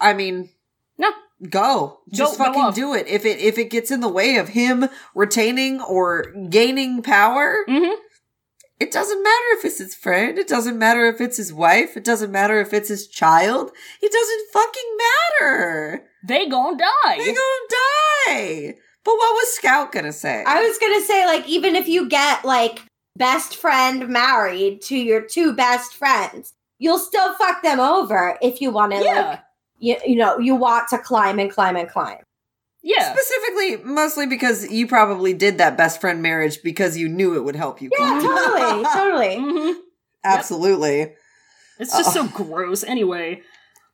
S2: I mean,
S1: No.
S2: Go, just
S1: go
S2: fucking
S1: off.
S2: do it. If it if it gets in the way of him retaining or gaining power,
S1: hmm
S2: It doesn't matter if it's his friend. It doesn't matter if it's his wife. It doesn't matter if it's his child. It doesn't fucking matter.
S1: They gonna die.
S2: They gonna die. But what was Scout gonna say?
S3: I was gonna say, like, even if you get like best friend married to your two best friends, you'll still fuck them over if you want to. Like,
S1: yeah,
S3: you, you know, you want to climb and climb and climb.
S1: yeah.
S2: Specifically, mostly because you probably did that best friend marriage because you knew it would help you.
S3: Yeah, totally, totally.
S1: hmm
S2: *laughs* Absolutely.
S1: It's just so gross. Anyway,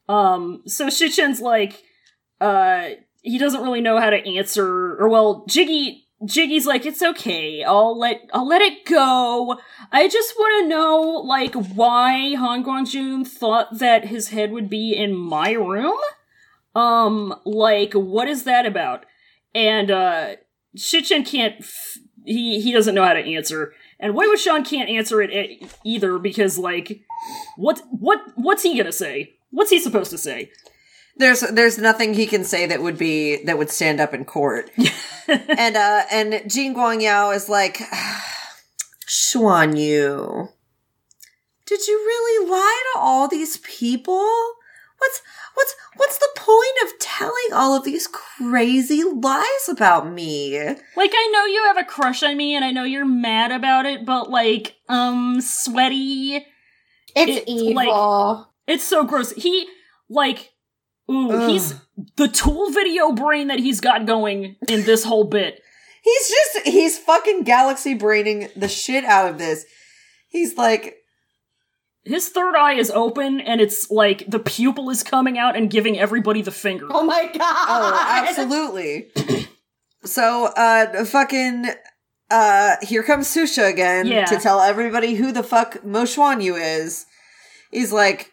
S1: um, so Shichen's like, uh, he doesn't really know how to answer, or well, Jiggy, Jiggy's like, it's okay. I'll let, I'll let it go. I just want to know, like, why Han Guangjun thought that his head would be in my room. Um, like, what is that about? And uh, Shichen can't. F- he he doesn't know how to answer, and Wei Wuxian can't answer it e- either because, like, what what what's he gonna say? What's he supposed to say?
S2: There's there's nothing he can say that would be that would stand up in court. and uh and Jean Guangyao is like *sighs* Xuan Yu, did you really lie to all these people? What's what's what's the point of telling all of these crazy lies about me?
S1: Like I know you have a crush on me and I know you're mad about it, but like, um, sweaty.
S3: *laughs* It's,
S1: It's
S3: evil.
S1: like- It's so gross. He like ooh,
S2: Ugh.
S1: he's the tool video brain that he's got going in this whole bit.
S2: He's just he's fucking galaxy braining the shit out of this. He's like,
S1: His third eye is open and it's like the pupil is coming out and giving everybody the finger.
S3: oh my god. *laughs*
S2: oh, absolutely. so, uh, fucking, uh, here comes Susha again
S1: Yeah.
S2: to tell everybody who the fuck Mo Xuan Yu is. He's like,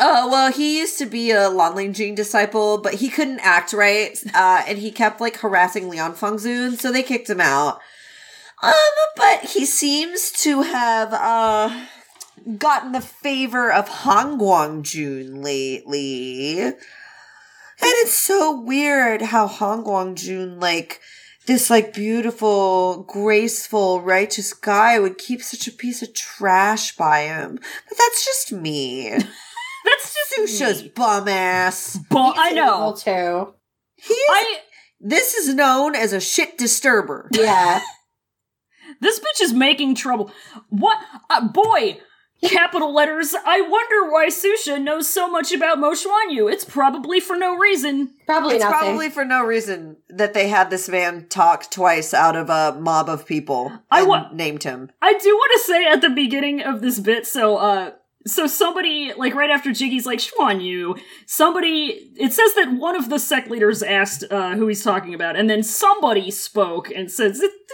S2: oh, well, he used to be a Lan Ling Jing disciple, but he couldn't act right, uh, and he kept, like, harassing Leon Fengzun, so they kicked him out. Um, but he seems to have, uh, gotten the favor of Han Guangjun lately. And it's so weird how Hong Guang Jun, like, this, like, beautiful, graceful, righteous guy would keep such a piece of trash by him. But that's just me.
S1: That's just
S2: Susha's
S1: me.
S2: bum ass.
S1: But
S3: He's
S1: I know.
S3: evil too.
S2: He is-
S1: I
S2: this is known as a shit disturber.
S3: Yeah.
S1: This bitch is making trouble. What? Uh, boy! Capital letters. I wonder why Susha knows so much about Mo Xuan Yu. It's probably for no reason.
S3: Probably
S2: it's
S3: nothing.
S2: probably for no reason that they had this man talk twice out of a mob of people.
S1: I
S2: and
S1: wa-
S2: named him.
S1: I do want to say at the beginning of this bit, so, uh, so somebody, like right after Jiggy's like, Xuan Yu, somebody, it says that one of the sect leaders asked, uh, who he's talking about, and then somebody spoke and says, "It- it-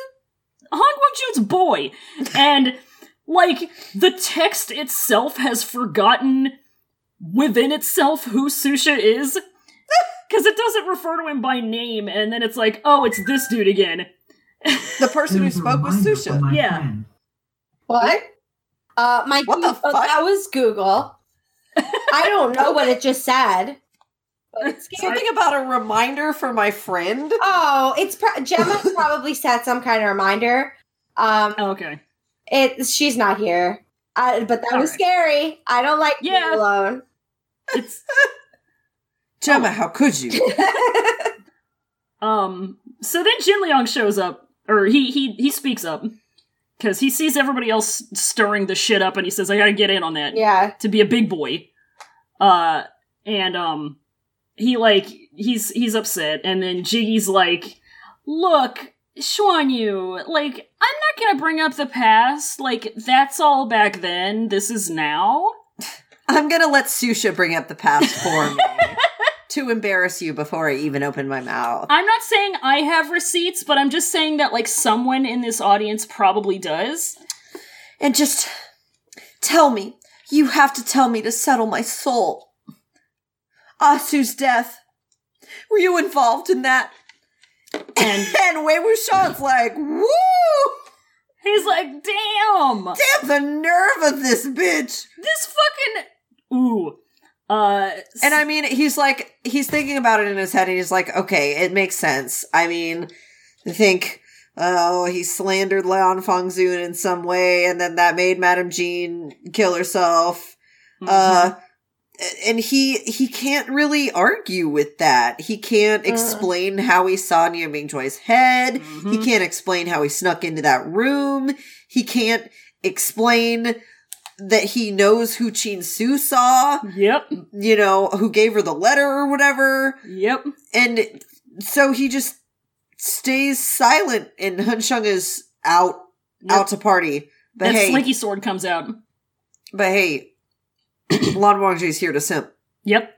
S1: Hong Guang Jun's boy. And, like, the text itself has forgotten within itself who Susha is. Because it doesn't refer to him by name, and then it's like, oh, it's this dude again.
S2: The person who
S4: Here's a
S2: spoke was
S4: reminder for
S2: Susha.
S4: my
S1: Yeah.
S4: friend.
S3: What? Uh, my
S2: What the
S3: oh,
S2: fuck?
S3: that was Google. I don't know what it just said. But it's scary.
S2: Something about a reminder for my friend.
S3: *laughs* Oh, it's pro- Gemma probably set some kind of reminder. Um,
S1: Okay.
S3: it she's not here, uh, but that
S1: All
S3: was
S1: right.
S3: scary. I don't like being
S1: Yeah.
S3: alone.
S1: It's
S2: Gemma, how could you?
S1: Um. So then Jin Liang shows up, or he he he speaks up because he sees everybody else stirring the shit up, and he says, "I gotta get in on that
S3: yeah,
S1: to be a big boy." Uh, and um, he like he's he's upset, and then Jiggy's like, "Look, Xuan Yu, like I'm not gonna bring up the past. Like that's all back then. This is now."
S2: I'm gonna let Susha bring up the past for me to embarrass you before I even open my mouth.
S1: I'm not saying I have receipts, but I'm just saying that like someone in this audience probably does.
S2: And just tell me. You have to tell me to settle my soul. Asu's death. Were you involved in that?
S1: And
S2: And Wei Wuxian's like, woo!
S1: He's like, damn!
S2: Damn the nerve of this bitch!
S1: This fucking. Ooh. Uh.
S2: And I mean, he's like, he's thinking about it in his head, and he's like, okay, it makes sense. I mean, I think, oh, he slandered Leon Fongzun in some way, and then that made Madame Jean kill herself.
S1: Mhm.
S2: Uh, and he he can't really argue with that. He can't
S3: Uh.
S2: explain how he saw Nia Mingjoy's head. He
S1: Mhm.
S2: can't explain how he snuck into that room. He can't explain that he knows who Chin Su saw
S1: Yep.
S2: you know, who gave her the letter or whatever.
S1: Yep.
S2: And so he just stays silent and Hunshung is out
S1: Yep.
S2: out to party. But
S1: That
S2: hey,
S1: slinky sword comes out.
S2: but hey, *clears throat* Lan Wangji's here to simp.
S1: Yep.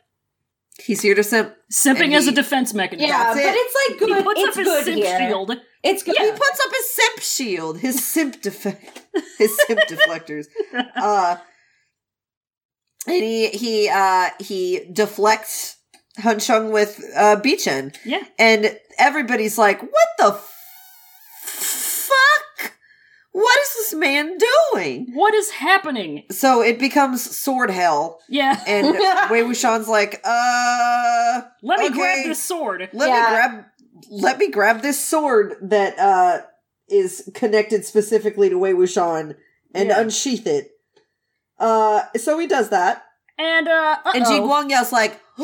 S2: He's here to simp.
S1: Simping
S2: And
S1: as a
S2: he-
S1: defense mechanism.
S3: yeah,
S2: That's
S3: but
S2: it.
S3: it's like
S1: He
S3: good.
S1: puts
S3: It's
S1: up his
S3: good
S1: simp
S3: here.
S1: shield.
S3: It's good.
S2: He puts up his simp shield, his simp defect, his simp deflectors. Uh, and he he uh he deflects Hunshung with uh Beechen.
S1: Yeah.
S2: and everybody's like, "What the f- fuck? What is this man doing?"
S1: What is happening?
S2: So it becomes sword hell,
S1: Yeah.
S2: and Wei Wuxian's like, "Uh,
S1: Let me
S2: Okay.
S1: grab this sword.
S2: let
S3: Yeah.
S2: me grab, let me grab this sword that uh is connected specifically to Wei Wuxian and
S1: Yeah.
S2: unsheath it. Uh, so he does that.
S1: And uh uh-oh.
S2: And Ji Guangyao's like, *gasps*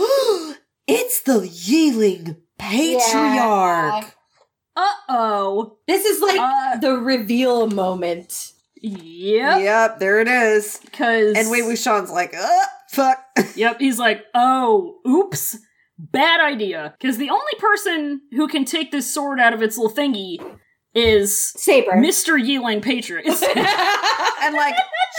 S2: it's the Yiling Patriarch.
S1: uh-oh.
S3: This is like
S1: Uh,
S3: the reveal moment.
S1: Yep.
S2: Yep, there it is.
S1: Cuz
S2: And Wei Wuxian's like, uh, fuck.
S1: Yep, he's like, oh, oops, bad idea. Because the only person who can take this sword out of its little thingy is
S3: Saber.
S1: Mr. Yiling
S3: *laughs*
S1: Patriots.
S2: *laughs* and like,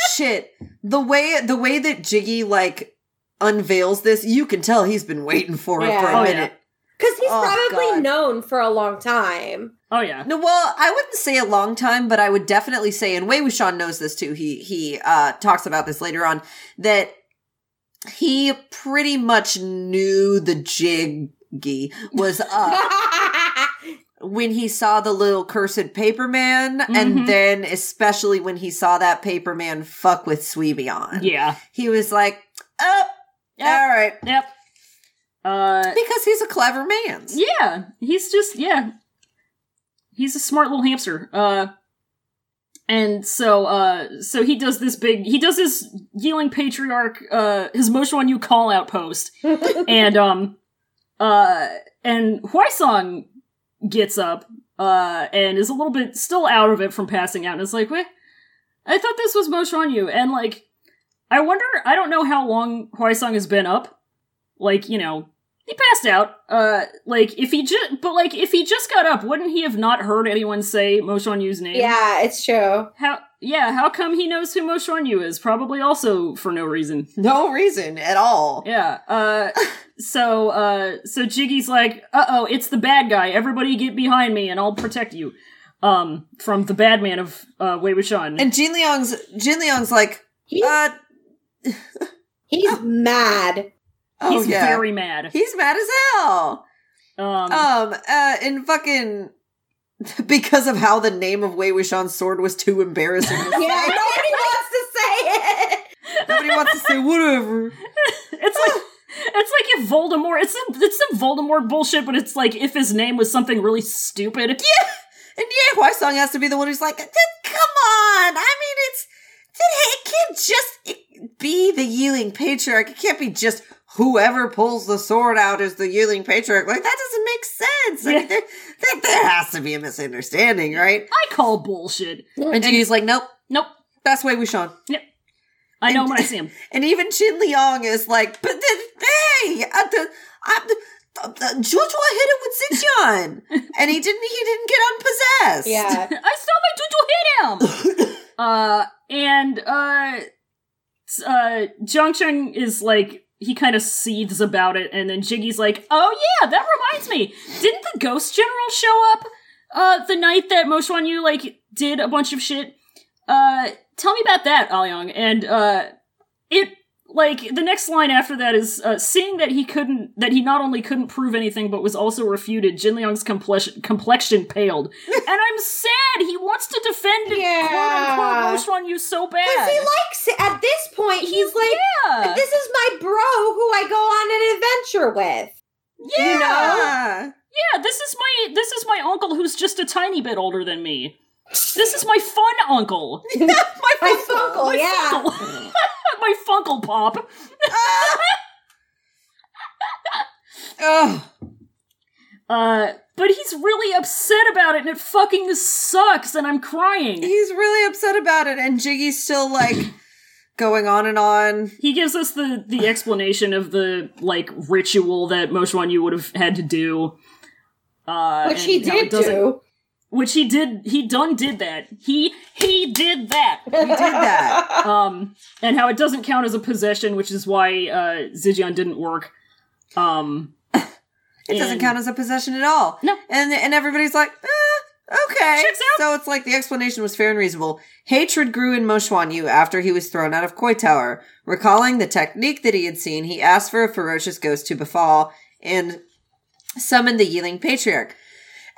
S2: shit. The way the way that Jiggy like unveils this, you can tell he's been waiting for it
S3: Yeah.
S2: for a
S1: Oh, yeah.
S2: minute.
S3: Because he's
S2: Oh,
S3: probably
S2: God.
S3: known for a
S2: *laughs*
S3: long time.
S1: oh, yeah.
S2: No, well, I wouldn't say a long time, but I would definitely say, and Wei Wuxian knows this too. He he uh, talks about this later on that he pretty much knew the Jiggy
S1: *laughs*
S2: was up when he saw the little cursed Paperman,
S1: Mhm.
S2: and then especially when he saw that Paperman fuck with Sweebion.
S1: Yeah.
S2: he was like, "Up,
S1: Yep.
S2: all right,"
S1: Yep. Uh,
S2: because he's a clever man.
S1: yeah, he's just, yeah. He's a smart little hamster. Uh, and so, uh, so he does this big, he does his Yiling Patriarch, uh, his Moshuan Yu call out post. and um uh and Huaisong gets up uh and is a little bit still out of it from passing out and is like, Wait, I thought this was Moshan Yu and like I wonder I don't know how long Huaisong has been up. Like, you know, he passed out. Uh like if he just but like if he just got up, wouldn't he have not heard anyone say Moshan Yu's name?
S3: yeah, it's true.
S1: How yeah, how come he knows who Moshan Yu is? Probably also for no reason.
S2: No reason at all.
S1: Yeah. Uh, so uh, so Jiggy's like, uh oh, it's the bad guy. Everybody get behind me, and I'll protect you um, from the bad man of uh, Wei Wuxian.
S2: And Jin Liang's Jin Liang's like,
S3: He's,
S2: "Uh, *laughs*
S3: he's mad.
S2: oh
S1: He's
S2: yeah."
S1: very mad.
S2: He's mad as hell.
S1: Um,
S2: Um, uh, and fucking *laughs* because of how the name of Wei Wuxian's sword was too embarrassing.
S3: Yeah, *laughs* nobody wants to say it.
S2: Nobody wants to say whatever.
S1: *laughs* it's like. It's like if Voldemort. It's some, it's some Voldemort bullshit, but it's like if his name was something really stupid.
S2: And yeah, Hua Song has to be the one who's like, "Th- come on. I mean, it's it, it can't just it- be the Yeeling Patriarch. It can't be just whoever pulls the sword out is the Yeeling Patriarch. Like that doesn't make sense. I
S1: Yeah.
S2: mean, there, there, there has to be a misunderstanding, right?
S1: I call bullshit.
S2: And he's like, nope,
S1: Nope,
S2: that's Wei Wuxian.
S1: I know
S2: And-
S1: when I see
S2: *laughs*
S1: him.
S2: And even Chin Liang is like, but then, hey, I, the, I, the, the, Joshua hit it with Xixian, *laughs* and he didn't. He didn't get unpossessed. *laughs*
S3: Yeah.
S1: I saw my tutu hit him. uh, and uh, s- uh, Zhang Cheng is like he kind of seethes about it, and then Jiggy's like, "Oh yeah, that reminds me. Didn't the Ghost General show up uh the night that Moshuan Yu like did a bunch of shit? Uh, tell me about that, Aoyang." And uh, it. Like the next line after that is uh, seeing that he couldn't, that he not only couldn't prove anything but was also refuted. Jin Liang's complexion, complexion paled, and I'm sad. He wants to defend
S3: Yeah.
S1: quote unquote Roshan you so
S3: Because
S1: bad.
S3: he likes it. At this point, he's like, *laughs*
S1: yeah.
S3: this is my bro who I go on an adventure with.
S1: yeah.
S2: You know?
S1: Yeah, this is my this is my uncle who's just a tiny bit older than me. This is my fun uncle.
S3: My funkle, yeah.
S1: *laughs* my funkle pop.
S2: Ah! *laughs* Ugh.
S1: Uh but he's really upset about it and it fucking sucks and I'm crying.
S2: he's really upset about it, and Jiggy's still like going on and on.
S1: He gives us the the explanation of the like ritual that Moshuan you would have had to do. Uh
S3: Which he
S1: and how it
S3: did
S1: doesn't-
S3: do.
S1: Which he did he done did that. He he did that.
S2: He did
S3: *laughs*
S2: that.
S1: um, and how it doesn't count as a possession, which is why uh, Zijian didn't work. Um,
S2: It doesn't
S1: And-
S2: count as a possession at all.
S1: No.
S2: and and everybody's like. eh, Okay.
S1: Checks out.
S2: So it's like the explanation was fair and reasonable. Hatred grew in Mo Shuan Yu after he was thrown out of Koi Tower. Recalling the technique that he had seen, he asked for a ferocious ghost to befall and summoned the Yiling Patriarch.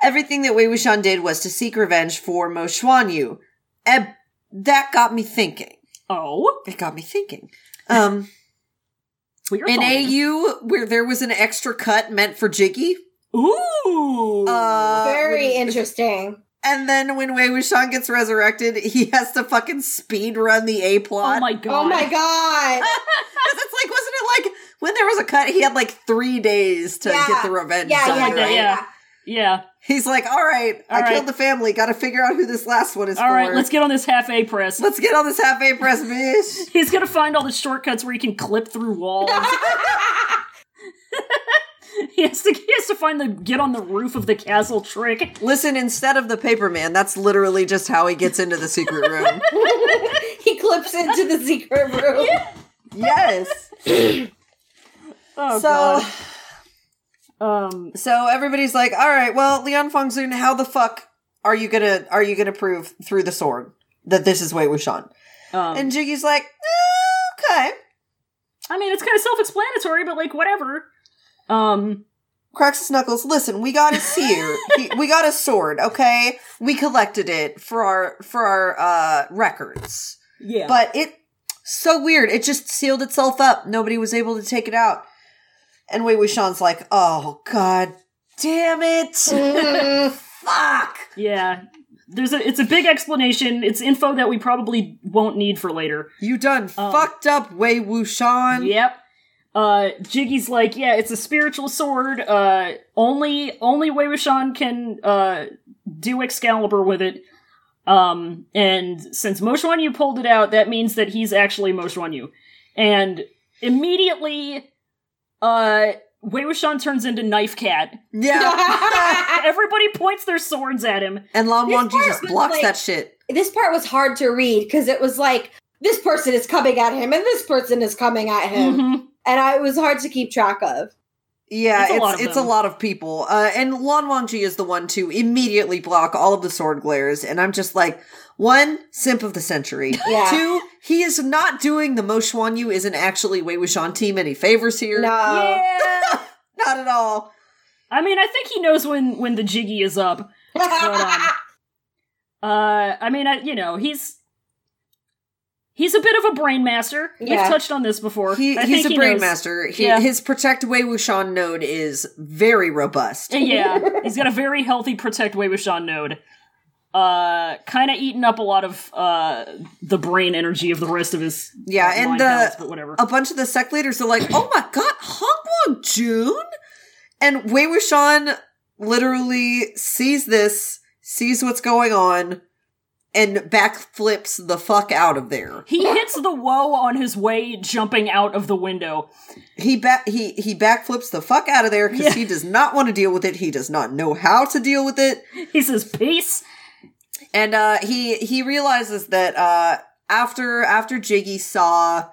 S2: Everything that Wei Wuxian did was to seek revenge for Mo Shuan Yu. And that got me thinking.
S1: oh,
S2: It got me thinking. Um,
S1: weird.
S2: in
S1: thought.
S2: AU, where there was an extra cut meant for Jiggy,
S1: Ooh.
S2: uh,
S3: Very
S2: when-
S3: interesting.
S2: And then when Wei Wuxian gets resurrected, he has to fucking speed run the A plot.
S1: Oh my god.
S3: Oh my god.
S2: 'Cause it's like, wasn't it like when there was a cut, he had like three days *laughs* to
S3: Yeah.
S2: get the revenge.
S3: yeah,
S2: done,
S3: yeah,
S1: like
S3: yeah,
S1: that,
S2: right?
S1: yeah. Yeah.
S2: He's like, all right, I
S1: All right.
S2: killed the family. Got to figure out who this last one is
S1: All
S2: for.
S1: right, let's get on this half A press.
S2: *laughs* let's get on this half A press, bitch.
S1: He's gonna find all the shortcuts where he can clip through walls. *laughs* he has to he has to find the get on the roof of the castle trick.
S2: Listen, instead of the paper man, that's literally just how he gets into the secret room.
S3: *laughs* he clips into the secret room.
S2: *laughs* yes.
S1: Oh
S2: so
S1: god.
S2: *sighs*
S1: Um
S2: so everybody's like, all right, well, Leon Fongzun, how the fuck are you gonna are you gonna prove through the sword that this is Wei Wuxian?
S1: um,
S2: And Jiggy's like, "Eh, okay.
S1: I mean it's kinda self-explanatory, but like whatever. Um
S2: Cracks his knuckles. Listen, we got
S1: *laughs*
S2: a seer. He- we got a sword. Okay, we collected it for our for our uh, records.
S1: yeah.
S2: But it so weird. It just sealed itself up. Nobody was able to take it out. And Wei Wuxian's like, oh god, damn it, fuck.
S1: yeah. There's a it's a big explanation. It's info that we probably won't need for later.
S2: You done
S1: Oh.
S2: fucked up, Wei Wuxian.
S1: Yep. Uh, Jiggy's like, yeah, it's a spiritual sword. Uh, only only Wei Wuxian can uh, do Excalibur with it. Um, and since Mo Xuan Yu pulled it out, that means that he's actually Mo Xuan Yu. And immediately, uh, Wei Wuxian turns into Knife Cat. *laughs*
S2: Yeah. *laughs*
S1: Everybody points their swords at him.
S2: and Lan
S3: This
S2: Wangji
S3: part
S2: just
S3: was
S2: blocks
S3: like-
S2: that shit.
S3: *laughs* this part was hard to read because it was like this person is coming at him and this person is coming at him,
S1: Mhm.
S3: and I, it was hard to keep track of.
S2: Yeah,
S1: It's a
S2: it's
S1: lot
S2: it's,
S1: of
S2: a
S1: them.
S2: lot of people. Uh, and Lan Wangji is the one to immediately block all of the sword glares. And I'm just like, one, simp of
S1: *laughs*
S2: the century.
S3: Yeah.
S2: Two, he is not doing the Mo Xuan Yu isn't actually Wei Wuxian team any favors here.
S3: No,
S1: Yeah.
S2: Not at all.
S1: I mean, I think he knows when when the Jiggy is up. But,
S3: *laughs*
S1: um, uh, I mean, I, you know, he's he's a bit of a brain master.
S3: Yeah.
S1: We've touched on this before.
S2: He,
S1: I
S2: he's
S1: think
S2: a
S1: he
S2: brain
S1: knows.
S2: master. He,
S1: Yeah.
S2: His protect Wei Wuxian node is very
S1: *laughs*
S2: robust.
S1: Yeah, he's got a very healthy protect Wei Wuxian node. Uh, kind of eating up a lot of uh the brain energy of the rest of his
S2: Yeah,
S1: uh,
S2: and
S1: mind
S2: the-
S1: balance, but whatever.
S2: A bunch of the sect leaders are like, oh my god, Hong Wang Jun? And Wei Wuxian literally sees this, sees what's going on, and backflips the fuck out of there.
S1: he hits the woe on his way jumping out of the window.
S2: He back he he backflips the fuck out of there because
S1: Yeah.
S2: he does not want to deal with it. He does not know how to deal with it.
S1: He says, "Peace."
S2: And uh he he realizes that uh after after Jiggy saw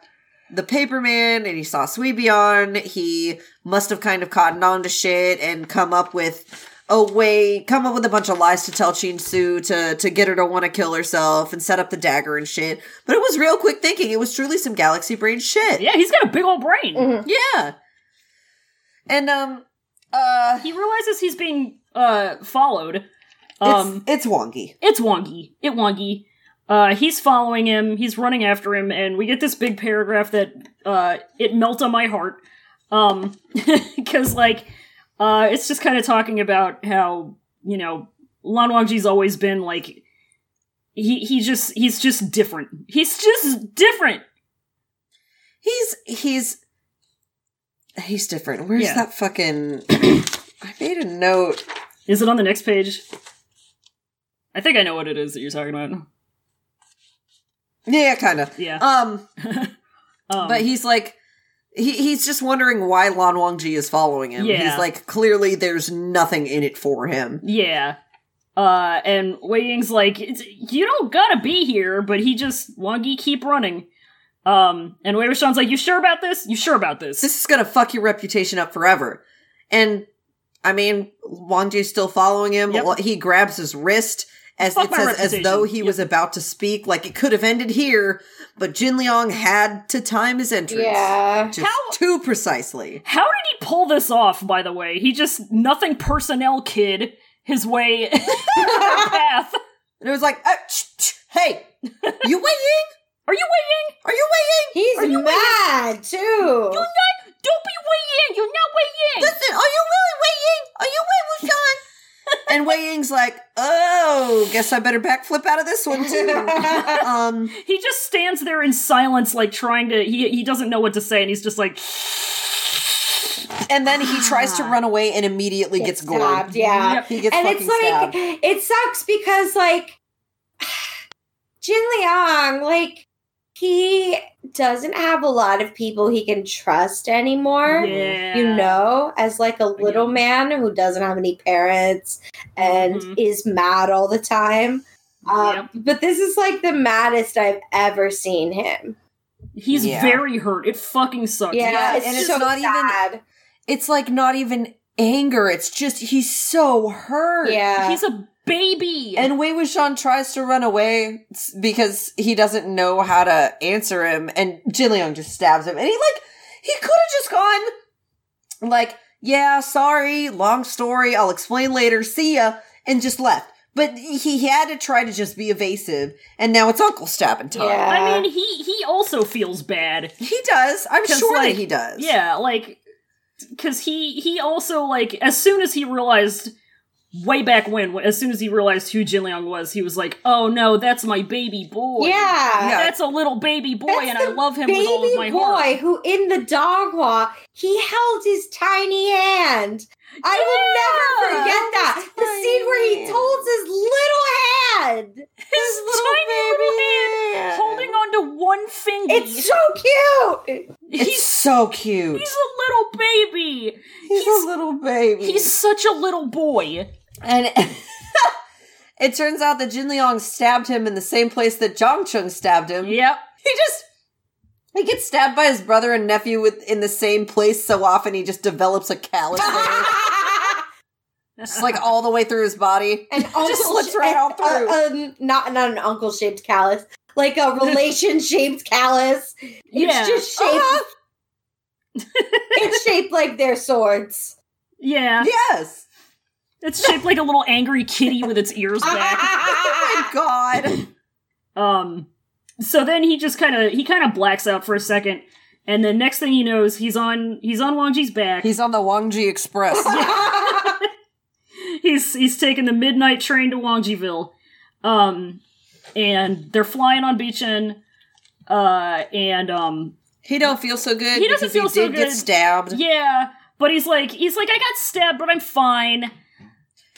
S2: the Paperman and he saw Sweebion, he must have kind of cottoned on to shit and come up with a way come up with a bunch of lies to tell Chin Su to to get her to want to kill herself and set up the dagger and shit. But it was real quick thinking. It was truly some galaxy brain shit.
S1: Yeah, he's got a big old brain.
S2: Mm-hmm.
S3: Mm-hmm.
S2: Yeah. And um uh
S1: He realizes he's being uh followed.
S2: it's,
S1: Um,
S2: it's wonky.
S1: it's Wongi. It Wongi. Uh, he's following him. He's running after him, and we get this big paragraph that uh, it melt on my heart. Um, *laughs* because like, uh, it's just kind of talking about how you know Lan Wangji's always been like, he he just he's just different. He's just different.
S2: He's he's he's different. Where's
S1: Yeah.
S2: that fucking? *clears throat* I made a note.
S1: Is it on the next page? I think I know what it is that you're talking about.
S2: Yeah, kind of.
S1: Yeah.
S2: Um,
S1: Um,
S2: but he's like, he he's just wondering why Lan Wangji is following him.
S1: Yeah.
S2: He's like, clearly there's nothing in it for him.
S1: Yeah. Uh, and Wei Ying's like, "It's- you don't gotta be here, but he just, Wongi, keep running. Um, and Wei Wuxian's like, you sure about this? You sure about this?
S2: This is gonna fuck your reputation up forever. And I mean, Wangji's still following him.
S1: Yep.
S2: Well, He grabs his wrist. As
S1: Fuck
S2: it
S1: my
S2: says, as
S1: reputation.
S2: though he
S1: Yep.
S2: was about to speak, like it could have ended here, but Jin Liang had to time his entrance.
S3: yeah. *laughs*
S2: Just
S1: How-
S2: too precisely.
S1: How did he pull this off, by the way? He just, nothing personnel kid his way *laughs* path.
S2: And it was like, uh, ch- ch-
S3: *laughs*
S2: hey, you weighing?
S1: Are you Wei Ying?
S2: Are you weighing?
S3: He's
S1: Are you-
S3: mad too.
S1: You're not, don't be Wei Ying! You're not Wei Ying!
S2: Listen, are you really weighing? Are you Wei Wuxian? and Wei Ying's like, oh, guess I better backflip out of this one
S3: *laughs*
S2: too. um,
S1: He just stands there in silence, like trying to. He he doesn't know what to say, and he's just like,
S2: and then he tries to run away and immediately gets, gored.
S3: Ah. stabbed, yeah.
S1: Yep.
S2: He gets
S3: and
S2: fucking
S3: it's like
S2: stabbed.
S3: it sucks because like *sighs* Jin Liang, like he doesn't have a lot of people he can trust anymore.
S1: yeah,
S3: You know, as like a little man who doesn't have any parents and
S1: Mhm.
S3: is mad all the time. Um, But this is like the maddest I've ever seen him.
S1: he's
S2: Yeah.
S1: very hurt. It fucking sucks.
S3: Yeah,
S2: Yeah,
S3: it's
S2: and
S3: just
S2: it's
S3: so
S2: not even-
S3: sad.
S2: It's like not even anger. It's just he's so hurt.
S3: yeah,
S1: he's a baby.
S2: And Wei Wuxian tries to run away s- because he doesn't know how to answer him, and Jin Liang just stabs him. And he like he could have just gone like, yeah, sorry, long story, I'll explain later, see ya, and just left. But he had to try to just be evasive, and now it's Uncle stabbing time.
S3: Yeah.
S1: I mean, he he also feels bad.
S2: He does. I'm
S1: 'Cause,
S2: sure
S1: like,
S2: that he does.
S1: Yeah, like because he he also like as soon as he realized way back when as soon as he realized who Jin Liang was, he was like, oh no, that's my baby boy.
S3: yeah.
S2: Yeah.
S1: That's a little baby boy,
S3: That's
S1: and
S3: the
S1: I love him with all of my
S3: baby
S1: heart.
S3: boy who in the dog walk he held his tiny hand i will never
S1: Yeah!
S3: forget that the
S2: tiny
S3: scene where he
S2: hand.
S3: holds his little hand
S1: His tiny little hand holding onto one finger. *laughs*
S3: it's so cute
S2: It's
S1: he's
S2: so cute.
S1: he's a little baby.
S2: He's,
S1: he's-
S2: a little baby.
S1: He's such a little boy.
S2: And *laughs* it turns out that Jin Liang stabbed him in the same place that Zhang Chung stabbed him.
S1: Yep.
S2: He just he gets stabbed by his brother and nephew with, in the same place so often he just develops a
S1: *laughs*
S2: callus there, just like all the way through his body. *laughs*
S3: an uncle
S2: slips right all through.
S3: uh, um, not not an uncle shaped callus like
S2: *laughs*
S3: a relation shaped callus it's
S1: yeah.
S3: just shaped
S2: Uh-huh.
S3: it's shaped like
S2: *laughs*
S3: their swords
S1: yeah.
S2: Yes.
S1: It's shaped like a little angry kitty with its ears
S2: *laughs*
S1: back.
S2: Oh my god.
S1: Um so then he just kind of he kind of blacks out for a second and the next thing he knows he's on he's on Wangji's back.
S2: He's on the
S1: *laughs*
S2: Wangji Express.
S1: he's he's taking the midnight train to Wangjiville. Um and they're flying on Beechin uh and um
S2: He don't feel so good
S1: He doesn't
S2: because
S1: feel
S2: he
S1: so
S2: did get
S1: good.
S2: stabbed.
S1: yeah, but he's like he's like I got stabbed but I'm fine.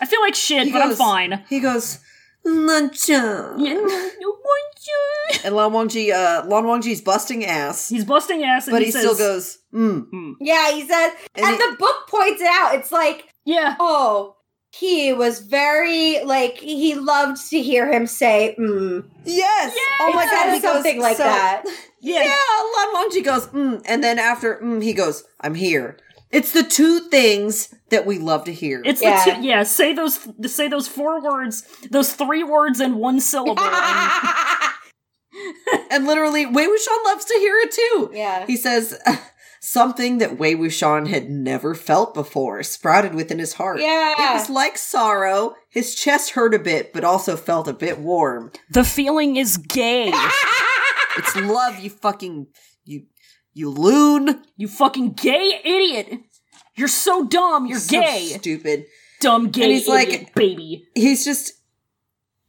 S1: I feel like shit,
S2: He
S1: but I'm
S2: goes-
S1: fine.
S2: He goes, Luncheon.
S1: Yeah. *laughs* Wangji.
S2: And Lan Wangji, uh, Lan Wangji's busting ass,
S1: He's busting ass and
S2: but
S1: he,
S2: he,
S1: says,
S2: still goes, mm.
S3: *laughs* yeah he said
S2: And
S3: and
S2: he-
S3: the book points it out it's like
S1: Yeah.
S3: Oh, he was very like he loved to hear him say mm.
S2: Yes. Oh my
S3: Instead
S2: god,
S3: of
S2: he goes
S3: something like
S2: so- *laughs*
S3: that.
S1: Yeah.
S2: Yeah, Lan Wangji goes, mm, and then after mm, he goes, I'm here. It's the two things that we love to hear.
S1: It's
S3: Yeah.
S1: the two, yeah. Say those say those four words, those three words in one syllable.
S2: *laughs*
S1: and
S2: and literally, Wei Wuxian loves to hear it too.
S3: *laughs* yeah.
S2: He says *laughs* something that Wei Wuxian had never felt before sprouted within his heart. It
S3: Yeah.
S2: was like sorrow. His chest hurt a bit, but also felt a bit warm.
S1: the feeling is gay.
S2: It's love, you fucking you you loon.
S1: you fucking gay idiot. You're so dumb. You're
S2: So
S1: gay.
S2: stupid.
S1: dumb gay
S2: And he's like-
S1: idiot baby.
S2: he's just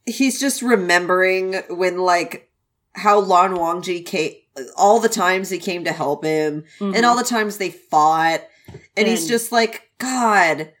S2: he's just remembering when like how Lan Wangji came all the times he came to help him
S1: Mhm.
S2: and all the times they fought and, he's
S1: And-
S2: just like god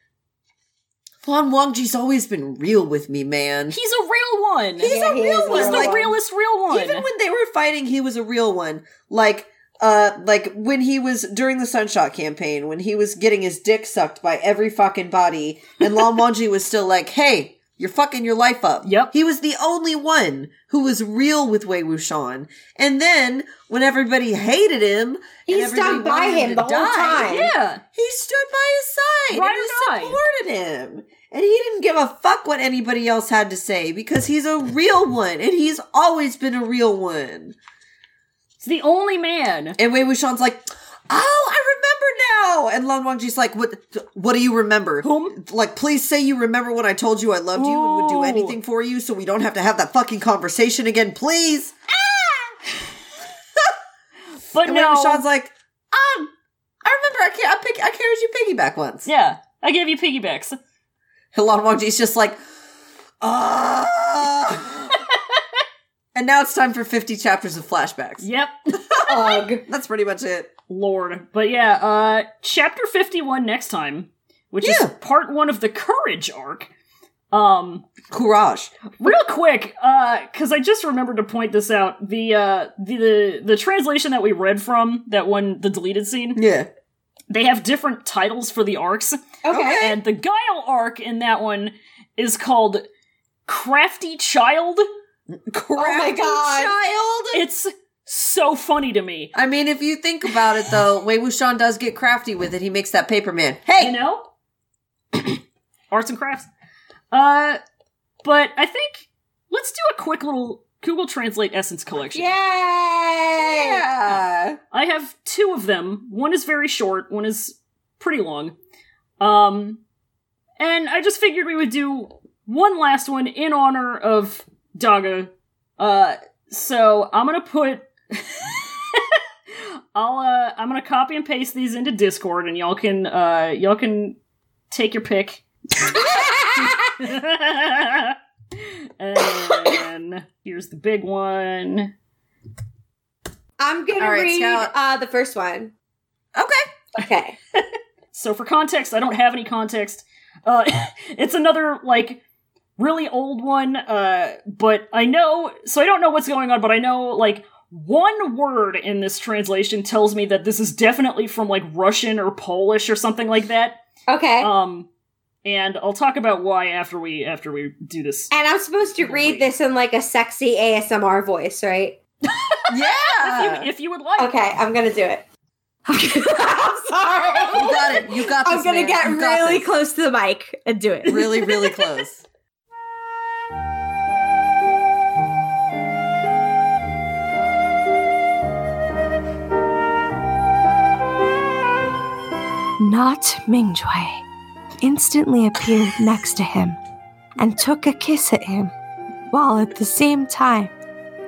S2: Lan Wangji's always been real with me man
S1: he's a real one.
S2: *laughs* He's
S3: Yeah,
S2: a
S3: he
S2: real
S3: is a
S2: one.
S1: He's the
S2: like-
S1: realest real one.
S2: even when they were fighting he was a real one like uh like when he was during the sunshot campaign when he was getting his dick sucked by every fucking body and
S3: *laughs*
S2: Lan Wangji was still like hey you're fucking your life up
S1: Yep.
S2: he was the only one who was real with Wei Wuxian and then when everybody hated him
S3: He
S2: and everybody
S3: stuck by
S2: wanted
S3: him
S2: to
S3: the whole time.
S1: yeah.
S2: he stood by his side
S1: Ride or die.
S2: and he supported him. And he didn't give a fuck what anybody else had to say because he's a real one and he's always been a real one.
S1: He's the only man.
S2: And Wei Wuxian's like, "Oh, I remember now." And Lan Wangji's like, "What? What do you remember?
S1: Whom?
S2: Like, please say you remember when I told you I loved you and would do
S1: Ooh.
S2: anything for you, so we don't have to have that fucking conversation again, please."
S1: But
S2: And
S1: Oh, no.
S2: Wei Wuxian's like, "Um, I remember I ca- I, pick, I carried you piggyback once."
S1: yeah. I gave you piggybacks.
S2: Hilan Wangji's just like,
S3: *laughs*
S2: ah. and now it's time for 50 chapters of flashbacks.
S1: Yep.
S3: Ugh.
S2: That's pretty much it.
S1: Lord. But yeah, uh chapter 51 next time, which is
S2: Yeah.
S1: part 1 of the courage arc. Um
S2: Courage.
S1: real quick, uh cuz I just remembered to point this out, the uh the, the the translation that we read from that one the deleted scene,
S2: Yeah.
S1: they have different titles for the arcs
S3: Okay.
S1: and the guile arc in that one is called Crafty Child.
S2: Crafty
S3: Oh God.
S2: Child.
S1: It's so funny to me.
S2: I mean, if you think about it, though, Wei Wuxian does get crafty with it. He makes that paper man. Hey,
S1: you know *clears throat* arts and crafts uh but i think let's do a quick little google translate essence collection
S3: Yay!
S2: yeah.
S1: i have two of them one is very short one is pretty long um and i just figured we would do one last one in honor of daga uh so i'm gonna put *laughs* I'll uh, I'm gonna copy and paste these into Discord, and y'all can uh, y'all can take your pick. and here's the big one.
S3: *laughs* I'm gonna
S2: All right,
S3: read
S2: Scout.
S3: uh, the first one.
S2: Okay.
S3: Okay.
S1: So for context, I don't have any context. Uh, *laughs* it's another like really old one, uh, but I know. So I don't know what's going on, but I know like one word in this translation tells me that this is definitely from like Russian or Polish or something like that.
S3: Okay.
S2: Oh.
S1: Um, and I'll talk about why after we after we do this.
S3: and I'm supposed to read this in like a sexy ASMR voice, right?
S2: Yeah.
S1: If you, if you would like,
S3: Uh, Okay, I'm gonna do it. *laughs* Okay. I'm sorry.
S2: You got it. You got this.
S3: I'm gonna
S2: man.
S3: get
S2: You got
S3: really
S2: this.
S3: close to the mic and do it.
S2: really, really close.
S3: *laughs*
S4: Not Mingjue instantly appeared next to him and took a kiss at him, while at the same time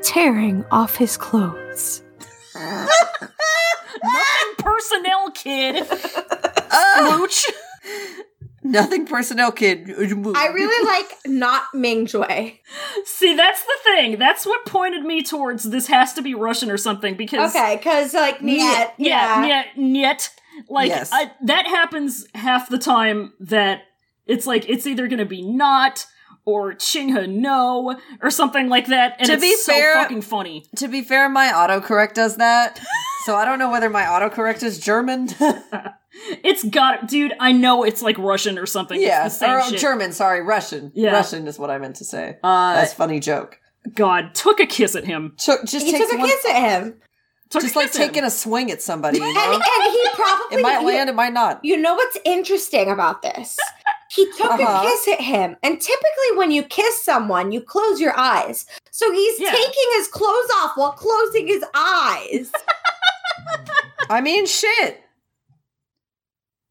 S4: tearing off his clothes.
S1: nothing personnel, kid. *laughs*
S2: Oh,
S1: Mooch.
S2: nothing personnel, kid.
S3: I
S2: *laughs*
S3: really like not Ming Joy.
S1: See, that's the thing. That's what pointed me towards this has to be Russian or something because
S3: Okay, because like Niet,
S1: yeah,
S3: yeah,
S1: yeah, yet like
S2: Yes.
S1: I, that happens half the time that it's like it's either going to be not or Chingha no or something like that and
S2: To
S1: it's
S2: be
S1: so
S2: fair-
S1: fucking funny.
S2: To be fair, my autocorrect does that. So I don't know whether my autocorrect is
S1: *laughs*
S2: German.
S1: It's got dude, I know it's like Russian or something. Yeah,
S2: yeah.
S1: it's the same
S2: or
S1: shit.
S2: German, sorry, Russian.
S1: Yeah.
S2: Russian is what I meant to say.
S1: Uh,
S2: That's funny joke.
S1: God, took a kiss at him.
S2: Took, just
S3: He
S2: takes
S3: took a
S2: one,
S3: kiss at him,
S1: Took
S2: just
S1: a
S2: like
S1: kiss at him.
S2: taking a swing at somebody. You
S3: and *laughs*
S2: know?
S3: and he
S2: *laughs*
S3: probably
S2: it might
S3: he-
S2: land, it might not.
S3: You know what's interesting about this? He took
S2: Uh-huh.
S3: a kiss at him, and typically when you kiss someone, you close your eyes. So he's
S1: Yeah.
S3: taking his clothes off while closing his eyes.
S2: I mean, shit.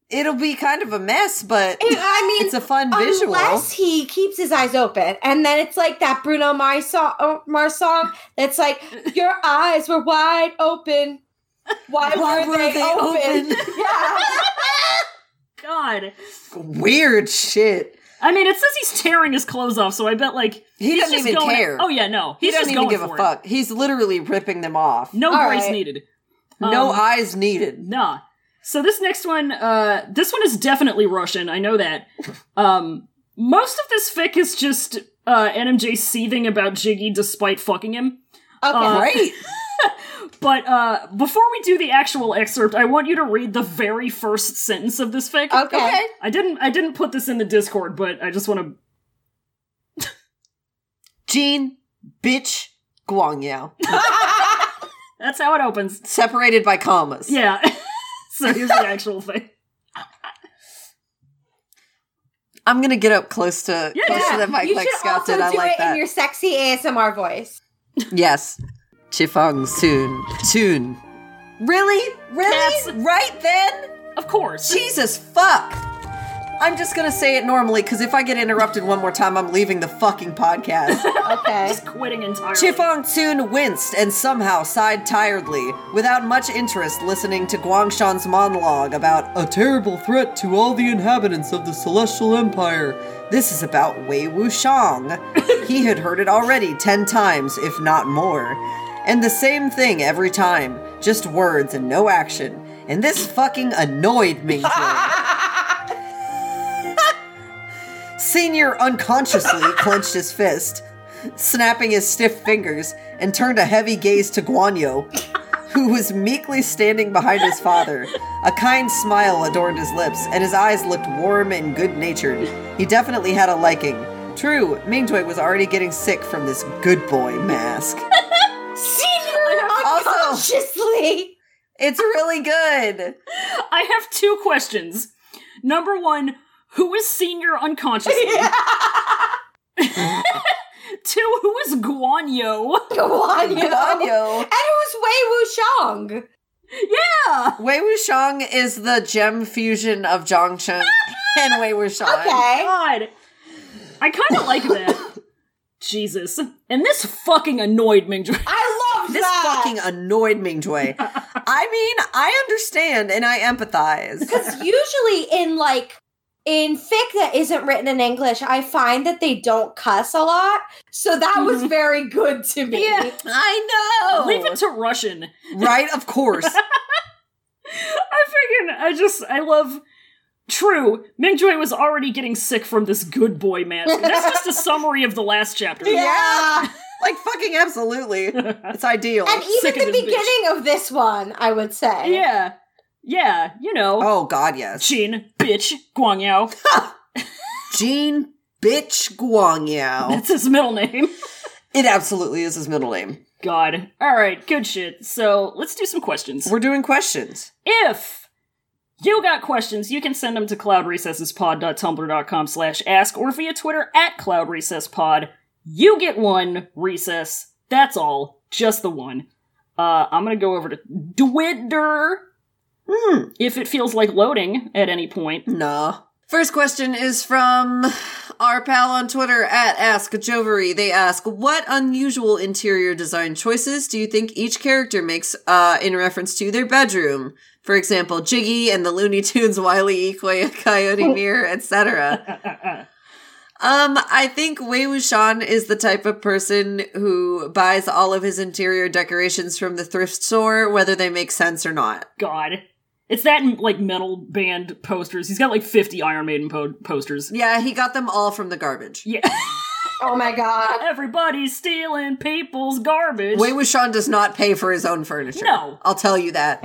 S2: It'll be kind of a mess, but
S3: And I mean,
S2: it's a fun visual.
S3: unless he keeps his eyes open, and then it's like that Bruno Mars song, uh, Mars song that's like,
S2: *laughs*
S3: "Your eyes were wide open. Why,
S2: Why
S3: were,
S2: were
S3: they,
S2: they
S3: open?"
S2: open?
S3: *laughs* yeah.
S1: God.
S2: Weird shit.
S1: I mean, it says he's tearing his clothes off, so I bet like
S2: He
S1: he's
S2: doesn't
S1: just
S2: even
S1: going-
S2: care.
S1: Oh yeah, no.
S2: He
S1: He's just
S2: doesn't even
S1: going
S2: give a
S1: for it.
S2: fuck. He's literally ripping them off.
S1: No
S3: All
S1: grace
S3: right.
S1: needed.
S2: No
S1: Um,
S2: eyes needed.
S1: Nah. So this next one, uh, this one is definitely Russian. I know that. Um, most of this fic is just uh, NMJ seething about Jiggy despite fucking him.
S3: Okay.
S1: Uh,
S3: *laughs*
S2: Great.
S1: But uh, before we do the actual excerpt, I want you to read the very first sentence of this fic.
S3: okay.
S1: I didn't. I didn't put this in the Discord, but I just want to.
S2: Jean, bitch, Guangyao.
S1: That's how it opens.
S2: Separated by commas.
S1: Yeah. *laughs* so here's the actual thing.
S2: I'm gonna get up close to
S1: Yeah,
S2: close
S1: yeah.
S2: to that mic
S3: you
S2: like
S3: should
S2: Scott
S3: also
S2: did. I
S3: do
S2: like
S3: it
S2: that.
S3: in your sexy ASMR voice.
S2: yes. Chifang soon. Soon. Really? Really?
S1: Cats.
S2: Right then?
S1: Of course.
S2: Jesus fuck. I'm just gonna say it normally because if I get interrupted one more time, I'm leaving the fucking podcast.
S3: Okay.
S1: Just quitting entirely.
S2: Chifong Tsun winced and somehow sighed tiredly, without much interest listening to Guangshan's monologue about a terrible threat to all the inhabitants of the Celestial Empire. This is about Wei Wuxiang. he had heard it already ten times, if not more. And the same thing every time just words and no action. And this fucking annoyed me. Senior unconsciously clenched his fist, snapping his stiff fingers, and turned a heavy gaze to Guanyo, who was meekly standing behind his father. A kind smile adorned his lips, and his eyes looked warm and good natured. He definitely had a liking. True, Mingdoi was already getting sick from this good boy mask.
S3: Senior
S2: Also- *laughs*
S3: unconsciously. *laughs*
S2: It's really good.
S1: I have two questions. Number one, who is senior
S3: *laughs*
S1: unconsciously? Two, who is Guanyo? *laughs*
S3: Go on, you know.
S2: Guanyo.
S3: And who's Wei Wuxiang?
S1: Yeah,
S2: Wei Wuxiang is the gem fusion of Zhangcheng and Wei Wuxiang.
S3: Okay.
S1: God, I kind of like that. Jesus, and this fucking annoyed Ming. Jue.
S3: I love
S2: This
S3: that.
S2: fucking annoyed Ming
S3: *laughs*
S2: Jue. I mean, I understand and I empathize.
S3: Because usually in like in fic that isn't written in English, I find that they don't cuss a lot. So that was very good to me.
S1: Mm-hmm. Yeah.
S2: I
S1: Leave it to Russian.
S2: Right, of course.
S1: I figured. I just. I love. True, Mingjoy was already getting sick from this good boy mask. That's just a summary of the last chapter.
S3: *laughs* Yeah.
S2: Like fucking absolutely. It's ideal.
S3: And e-
S1: Sick
S3: even
S1: of
S3: the
S1: this bitch.
S3: beginning of this one, I would say.
S1: yeah, yeah. You know,
S2: Oh god, yes.
S1: Chin, bitch, Guangyao.
S2: Jean bitch Guangyao.
S1: That's his middle name.
S2: It absolutely is his middle name.
S1: God. All right, good shit. So let's do some questions.
S2: We're doing questions.
S1: If you got questions, you can send them to cloudrecessespod.tumblr.com slash ask or via Twitter at cloudrecesspod. You get one recess. That's all. Just the one. Uh, I'm gonna go over to Dwidder
S2: Hmm.
S1: if it feels like loading at any point. *laughs*
S2: Nah. First question is from our pal on Twitter at Ask Jovery. They ask, "What unusual interior design choices do you think each character makes uh, in reference to their bedroom? For example, Jiggy and the Looney Tunes, *laughs* Wiley E. Coy- Coyote Mirror, etc." Um, I think Wei Wuxian is the type of person who buys all of his interior decorations from the thrift store, whether they make sense or not.
S1: God. It's that and, like metal band posters. He's got like 50 Iron Maiden po- posters.
S2: Yeah, he got them all from the garbage.
S1: Yeah.
S3: Oh my
S1: *laughs*
S3: god.
S1: Everybody's stealing people's garbage.
S2: Wei Wuxian does not pay for his own furniture.
S1: No.
S2: I'll tell you that.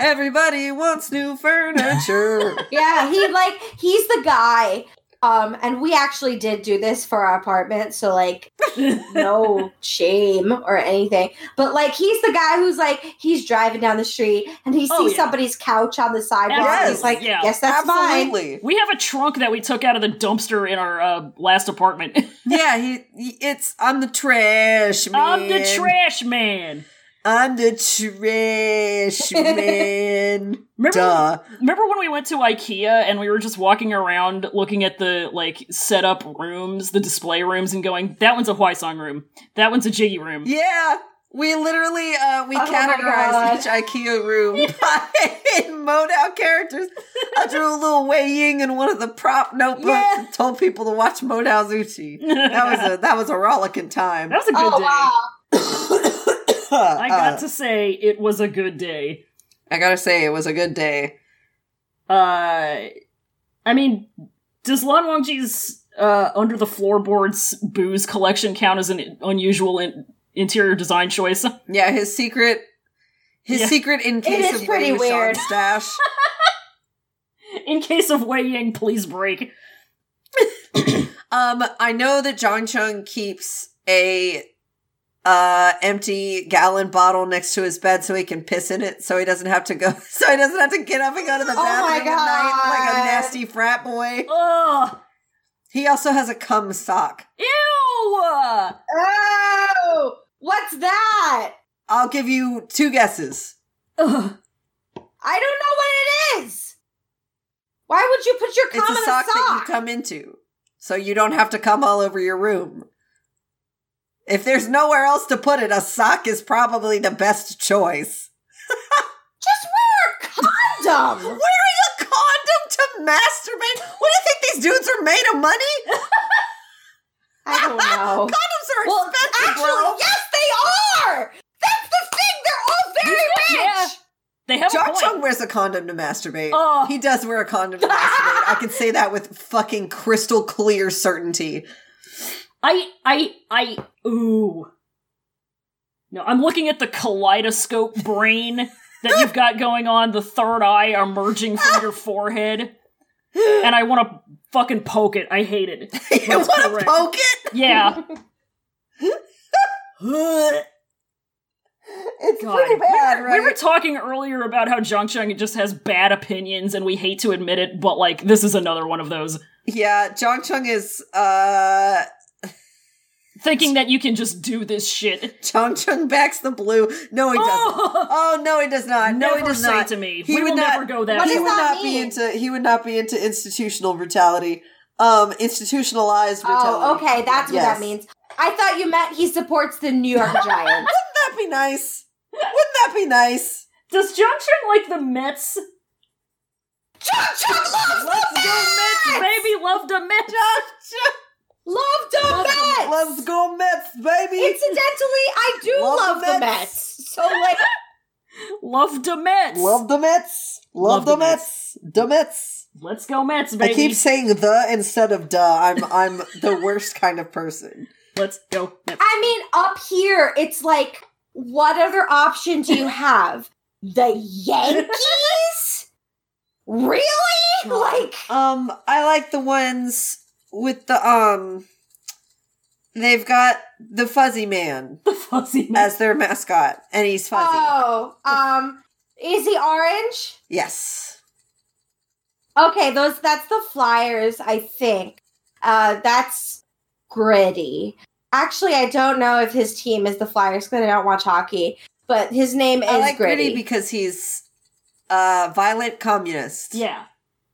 S2: Everybody wants new furniture.
S3: yeah, he like he's the guy. Um, and we actually did do this for our apartment, so like
S2: *laughs*
S3: no shame or anything. But like he's the guy who's like he's driving down the street and he sees
S1: Oh, yeah.
S3: somebody's couch on the sidewalk. and
S2: Yes,
S3: he's like,
S1: yeah.
S3: yes, that's mine.
S2: Absolutely.
S1: We have a trunk that we took out of the dumpster in our uh, last apartment. *laughs*
S2: Yeah, he, he- it's I'm the trash man.
S1: I'm the trash man.
S2: I'm the trash man.
S1: Remember,
S2: Duh.
S1: remember when we went to IKEA and we were just walking around looking at the like set up rooms, the display rooms, and going, that one's a Huaisong room, that one's a Jiggy room.
S2: Yeah. We literally uh we
S3: Oh my
S2: categorized
S3: God.
S2: each IKEA room by *laughs* in mode out characters. I drew a little Wei Ying in one of the prop notebooks
S3: Yeah.
S2: and told people to watch Modao Zuchi. That was a that was a rollicking time.
S1: *laughs* That
S2: Uh,
S1: was
S2: *coughs*
S1: a good
S3: Oh
S1: day.
S3: wow.
S1: I
S2: I
S1: got to say, it was a good day.
S2: I gotta say it was a good day.
S1: Uh, I mean, does Lan Wangji's uh, under the floorboards booze collection count as an unusual in- interior design choice? *laughs*
S2: Yeah, his secret his
S1: Yeah.
S2: secret in case
S3: is
S2: of
S3: pretty
S2: Wei Wuxian
S3: weird.
S2: stash.
S1: In case of Wei Yang, please break.
S2: *laughs* Um, I know that Zhang Chung keeps a uh empty gallon bottle next to his bed so he can piss in it so he doesn't have to go *laughs* so he doesn't have to get up and go to the
S3: Oh my
S2: bathroom at night like a
S3: God.
S2: nasty frat boy.
S1: Ugh!
S2: He also has a cum sock.
S1: Ew!
S3: Oh, what's that?
S2: I'll give you two guesses.
S1: Ugh.
S3: I don't know what it is. Why would you put your cum
S2: It's
S3: in
S2: a sock, that you
S3: sock?
S2: come into, so you don't have to come all over your room. If there's nowhere else to put it, a sock is probably the best choice.
S3: Just wear a condom.
S2: Wearing *laughs* a condom to masturbate? What do you think these dudes are made of money?
S3: I don't know.
S2: Condoms are
S3: well,
S2: expensive.
S3: actually,
S2: bro.
S3: yes, they are. That's the thing. They're all very rich.
S1: Yeah. They have a
S2: John
S1: point.
S2: Chung wears a condom to masturbate.
S1: Oh.
S2: He does wear a condom
S1: *laughs*
S2: to masturbate. I can say that with fucking crystal clear certainty. *laughs*
S1: I I I ooh. No, I'm looking at the kaleidoscope *laughs* brain that you've got going on, the third eye emerging from your forehead. And I want to fucking poke it. I hate
S2: *laughs*
S1: it.
S2: you
S1: That's
S2: want to
S1: correct.
S2: poke it? *laughs*
S1: Yeah.
S3: It's
S1: God. pretty
S3: bad,
S1: We were talking earlier about how Jongcheng just has bad opinions and we hate to admit it, but like this is another one of those
S2: Yeah, Jong Chung is uh
S1: thinking that you can just do this shit.
S2: *laughs* Jong Chung backs the blue. No, he doesn't. Oh no, he does not. No,
S1: never
S2: he does
S1: say
S2: not.
S1: to me.
S2: He
S1: we
S2: would
S1: will
S2: not-
S1: never go that
S3: What
S2: he
S3: does
S2: would
S3: that
S2: not
S3: mean?
S2: be into he would not be into institutional brutality. Um institutionalized brutality.
S3: Oh, okay. That's what
S2: Yes.
S3: that means. I thought you meant he supports the New *laughs* York Giants.
S2: Wouldn't that be nice? Wouldn't that be nice?
S1: Does Jongcheng like the Mets?
S3: Chuck Chuck loves the
S2: Let's go Mets!
S3: Mets.
S1: Baby loved the Mets.
S3: Love the Mets.
S2: Let's go Mets, baby!
S3: Incidentally, I do
S2: Love
S3: love,
S2: the
S3: the, Mets.
S2: Mets.
S3: So like,
S1: Loved the Mets.
S2: Love the Mets. Love,
S1: Love
S2: the
S1: the
S2: Mets. The Mets.
S1: Let's go Mets,
S2: I
S1: baby.
S2: keep saying the instead of duh. I'm I'm the worst kind of person.
S1: Let's go Mets. *laughs*
S3: I mean, up here, it's like, what other option do you have? The Yankees? really? Like,
S2: Um, I like the ones with the um. They've got the Fuzzy Man
S1: The fuzzy Mets.
S2: as their mascot, and he's fuzzy.
S3: oh, um, is he orange?
S2: yes.
S3: Okay, those that's the Flyers, I think. Uh, that's gritty. Actually, I don't know if his team is the Flyers because I don't watch hockey. But his name is
S2: I like
S3: gritty.
S2: Gritty because he's a violent communist
S1: yeah.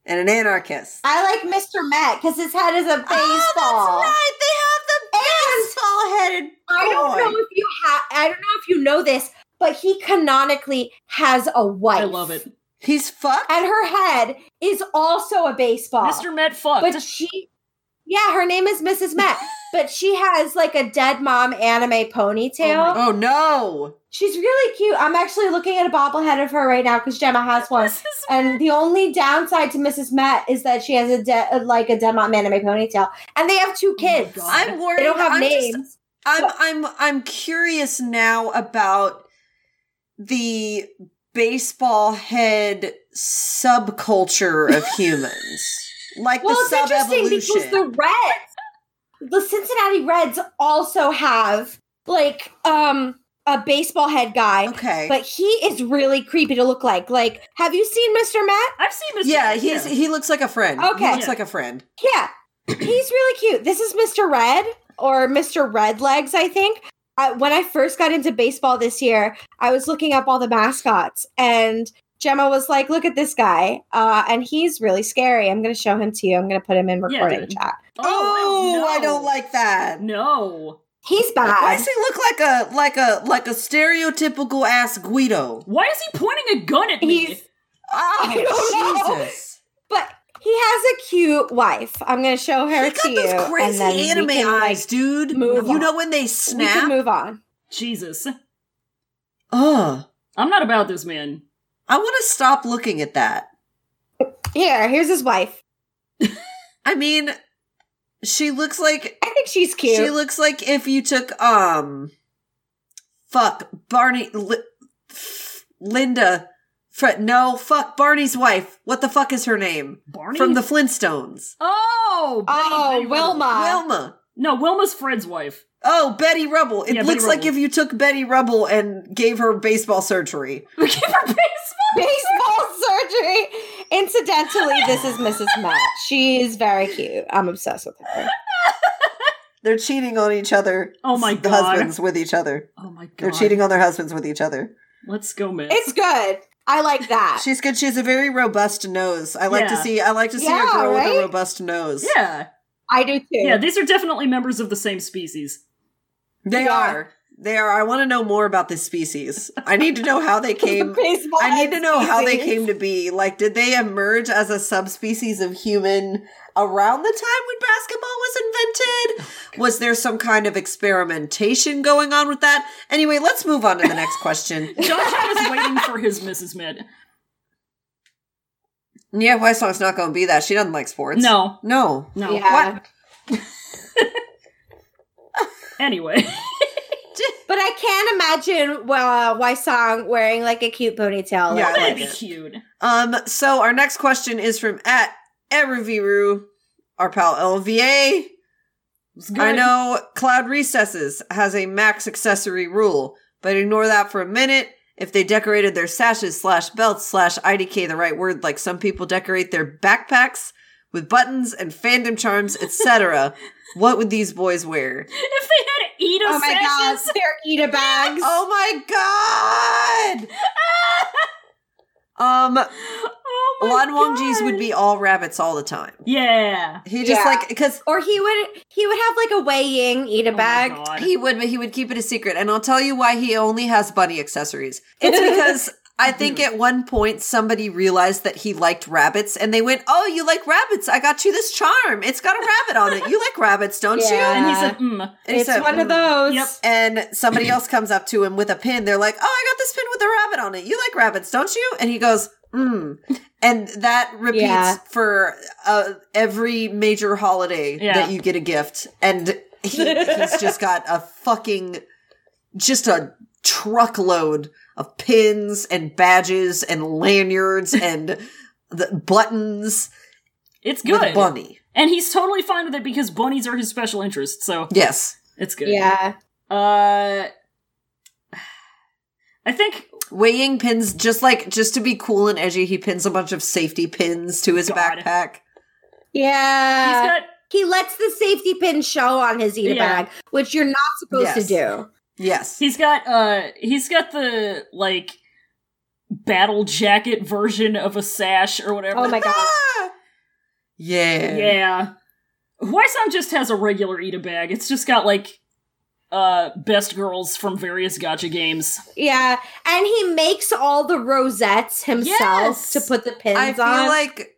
S2: and an anarchist. Ah,
S3: I like Mr. Met because his head
S1: Ah,
S3: is a baseball.
S2: right. They have the baseball headed.
S3: I don't know if you have. I don't know if you know this, but he canonically has a wife.
S1: I love it.
S2: He's fucked.
S3: And her head is also a baseball.
S1: Mr. Met fucked.
S2: *laughs*
S3: But she, yeah, her name is Mrs. Met,
S1: *laughs*
S3: but she has like a dead mom anime ponytail.
S2: Oh no.
S3: She's really cute. I'm actually looking at a bobblehead of her right now because Gemma has one.
S1: Mrs.
S3: And the only downside to Mrs. Met is that she has a de- like a dead mom anime ponytail, and they have two
S1: Oh my
S3: kids.
S1: God.
S2: I'm worried.
S3: they don't have
S2: I'm
S3: names.
S2: Just, I'm I'm I'm curious now about the baseball head subculture
S3: *laughs*
S2: of humans, like
S3: well,
S2: the
S3: it's interesting because
S2: sub-evolution.
S3: the Reds, the Cincinnati Reds, also have like um a baseball head guy,
S2: okay,
S3: but he is really creepy to look like. Like, have you seen Mr. Matt?
S1: I've seen Mr.
S2: yeah,
S1: Met,
S2: he's he looks like a friend. he
S3: Okay.
S2: looks like a friend.
S3: Yeah, he's really cute. This is Mr. Red or Mr. Red Legs, I think. I, when I first got into baseball this year, I was looking up all the mascots, and Gemma was like, "Look at this guy, uh, and he's really scary. I'm going to show him to you. I'm going to put him in
S1: Yeah,
S3: recording
S1: dude.
S3: chat.
S2: Oh,
S1: no.
S2: I don't like that.
S1: No.
S3: He's bad."
S2: Why does he look like a like a like a stereotypical ass Guido?
S1: Why is he pointing a gun at me?
S3: He's-
S2: Oh, *laughs*
S3: don't know.
S2: Jesus.
S3: But he has a cute wife. I'm gonna show her
S2: He
S3: to
S2: got
S3: you.
S2: those crazy
S3: and then we
S2: anime
S3: can, like,
S2: eyes, dude.
S3: move
S2: you
S3: on.
S2: know when they
S3: we can
S2: snap?
S3: move on.
S1: Jesus.
S2: Ugh.
S1: I'm not about this man.
S2: I want to stop looking at that.
S3: Here, here's his wife.
S2: I mean, she looks like
S3: I think she's cute.
S2: she looks like if you took um, fuck Barney, Li- f- Linda, Fred. No, fuck Barney's wife. What the fuck is her name
S1: Barney?
S2: from the Flintstones?
S1: Oh! Betty
S3: oh,
S1: Betty Rubble.
S3: Wilma.
S2: Wilma.
S1: No, Wilma's Fred's wife. *laughs*
S2: Oh, Betty Rubble. It
S1: Yeah, Betty
S2: looks like
S1: Rubble.
S2: if you took Betty Rubble and gave her baseball surgery.
S1: We give her baseball.
S3: Baseball *laughs* surgery. Incidentally, this is Mrs. Matt. She is very cute. I'm obsessed with her.
S2: They're cheating on each other.
S1: Oh my
S2: The
S1: God.
S2: Husbands with each other.
S1: Oh my god.
S2: They're cheating on their husbands with each other.
S1: Let's go, Mets.
S3: It's good. I like that.
S2: She's good. She has a very robust nose. I like to
S1: Yeah.
S2: see. I like to see
S3: Yeah,
S2: a girl with
S3: right?
S2: a robust nose.
S1: Yeah.
S3: I do too.
S1: Yeah, these are definitely members of the same species.
S2: they
S3: Yeah.
S2: are. They are. I want to know more about this species. I need to know how they came.
S3: Baseball
S2: I need to know how they
S3: species.
S2: came to be. Like, did they emerge as a subspecies of human around the time when basketball was invented? Was there some kind of experimentation going on with that? Anyway, let's move on to the next
S1: *laughs*
S2: question.
S1: Josh was waiting for his Mrs. Mid.
S2: Yeah, Weissong's not going to be that. She doesn't like sports.
S1: No,
S2: No.
S1: no.
S3: Yeah.
S1: Anyway,
S3: But I can imagine well, uh, Song wearing like a cute ponytail.
S2: Yeah, I
S1: that'd
S2: like
S1: be
S2: it.
S1: cute.
S2: Um, so our next question is from at Ereviru, our pal LVA.
S1: It's good.
S2: I know Cloud Recesses has a max accessory rule, but ignore that for a minute. If they decorated their sashes slash belts slash IDK the right word, like some people decorate their backpacks with buttons and fandom charms,
S1: *laughs*
S2: etc., what would these boys wear?
S1: If they had Edo
S3: Oh my god,
S1: sashes,
S3: they're Eda bags.
S2: Oh
S1: *laughs*
S2: my god! Um,
S1: oh my
S2: Lan Wangji's
S1: God.
S2: would be all rabbits all the time.
S1: Yeah.
S2: He just
S3: Yeah.
S2: like because
S3: Or he would he would have like a weighing Eda
S1: Oh my
S3: bag.
S1: God.
S2: he would he would keep it a secret, and I'll tell you why he only has bunny accessories. It's
S3: *laughs*
S2: because I think at one point somebody realized that he liked rabbits, and they went, "Oh, you like rabbits? I got you this charm. It's got a rabbit on it. You like rabbits, don't you?"
S3: Yeah.
S1: and he said, mm.
S2: And he
S3: It's
S2: said,
S3: one
S2: "Mm."
S3: of those.
S1: Yep.
S2: And somebody else comes up to him with a pin. They're like, "Oh, I got this pin with a rabbit on it. You like rabbits, don't you?" And he goes, "Hmm." And
S1: *laughs*
S2: that repeats
S3: Yeah.
S2: for uh, every major holiday
S1: Yeah.
S2: that you get a gift. And he,
S1: *laughs*
S2: he's just got a fucking, just a truckload of pins and badges and lanyards and the buttons
S1: It's
S2: with
S1: good.
S2: bunny.
S1: and he's totally fine with it because bunnies are his special interest, so
S2: Yes,
S1: it's good.
S3: Yeah.
S1: Uh, I think
S2: weighing pins just like just to be cool and edgy. He pins a bunch of safety pins to his
S1: God.
S2: backpack.
S1: he's
S3: Yeah.
S1: got.
S3: he lets the safety pin show on his Eda
S1: Yeah.
S3: bag, which you're not supposed to
S2: Yes.
S3: do.
S2: Yes.
S1: He's got. Uh, he's got the like battle jacket version of a sash or whatever.
S3: Oh my god.
S2: Ah! Yeah.
S1: Yeah. Huaisang just has a regular Eda bag. It's just got like uh best girls from various gotcha games.
S3: Yeah. And he makes all the rosettes himself
S1: Yes.
S3: to put the pins
S2: I feel
S3: on.
S2: like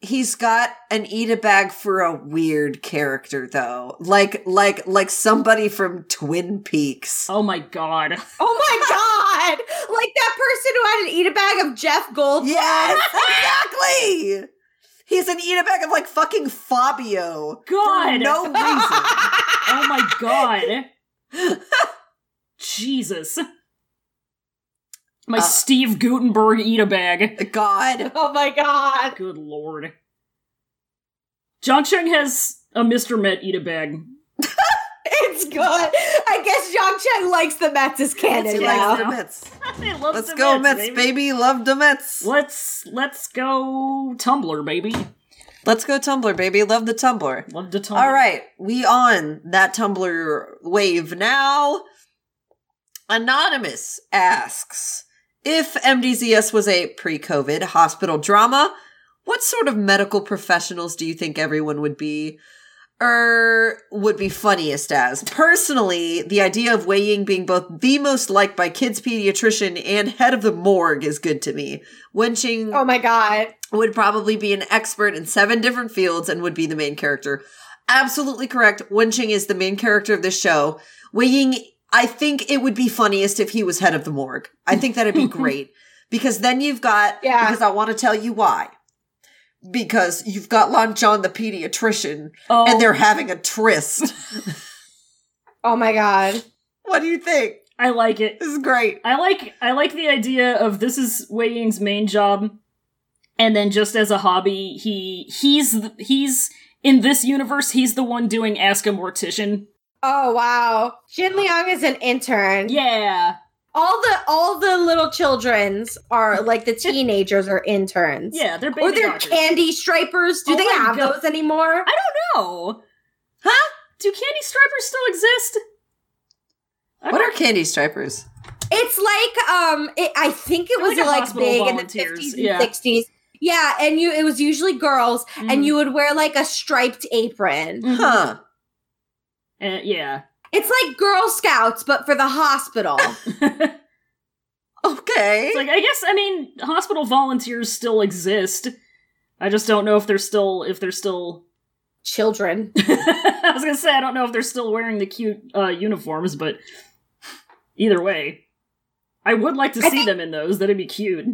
S2: he's got an eat a bag for a weird character though. Like like like somebody from Twin Peaks.
S1: Oh my god.
S3: oh
S2: *laughs*
S3: my god. Like that person who had an Eda bag of Jeff Gold.
S2: Yes, exactly. He's an eat a bag of like fucking Fabio. For
S1: God.
S2: no reason.
S3: *laughs*
S1: Oh my god. Jesus. My
S2: Uh,
S1: Steve Gutenberg Eda bag.
S2: God.
S3: Oh my god.
S1: Good lord. John Chung has a Mr. Met Eda bag.
S3: It's good. I guess Zhang Chen likes the Mets as
S2: He
S3: canon
S1: Yeah.
S2: likes
S3: now.
S2: the Mets.
S1: I love
S2: Let's
S1: the
S2: go Mets,
S1: baby.
S2: baby. Love the Mets.
S1: Let's let's go Tumblr, baby.
S2: Let's go Tumblr, baby. Love the Tumblr.
S1: Love to Tumblr.
S2: All right, we on that Tumblr wave now. Anonymous asks if MDZS was a pre-COVID hospital drama. What sort of medical professionals do you think everyone would be, or would be funniest as? Personally, the idea of Wei Ying being both the most liked by kids pediatrician and head of the morgue is good to me. Wenching
S3: Oh my god.
S2: would probably be an expert in seven different fields and would be the main character. Absolutely correct. Wenching is the main character of this show. Wei Ying, I think it would be funniest if he was head of the morgue. I think
S1: *laughs*
S2: that'd be great because then you've got,
S3: Yeah.
S2: because I want to tell you why. Because you've got Lon John, the pediatrician,
S1: Oh,
S2: and they're having a tryst. *laughs*
S3: Oh my god.
S2: what do you think?
S1: I like it.
S2: This is great.
S1: I like I like the idea of this is Wei Ying's main job, and then just as a hobby, he he's th- he's in this universe he's the one doing ask a mortician.
S3: Oh wow. Jin Liang is an intern.
S1: Yeah,
S3: All the all the little childrens
S1: *laughs*
S3: are like the teenagers are interns.
S1: yeah, they're baby
S3: Or they're
S1: doctors.
S3: candy stripers. Do
S1: Oh
S3: they
S1: my
S3: have
S1: God.
S3: those anymore?
S1: I don't know.
S2: Huh?
S1: Do candy strippers still exist? I
S2: What
S1: don't-
S2: are candy stripers?
S3: It's like um, it, I think it
S1: They're
S3: was
S1: like a
S3: like,
S1: hospital
S3: big in the
S1: volunteers,
S3: fifties
S1: yeah.
S3: and sixties. Yeah, and you it was usually girls,
S1: Mhm.
S3: and you would wear like a striped apron.
S1: Mhm.
S2: Huh.
S1: Uh, yeah.
S3: It's like Girl Scouts, but for
S1: *laughs*
S3: the hospital.
S1: it's
S2: Okay.
S1: like I guess I mean hospital volunteers still exist. I just don't know if they're still if they're still.
S3: Children.
S1: *laughs* I was gonna say I don't know if they're still wearing the cute uh, uniforms, but either way, I would like to
S3: I
S1: see
S3: think-
S1: them in those. That'd be cute.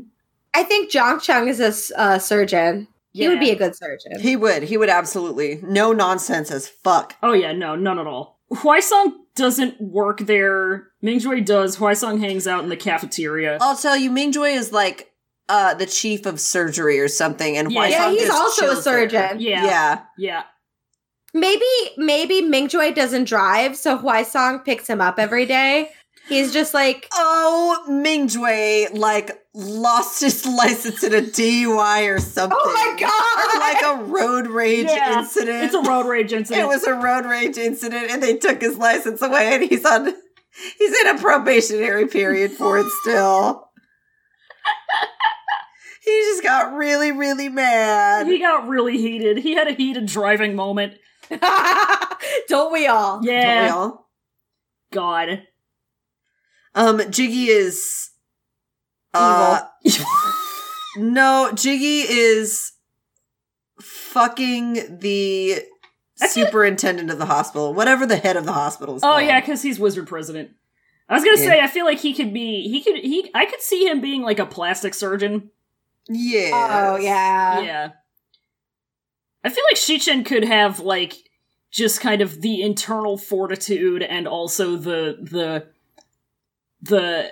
S3: I think Jong Chung is a s- uh, surgeon. He would
S1: Yeah.
S3: be a good surgeon.
S2: he would. He would absolutely. No nonsense as fuck.
S1: Oh yeah, no, none at all. Huaisong doesn't work there. Mingjoy does. Huaisong hangs out in the cafeteria.
S2: I'll tell you, Mingjoy is like uh the chief of surgery or something, and
S1: Yeah.
S2: Huaisong
S3: yeah, he's
S2: just
S3: also a
S2: chills there.
S3: surgeon.
S1: yeah, yeah,
S2: Yeah.
S3: Maybe maybe Mingjoy doesn't drive, so Huaisong picks him up every day. He's just like
S2: Oh, Mingjoy like lost his *laughs* license in a DUI or something.
S3: Oh my
S2: Or
S3: god!
S2: like a road rage
S1: Yeah,
S2: incident.
S1: It's a road rage incident.
S2: It was a road rage incident, and they took his license away, and he's on. He's in a probationary period for it
S1: *laughs*
S2: still. he just got really, really mad.
S1: he got really heated. He had a heated driving moment.
S3: *laughs* Oh, Don't we all?
S2: Don't we
S1: Yeah,
S2: all?
S1: God.
S2: Um, Jiggy is uh, No, Jiggy is fucking the
S1: I feel-
S2: superintendent of the hospital, whatever the head of the hospital is.
S1: oh
S2: called.
S1: yeah, because he's wizard president. I was gonna
S2: Yeah.
S1: say I feel like he could be. He could. He. I could see him being like a plastic surgeon.
S2: yeah.
S3: Oh yeah.
S1: yeah. I feel like Shichen could have like just kind of the internal fortitude and also the the the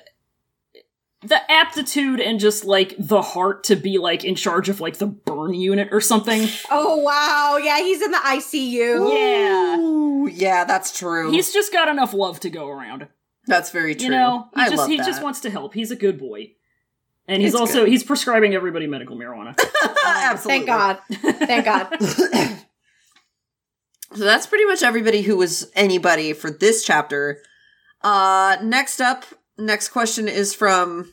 S1: the aptitude and just like the heart to be like in charge of like the burn unit or something.
S3: Oh wow. Yeah, he's in the ICU.
S1: Yeah.
S2: Ooh, yeah, that's true.
S1: He's just got enough love to go around.
S2: that's very true.
S1: You know, he
S2: I
S1: just
S2: love
S1: he
S2: that.
S1: just wants to help. He's a good boy. And he's
S2: It's
S1: also
S2: good.
S1: he's prescribing everybody medical
S2: *laughs*
S1: marijuana.
S2: *laughs* Absolutely.
S3: Thank God.
S2: *laughs*
S3: Thank God.
S2: so that's pretty much everybody who was anybody for this chapter. Uh next up, next question is from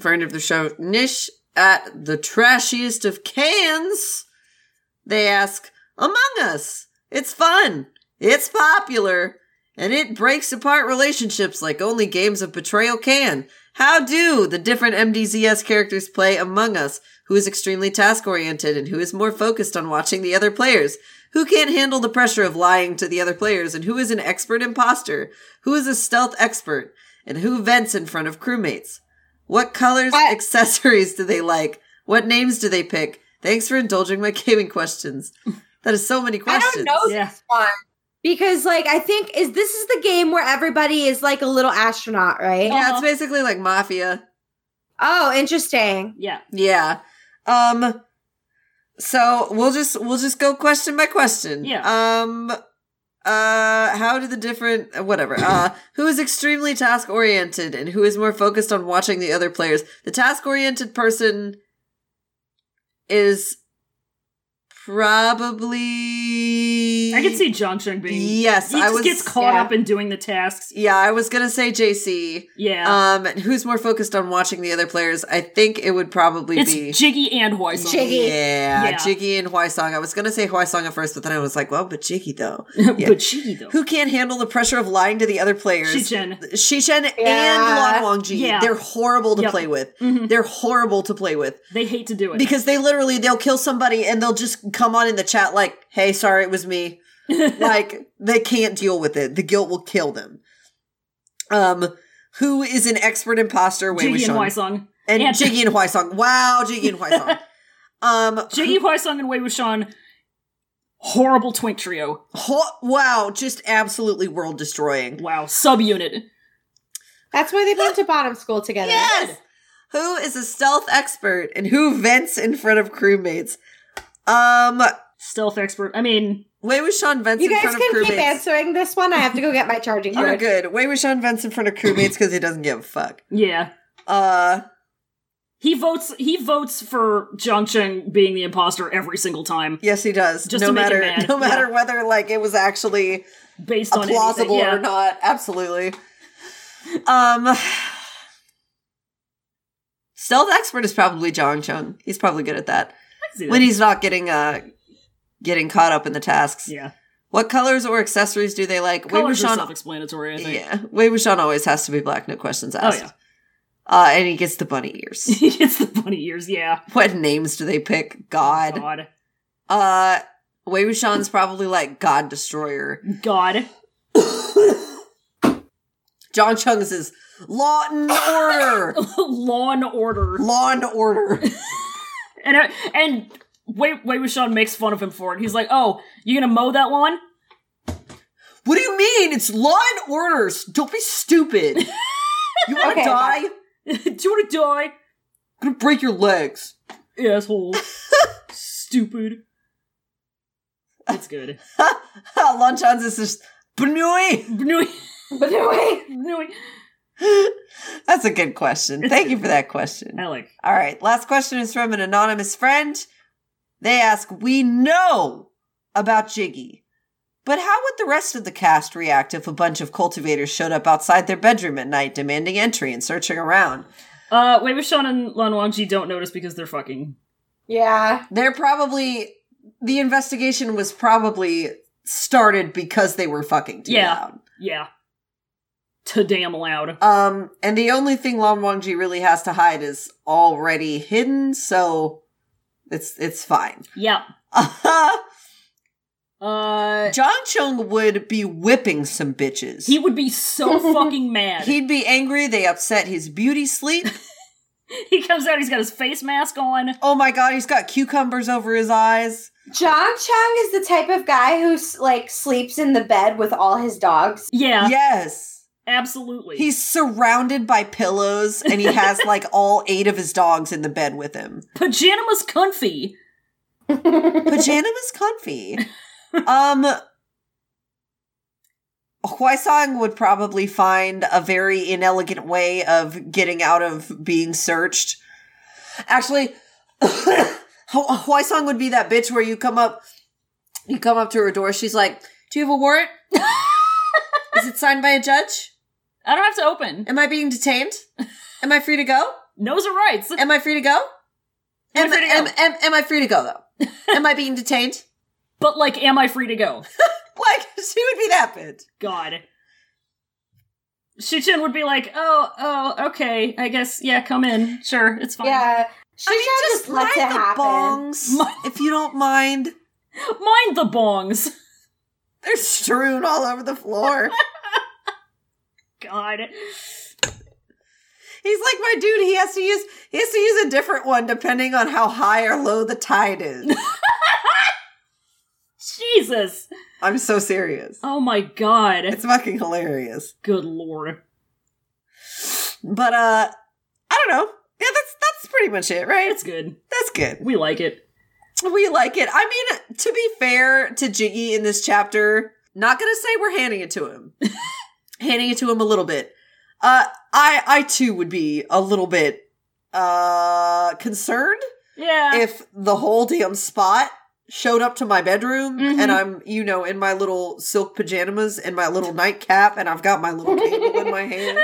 S2: friend of the show, Nish at the trashiest of cans. They ask, Among Us. It's fun. It's popular. And it breaks apart relationships like only games of betrayal can. How do the different MDZS characters play Among Us? Who is extremely task oriented and who is more focused on watching the other players? Who can't handle the pressure of lying to the other players? And who is an expert imposter? Who is a stealth expert? And who vents in front of crewmates? What colors,
S3: I-
S2: accessories do they like? What names do they pick? Thanks for indulging my *laughs* gaming questions. That is so many
S3: I
S2: questions.
S3: don't know
S1: Yeah.
S3: this one. Because like I think is this is the game where everybody is like a little astronaut, right?
S2: Yeah,
S1: Uh-huh.
S2: it's basically like mafia.
S3: Oh, interesting.
S1: yeah.
S2: Yeah. Um so we'll just we'll just go question by question.
S1: Yeah.
S2: Um uh how do the different uh, whatever.
S1: *coughs*
S2: Uh who is extremely task oriented and who is more focused on watching the other players? The task oriented person is probably
S1: I could see John Chung being
S2: Yes,
S1: he
S2: I
S1: just
S2: was
S1: gets caught
S3: yeah.
S1: up in doing the tasks.
S2: Yeah, I was going to say JC.
S1: Yeah.
S2: Um, and who's more focused on watching the other players? I think it would probably
S1: it's
S2: be
S1: Jiggy and Huaisong.
S3: Jiggy.
S2: Yeah,
S1: Yeah.
S2: Jiggy and Huaisong. I was gonna say Huaisong at first, but then I was like, well, but Jiggy though,
S1: *laughs*
S2: Yeah.
S1: but Jiggy though.
S2: who can't handle the pressure of lying to the other players?
S1: Shichen.
S2: Shichen
S3: Yeah.
S2: and Lan Wangji.
S1: Yeah.
S2: They're horrible to
S1: Yep.
S2: play with.
S1: Mhm.
S2: They're horrible to play with
S1: They hate to do it. *laughs*
S2: because they literally they'll kill somebody and they'll just come on in the chat like, "Hey, sorry, it was me." like they can't deal with it. The guilt will kill them. Um, who is an expert imposter? Wei
S1: Jiggy and
S2: Wuxian.
S1: Huaisong.
S2: and
S1: And-
S2: Jiggy and Huaisong. Wow, Jiggy and Huaisong. um,
S1: Jiggy, Huaisong, and Wei Wuxian. Horrible twink trio.
S2: Ho- wow, just absolutely world destroying.
S1: Wow. Subunit.
S3: That's why they went to bottom school together.
S2: Yes! Who is a stealth expert and who vents in front of crewmates? Um,
S1: Stealth expert. I mean,
S2: Wei Wuxian vents
S3: You
S2: in
S3: guys
S2: front of
S3: can keep
S2: crewmates.
S3: answering this one. I have to go get
S2: *laughs*
S3: my charging
S2: You're
S3: cord.
S2: good. Wei Wuxian vents in front of crewmates because he doesn't give a fuck.
S1: yeah.
S2: Uh,
S1: He votes he votes for Zhang Cheng being the imposter every single time,
S2: yes, he does.
S1: Just
S2: no
S1: to make him
S2: matter,
S1: mad.
S2: no matter
S1: Yeah.
S2: whether like it was actually
S1: based
S2: a
S1: on anything.
S2: plausible
S1: Yeah.
S2: or not. Absolutely. Um, Stealth expert is probably Jong Chun. He's probably good at that. When he's not getting uh getting caught up in the tasks.
S1: yeah,
S2: What colors or accessories do they like? Wei
S1: colors are
S2: Wuxian-
S1: self-explanatory. I think.
S2: Yeah. Wei Wuxian always has to be black, no questions
S1: Oh
S2: asked.
S1: yeah,
S2: Uh and he gets the bunny
S1: *laughs*
S2: ears.
S1: he gets the bunny ears. Yeah,
S2: what names do they pick? God.
S1: God,
S2: Uh Wei Wuxian's probably like God Destroyer.
S1: God. *laughs*
S2: John Chung's is Law and Order.
S1: Law and Order.
S2: Law and Order.
S1: And I, and Wei Wei Wuxian makes fun of him for it. He's like, "Oh, you gonna mow that lawn? *laughs*
S2: What do you mean? It's Law and Order. Don't be stupid. You want to
S3: Okay.
S2: die?
S1: Do you want to die,
S2: gonna break your legs. *laughs*
S1: asshole? Stupid." That's good.
S2: *laughs* Lon Chan's is just Benui.
S1: Bnui,
S3: But anyway,
S1: bnui.
S2: *laughs* That's a good question. Thank you for that question.
S1: Alec,
S2: All right, last question is from an anonymous friend. They ask, "We know about Jiggy, but how would the rest of the cast react if a bunch of cultivators showed up outside their bedroom at night, demanding entry and searching around?
S1: uh, Wei Wuxian and Lan Wangji don't notice because they're fucking.
S3: yeah.
S2: They're probably the investigation was probably started because they were fucking too
S1: Yeah.
S2: loud."
S1: Yeah, to damn loud.
S2: Um, and the only thing Lan Wangji really has to hide is already hidden, so it's it's fine. *laughs*
S1: Yeah. Uh,
S2: John Chung would be whipping some bitches.
S1: he would be so fucking mad.
S2: He'd be angry. They upset his beauty
S1: *laughs*
S2: sleep.
S1: he comes out. He's got his face mask on.
S2: oh my god, he's got cucumbers over his eyes.
S3: John Chung is the type of guy who like sleeps in the bed with all his dogs.
S2: *laughs*
S1: Yeah,
S2: yes,
S1: absolutely.
S2: he's surrounded by pillows, and he
S1: *laughs*
S2: has like all eight of his dogs in the bed with him.
S1: pajamas comfy. *laughs*
S2: Pajamas comfy. Um Huaisang would probably find a very inelegant way of getting out of being searched. Actually, *coughs* Huaisang would be that bitch where you come up you come up to her door, she's like, Do you have a warrant?
S1: *laughs*
S2: Is it signed by a judge?
S1: I don't have to open.
S2: Am I being detained? Am I free to go?
S1: Nose are rights.
S2: Am I free to go?
S1: Am I
S2: Am,
S1: free to go?
S2: am, am, am I free to go though? Am I being detained?
S1: But like, am I free to go?
S2: Like *laughs* she would be that bitch.
S1: God. Shuchen would be like, oh, oh, okay, I guess, yeah, come in. Sure, it's fine.
S3: Yeah. She
S2: I mean,
S3: just,
S2: just
S3: lets it
S2: mind the
S3: happen. *laughs*
S2: bongs, if you don't mind.
S1: Mind the bongs.
S2: They're strewn all over the
S3: *laughs*
S2: floor.
S1: God.
S2: He's like my dude. He has to use he has to use a different one depending on how high or low the tide
S3: *laughs*
S2: is.
S1: Jesus.
S2: I'm so serious.
S1: Oh my god.
S2: It's fucking hilarious.
S1: Good lord.
S2: But uh, I don't know. Yeah, that's that's pretty much it, right?
S1: It's good.
S2: That's good.
S1: We like it.
S2: We like it. I mean, to be fair to Jiggy in this chapter, not gonna say we're handing it to *laughs* him. handing it to him a little bit. Uh I I too would be a little bit uh concerned
S1: Yeah.
S2: if the whole damn spot showed up to my bedroom
S1: Mhm.
S2: and I'm, you know, in my little silk pajamas and my little nightcap and I've got my little cable in my *laughs* hand.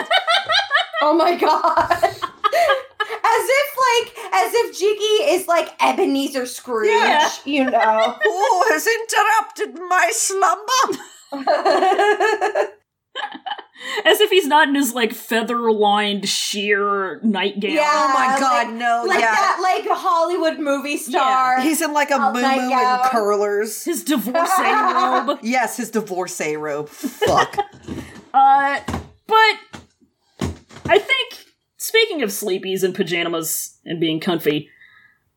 S3: Oh my god. *laughs* as if like as if Jiggy is like Ebenezer Scrooge,
S1: Yeah.
S3: you know. *laughs*
S2: Who has interrupted my slumber?
S1: *laughs* As if he's not in his, like, feather lined sheer nightgown.
S3: Yeah.
S2: Oh my
S3: Uh,
S2: god,
S3: like-
S2: no,
S3: like
S2: yeah.
S3: that like Hollywood movie star.
S2: He's in like a
S3: Oh
S2: moo
S3: my
S2: moo and
S3: God.
S2: curlers.
S1: His
S3: *laughs*
S1: divorcee robe.
S2: Yes, his divorcee
S1: *laughs*
S2: robe. Fuck.
S1: Uh, but I think speaking of sleepies and pajamas and being comfy,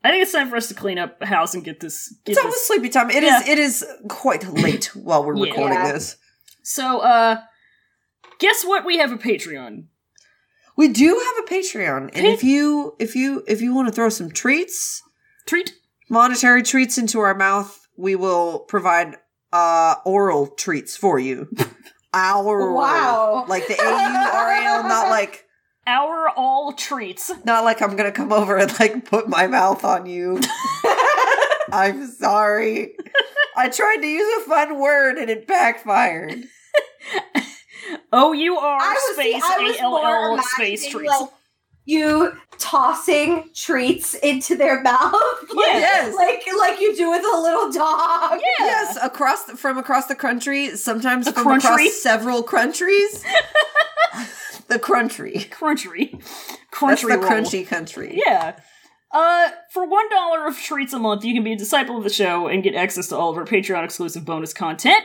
S1: I think it's time for us to clean up the house and get this. Get
S2: it's almost
S1: this.
S2: sleepy time. It is.
S1: Yeah.
S2: It is quite late while we're
S1: Yeah.
S2: recording
S3: Yeah.
S2: this.
S1: So, uh, guess what? We have a Patreon.
S2: We do have a Patreon, and
S1: Hey.
S2: if you if you if you want to throw some treats,
S1: Treat.
S2: monetary treats into our mouth, we will provide uh oral treats for
S1: *laughs*
S2: you. Our
S3: Wow.
S2: like the A U R A
S1: *laughs*
S2: L, not like
S1: Our all treats.
S2: not like I'm gonna come over and like put my mouth
S1: *laughs*
S2: on you. I'm sorry. I tried to use a fun word and it backfired.
S1: O U R
S3: I was, see,
S1: space
S3: I was
S1: A L
S3: more
S1: L
S3: imagining,
S1: space treats.
S3: Like, you tossing treats into their *laughs* mouth. like,
S2: *laughs* Yes.
S3: like like you do with a little dog.
S1: Yeah.
S2: Yes, across the, from across the country, sometimes
S1: The
S2: from
S1: country?
S2: across several *laughs* countries. the country.
S1: Crunchy.
S2: That's
S1: Crunchy
S2: the
S1: roll.
S2: crunchy country.
S1: Yeah. Uh, for one dollar of treats a month, you can be a disciple of the show and get access to all of our Patreon exclusive bonus content,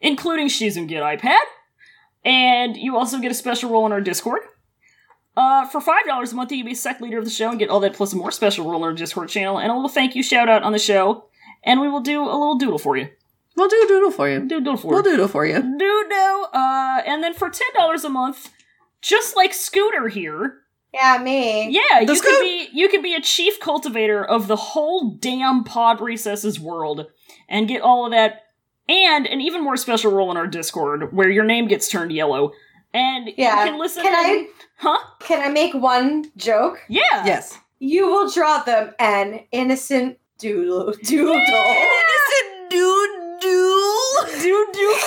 S1: including Shizum Get iPad, and you also get a special role in our Discord. Uh, for five dollars a month, you can be a sec leader of the show and get all that plus a more special role in our Discord channel and a little thank you shout out on the show, and we will do a little doodle for you.
S2: We'll do a doodle for you.
S1: Do a doodle for you.
S2: We'll doodle for you.
S1: do do. Uh, and then for ten dollars a month, just like Scooter here,
S3: Yeah, me.
S1: yeah, you
S2: Scoot.
S1: could be you could be a chief cultivator of the whole damn pod recesses world and get all of that and an even more special role in our Discord where your name gets turned yellow and
S3: Yeah.
S1: you can listen
S3: Can
S1: in-
S3: I
S1: Huh?
S3: can I make one joke?
S1: Yeah.
S2: Yes.
S3: You will draw them an innocent doodle *laughs*
S2: *laughs*
S3: doodle.
S2: Innocent doodle.
S1: Do do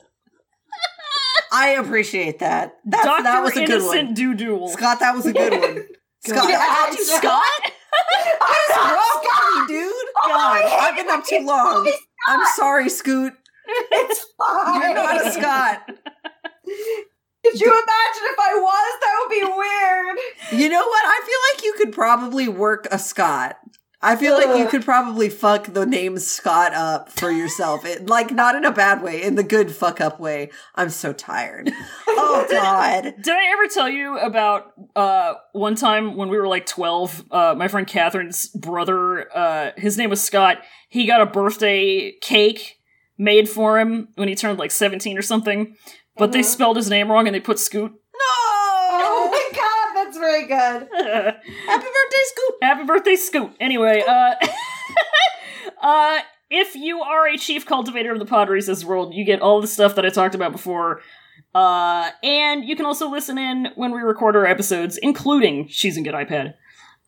S2: *laughs* I appreciate that. That's,
S1: Doctor
S2: that was a good
S1: Innocent
S2: one.
S1: Do Doodle.
S2: Scott, that was a *laughs* good one. Scott,
S3: Yeah,
S2: I called you
S3: Scott.
S2: Scott? *laughs*
S3: I'm
S2: What's
S3: not
S2: wrong with
S3: Scott.
S2: you, dude?
S3: Oh,
S2: God,
S3: I hate
S2: I've been up too long.
S3: It's
S2: I'm sorry, Scoot.
S3: It's fine.
S2: You're not a Scott.
S3: Could you imagine if I was? That would be
S2: *laughs*
S3: weird.
S2: You know what? I feel like you could probably work a Scott. I feel like you
S3: Ugh.
S2: could probably fuck the name Scott up for yourself. It, like, not in a bad way, in the good fuck up way. I'm so tired. Oh, God.
S1: Did I ever tell you about uh, one time when we were like 12? Uh, my friend Catherine's brother, uh, his name was Scott, he got a birthday cake made for him when he turned like 17 or something, but they
S3: Mhm.
S1: spelled his name wrong and they put Scoot.
S2: No!
S3: Oh my god, that's very good.
S2: Happy birthday, Scoot!
S1: Happy birthday, Scoot. Anyway, uh, *laughs* uh, if you are a chief cultivator of the Pod Races world, you get all the stuff that I talked about before. Uh, and you can also listen in when we record our episodes, including She's in Good iPad.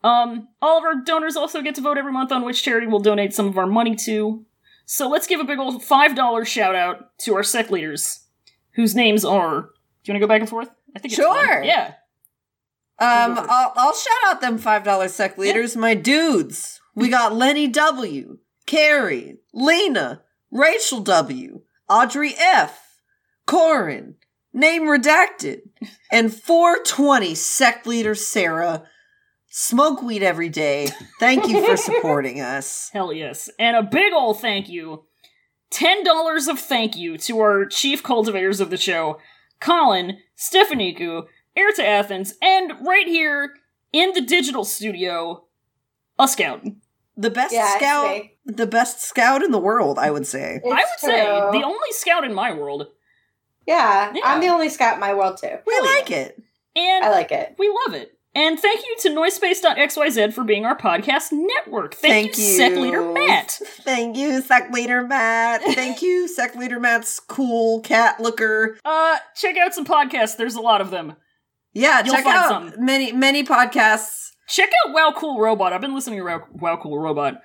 S1: Um, all of our donors also get to vote every month on which charity we'll donate some of our money to. So let's give a big old $5 shout out to our sec leaders, whose names are. Do you want to go back and forth? I think it's fine.
S2: Sure.
S1: Yeah.
S2: Um, I'll, I'll shout out them $5 sec leaders, my dudes. We got Lenny W., Carrie, Lena, Rachel W., Audrey F., Corin, name redacted, and 420 sect leader Sarah. Smoke weed every day. Thank you
S3: *laughs*
S2: for supporting us.
S1: Hell yes. And a big ol' thank you. $10 of thank you to our chief cultivators of the show, Colin, Stefaniku, Air to Athens, and right here in the digital studio, a scout.
S2: The best
S3: Yeah, it's
S2: scout,
S3: me.
S2: the best scout in the world, I would say.
S1: I would
S3: It's
S1: say
S3: true.
S1: the only scout in my world.
S3: yeah,
S1: Yeah.
S3: I'm the only Scott in my world too.
S2: We
S1: Hell yeah.
S2: like it.
S1: And
S3: I like it.
S1: we love it. And thank you to Noisepace.xyz for being our podcast network. Thank,
S2: Thank
S1: you, Sec
S2: you.
S1: Leader Matt.
S2: Thank you, sec leader Matt.
S1: *laughs*
S2: Thank you, sec leader Matt's cool cat looker.
S1: Uh, check out some podcasts. There's a lot of them.
S2: Yeah,
S1: You'll
S2: check
S1: find
S2: out
S1: some.
S2: many many podcasts.
S1: Check out Wow Cool Robot. I've been listening to Wow, wow Cool Robot.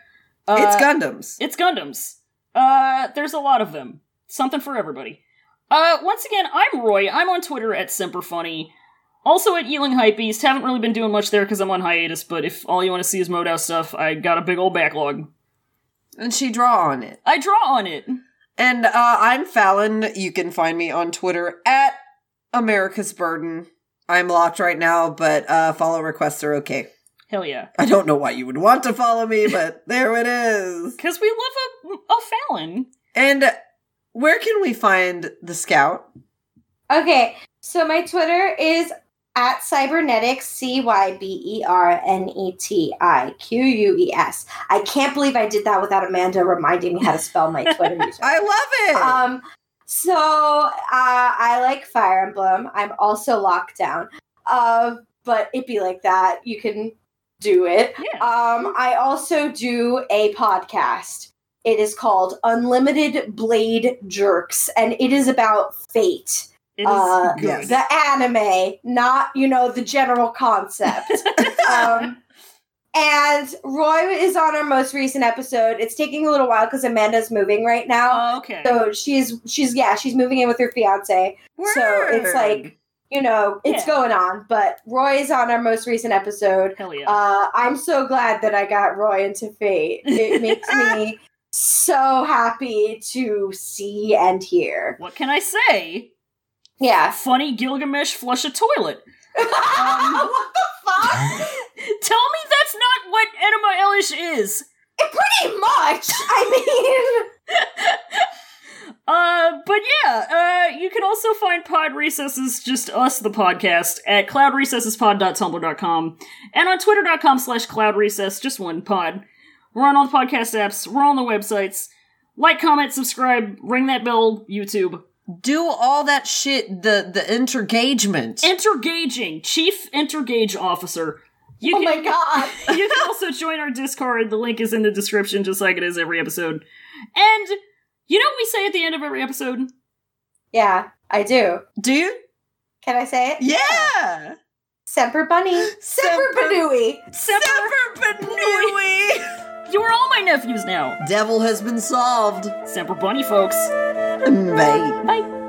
S1: Uh,
S2: it's Gundams.
S1: It's Gundams. Uh, there's a lot of them. Something for everybody. Uh, once again, I'm Roy. I'm on Twitter at SemperFunny. Also at Ealing Hypebeast. Haven't really been doing much there because I'm on hiatus, but if all you want to see is Modow stuff, I got a big old backlog.
S2: and she draw on it.
S1: I draw on it.
S2: And uh, I'm Fallon. You can find me on Twitter at America's Burden. I'm locked right now, but uh, follow requests are okay.
S1: Hell yeah.
S2: I don't know why you would want to
S1: *laughs*
S2: follow me, but there it is.
S1: Because we love a, a Fallon.
S2: And where can we find the scout?
S3: Okay, so my Twitter is at cybernetics c y b e r n e t i q u e s. I can't believe I did that without Amanda reminding me how to spell my Twitter user.
S2: I love *laughs* it.
S3: Um, so uh, I like Fire Emblem. I'm also locked down. Uh, but it be like that. You can do it.
S1: Yeah.
S3: Um, I also do a podcast. It is called Unlimited Blade Jerks, and it is about fate,
S1: it is
S3: uh,
S1: good. *laughs*
S3: the anime, not you know the
S1: *laughs*
S3: general concept. um, and Roy is on our most recent episode. It's taking a little while because Amanda's moving right now.
S1: Oh, okay.
S3: So she's she's yeah she's moving in with her fiance. So it's
S2: Word.
S3: like you know, it's
S1: Yeah.
S3: going on. But Roy is on our most recent episode.
S1: Hell yeah.
S3: Uh, I'm so glad that I got Roy into Fate. It makes me so happy to see and hear.
S1: what can I say?
S3: Yeah.
S1: Funny Gilgamesh flush a toilet.
S3: *laughs* what the fuck?
S1: Tell me that's not what Enema Elish is.
S3: Pretty much. I mean,
S1: Uh, but yeah, uh, you can also find Pod Recesses, just us, the podcast, at cloudrecessespod.tumblr.com and on twitter.com slash cloudrecess, just one pod. We're on all the podcast apps, we're on the websites. Like, comment, subscribe, ring that bell, YouTube.
S2: Do all that shit, the the intergagement.
S1: Intergaging, Chief Intergage Officer. You
S3: oh
S1: can,
S3: my *laughs*
S1: *laughs*
S3: god.
S1: you can also join our Discord. The link is in the description, just like it is every episode. And you know what we say at the end of every episode?
S3: Yeah, I do.
S2: Do you?
S3: Can I say it?
S2: Yeah!
S3: Semper Bunny. Semper Panui.
S2: Semper Benui!
S1: You are all my nephews now.
S2: Devil has been solved.
S1: Semper Bunny, folks.
S2: Bye.
S1: Bye.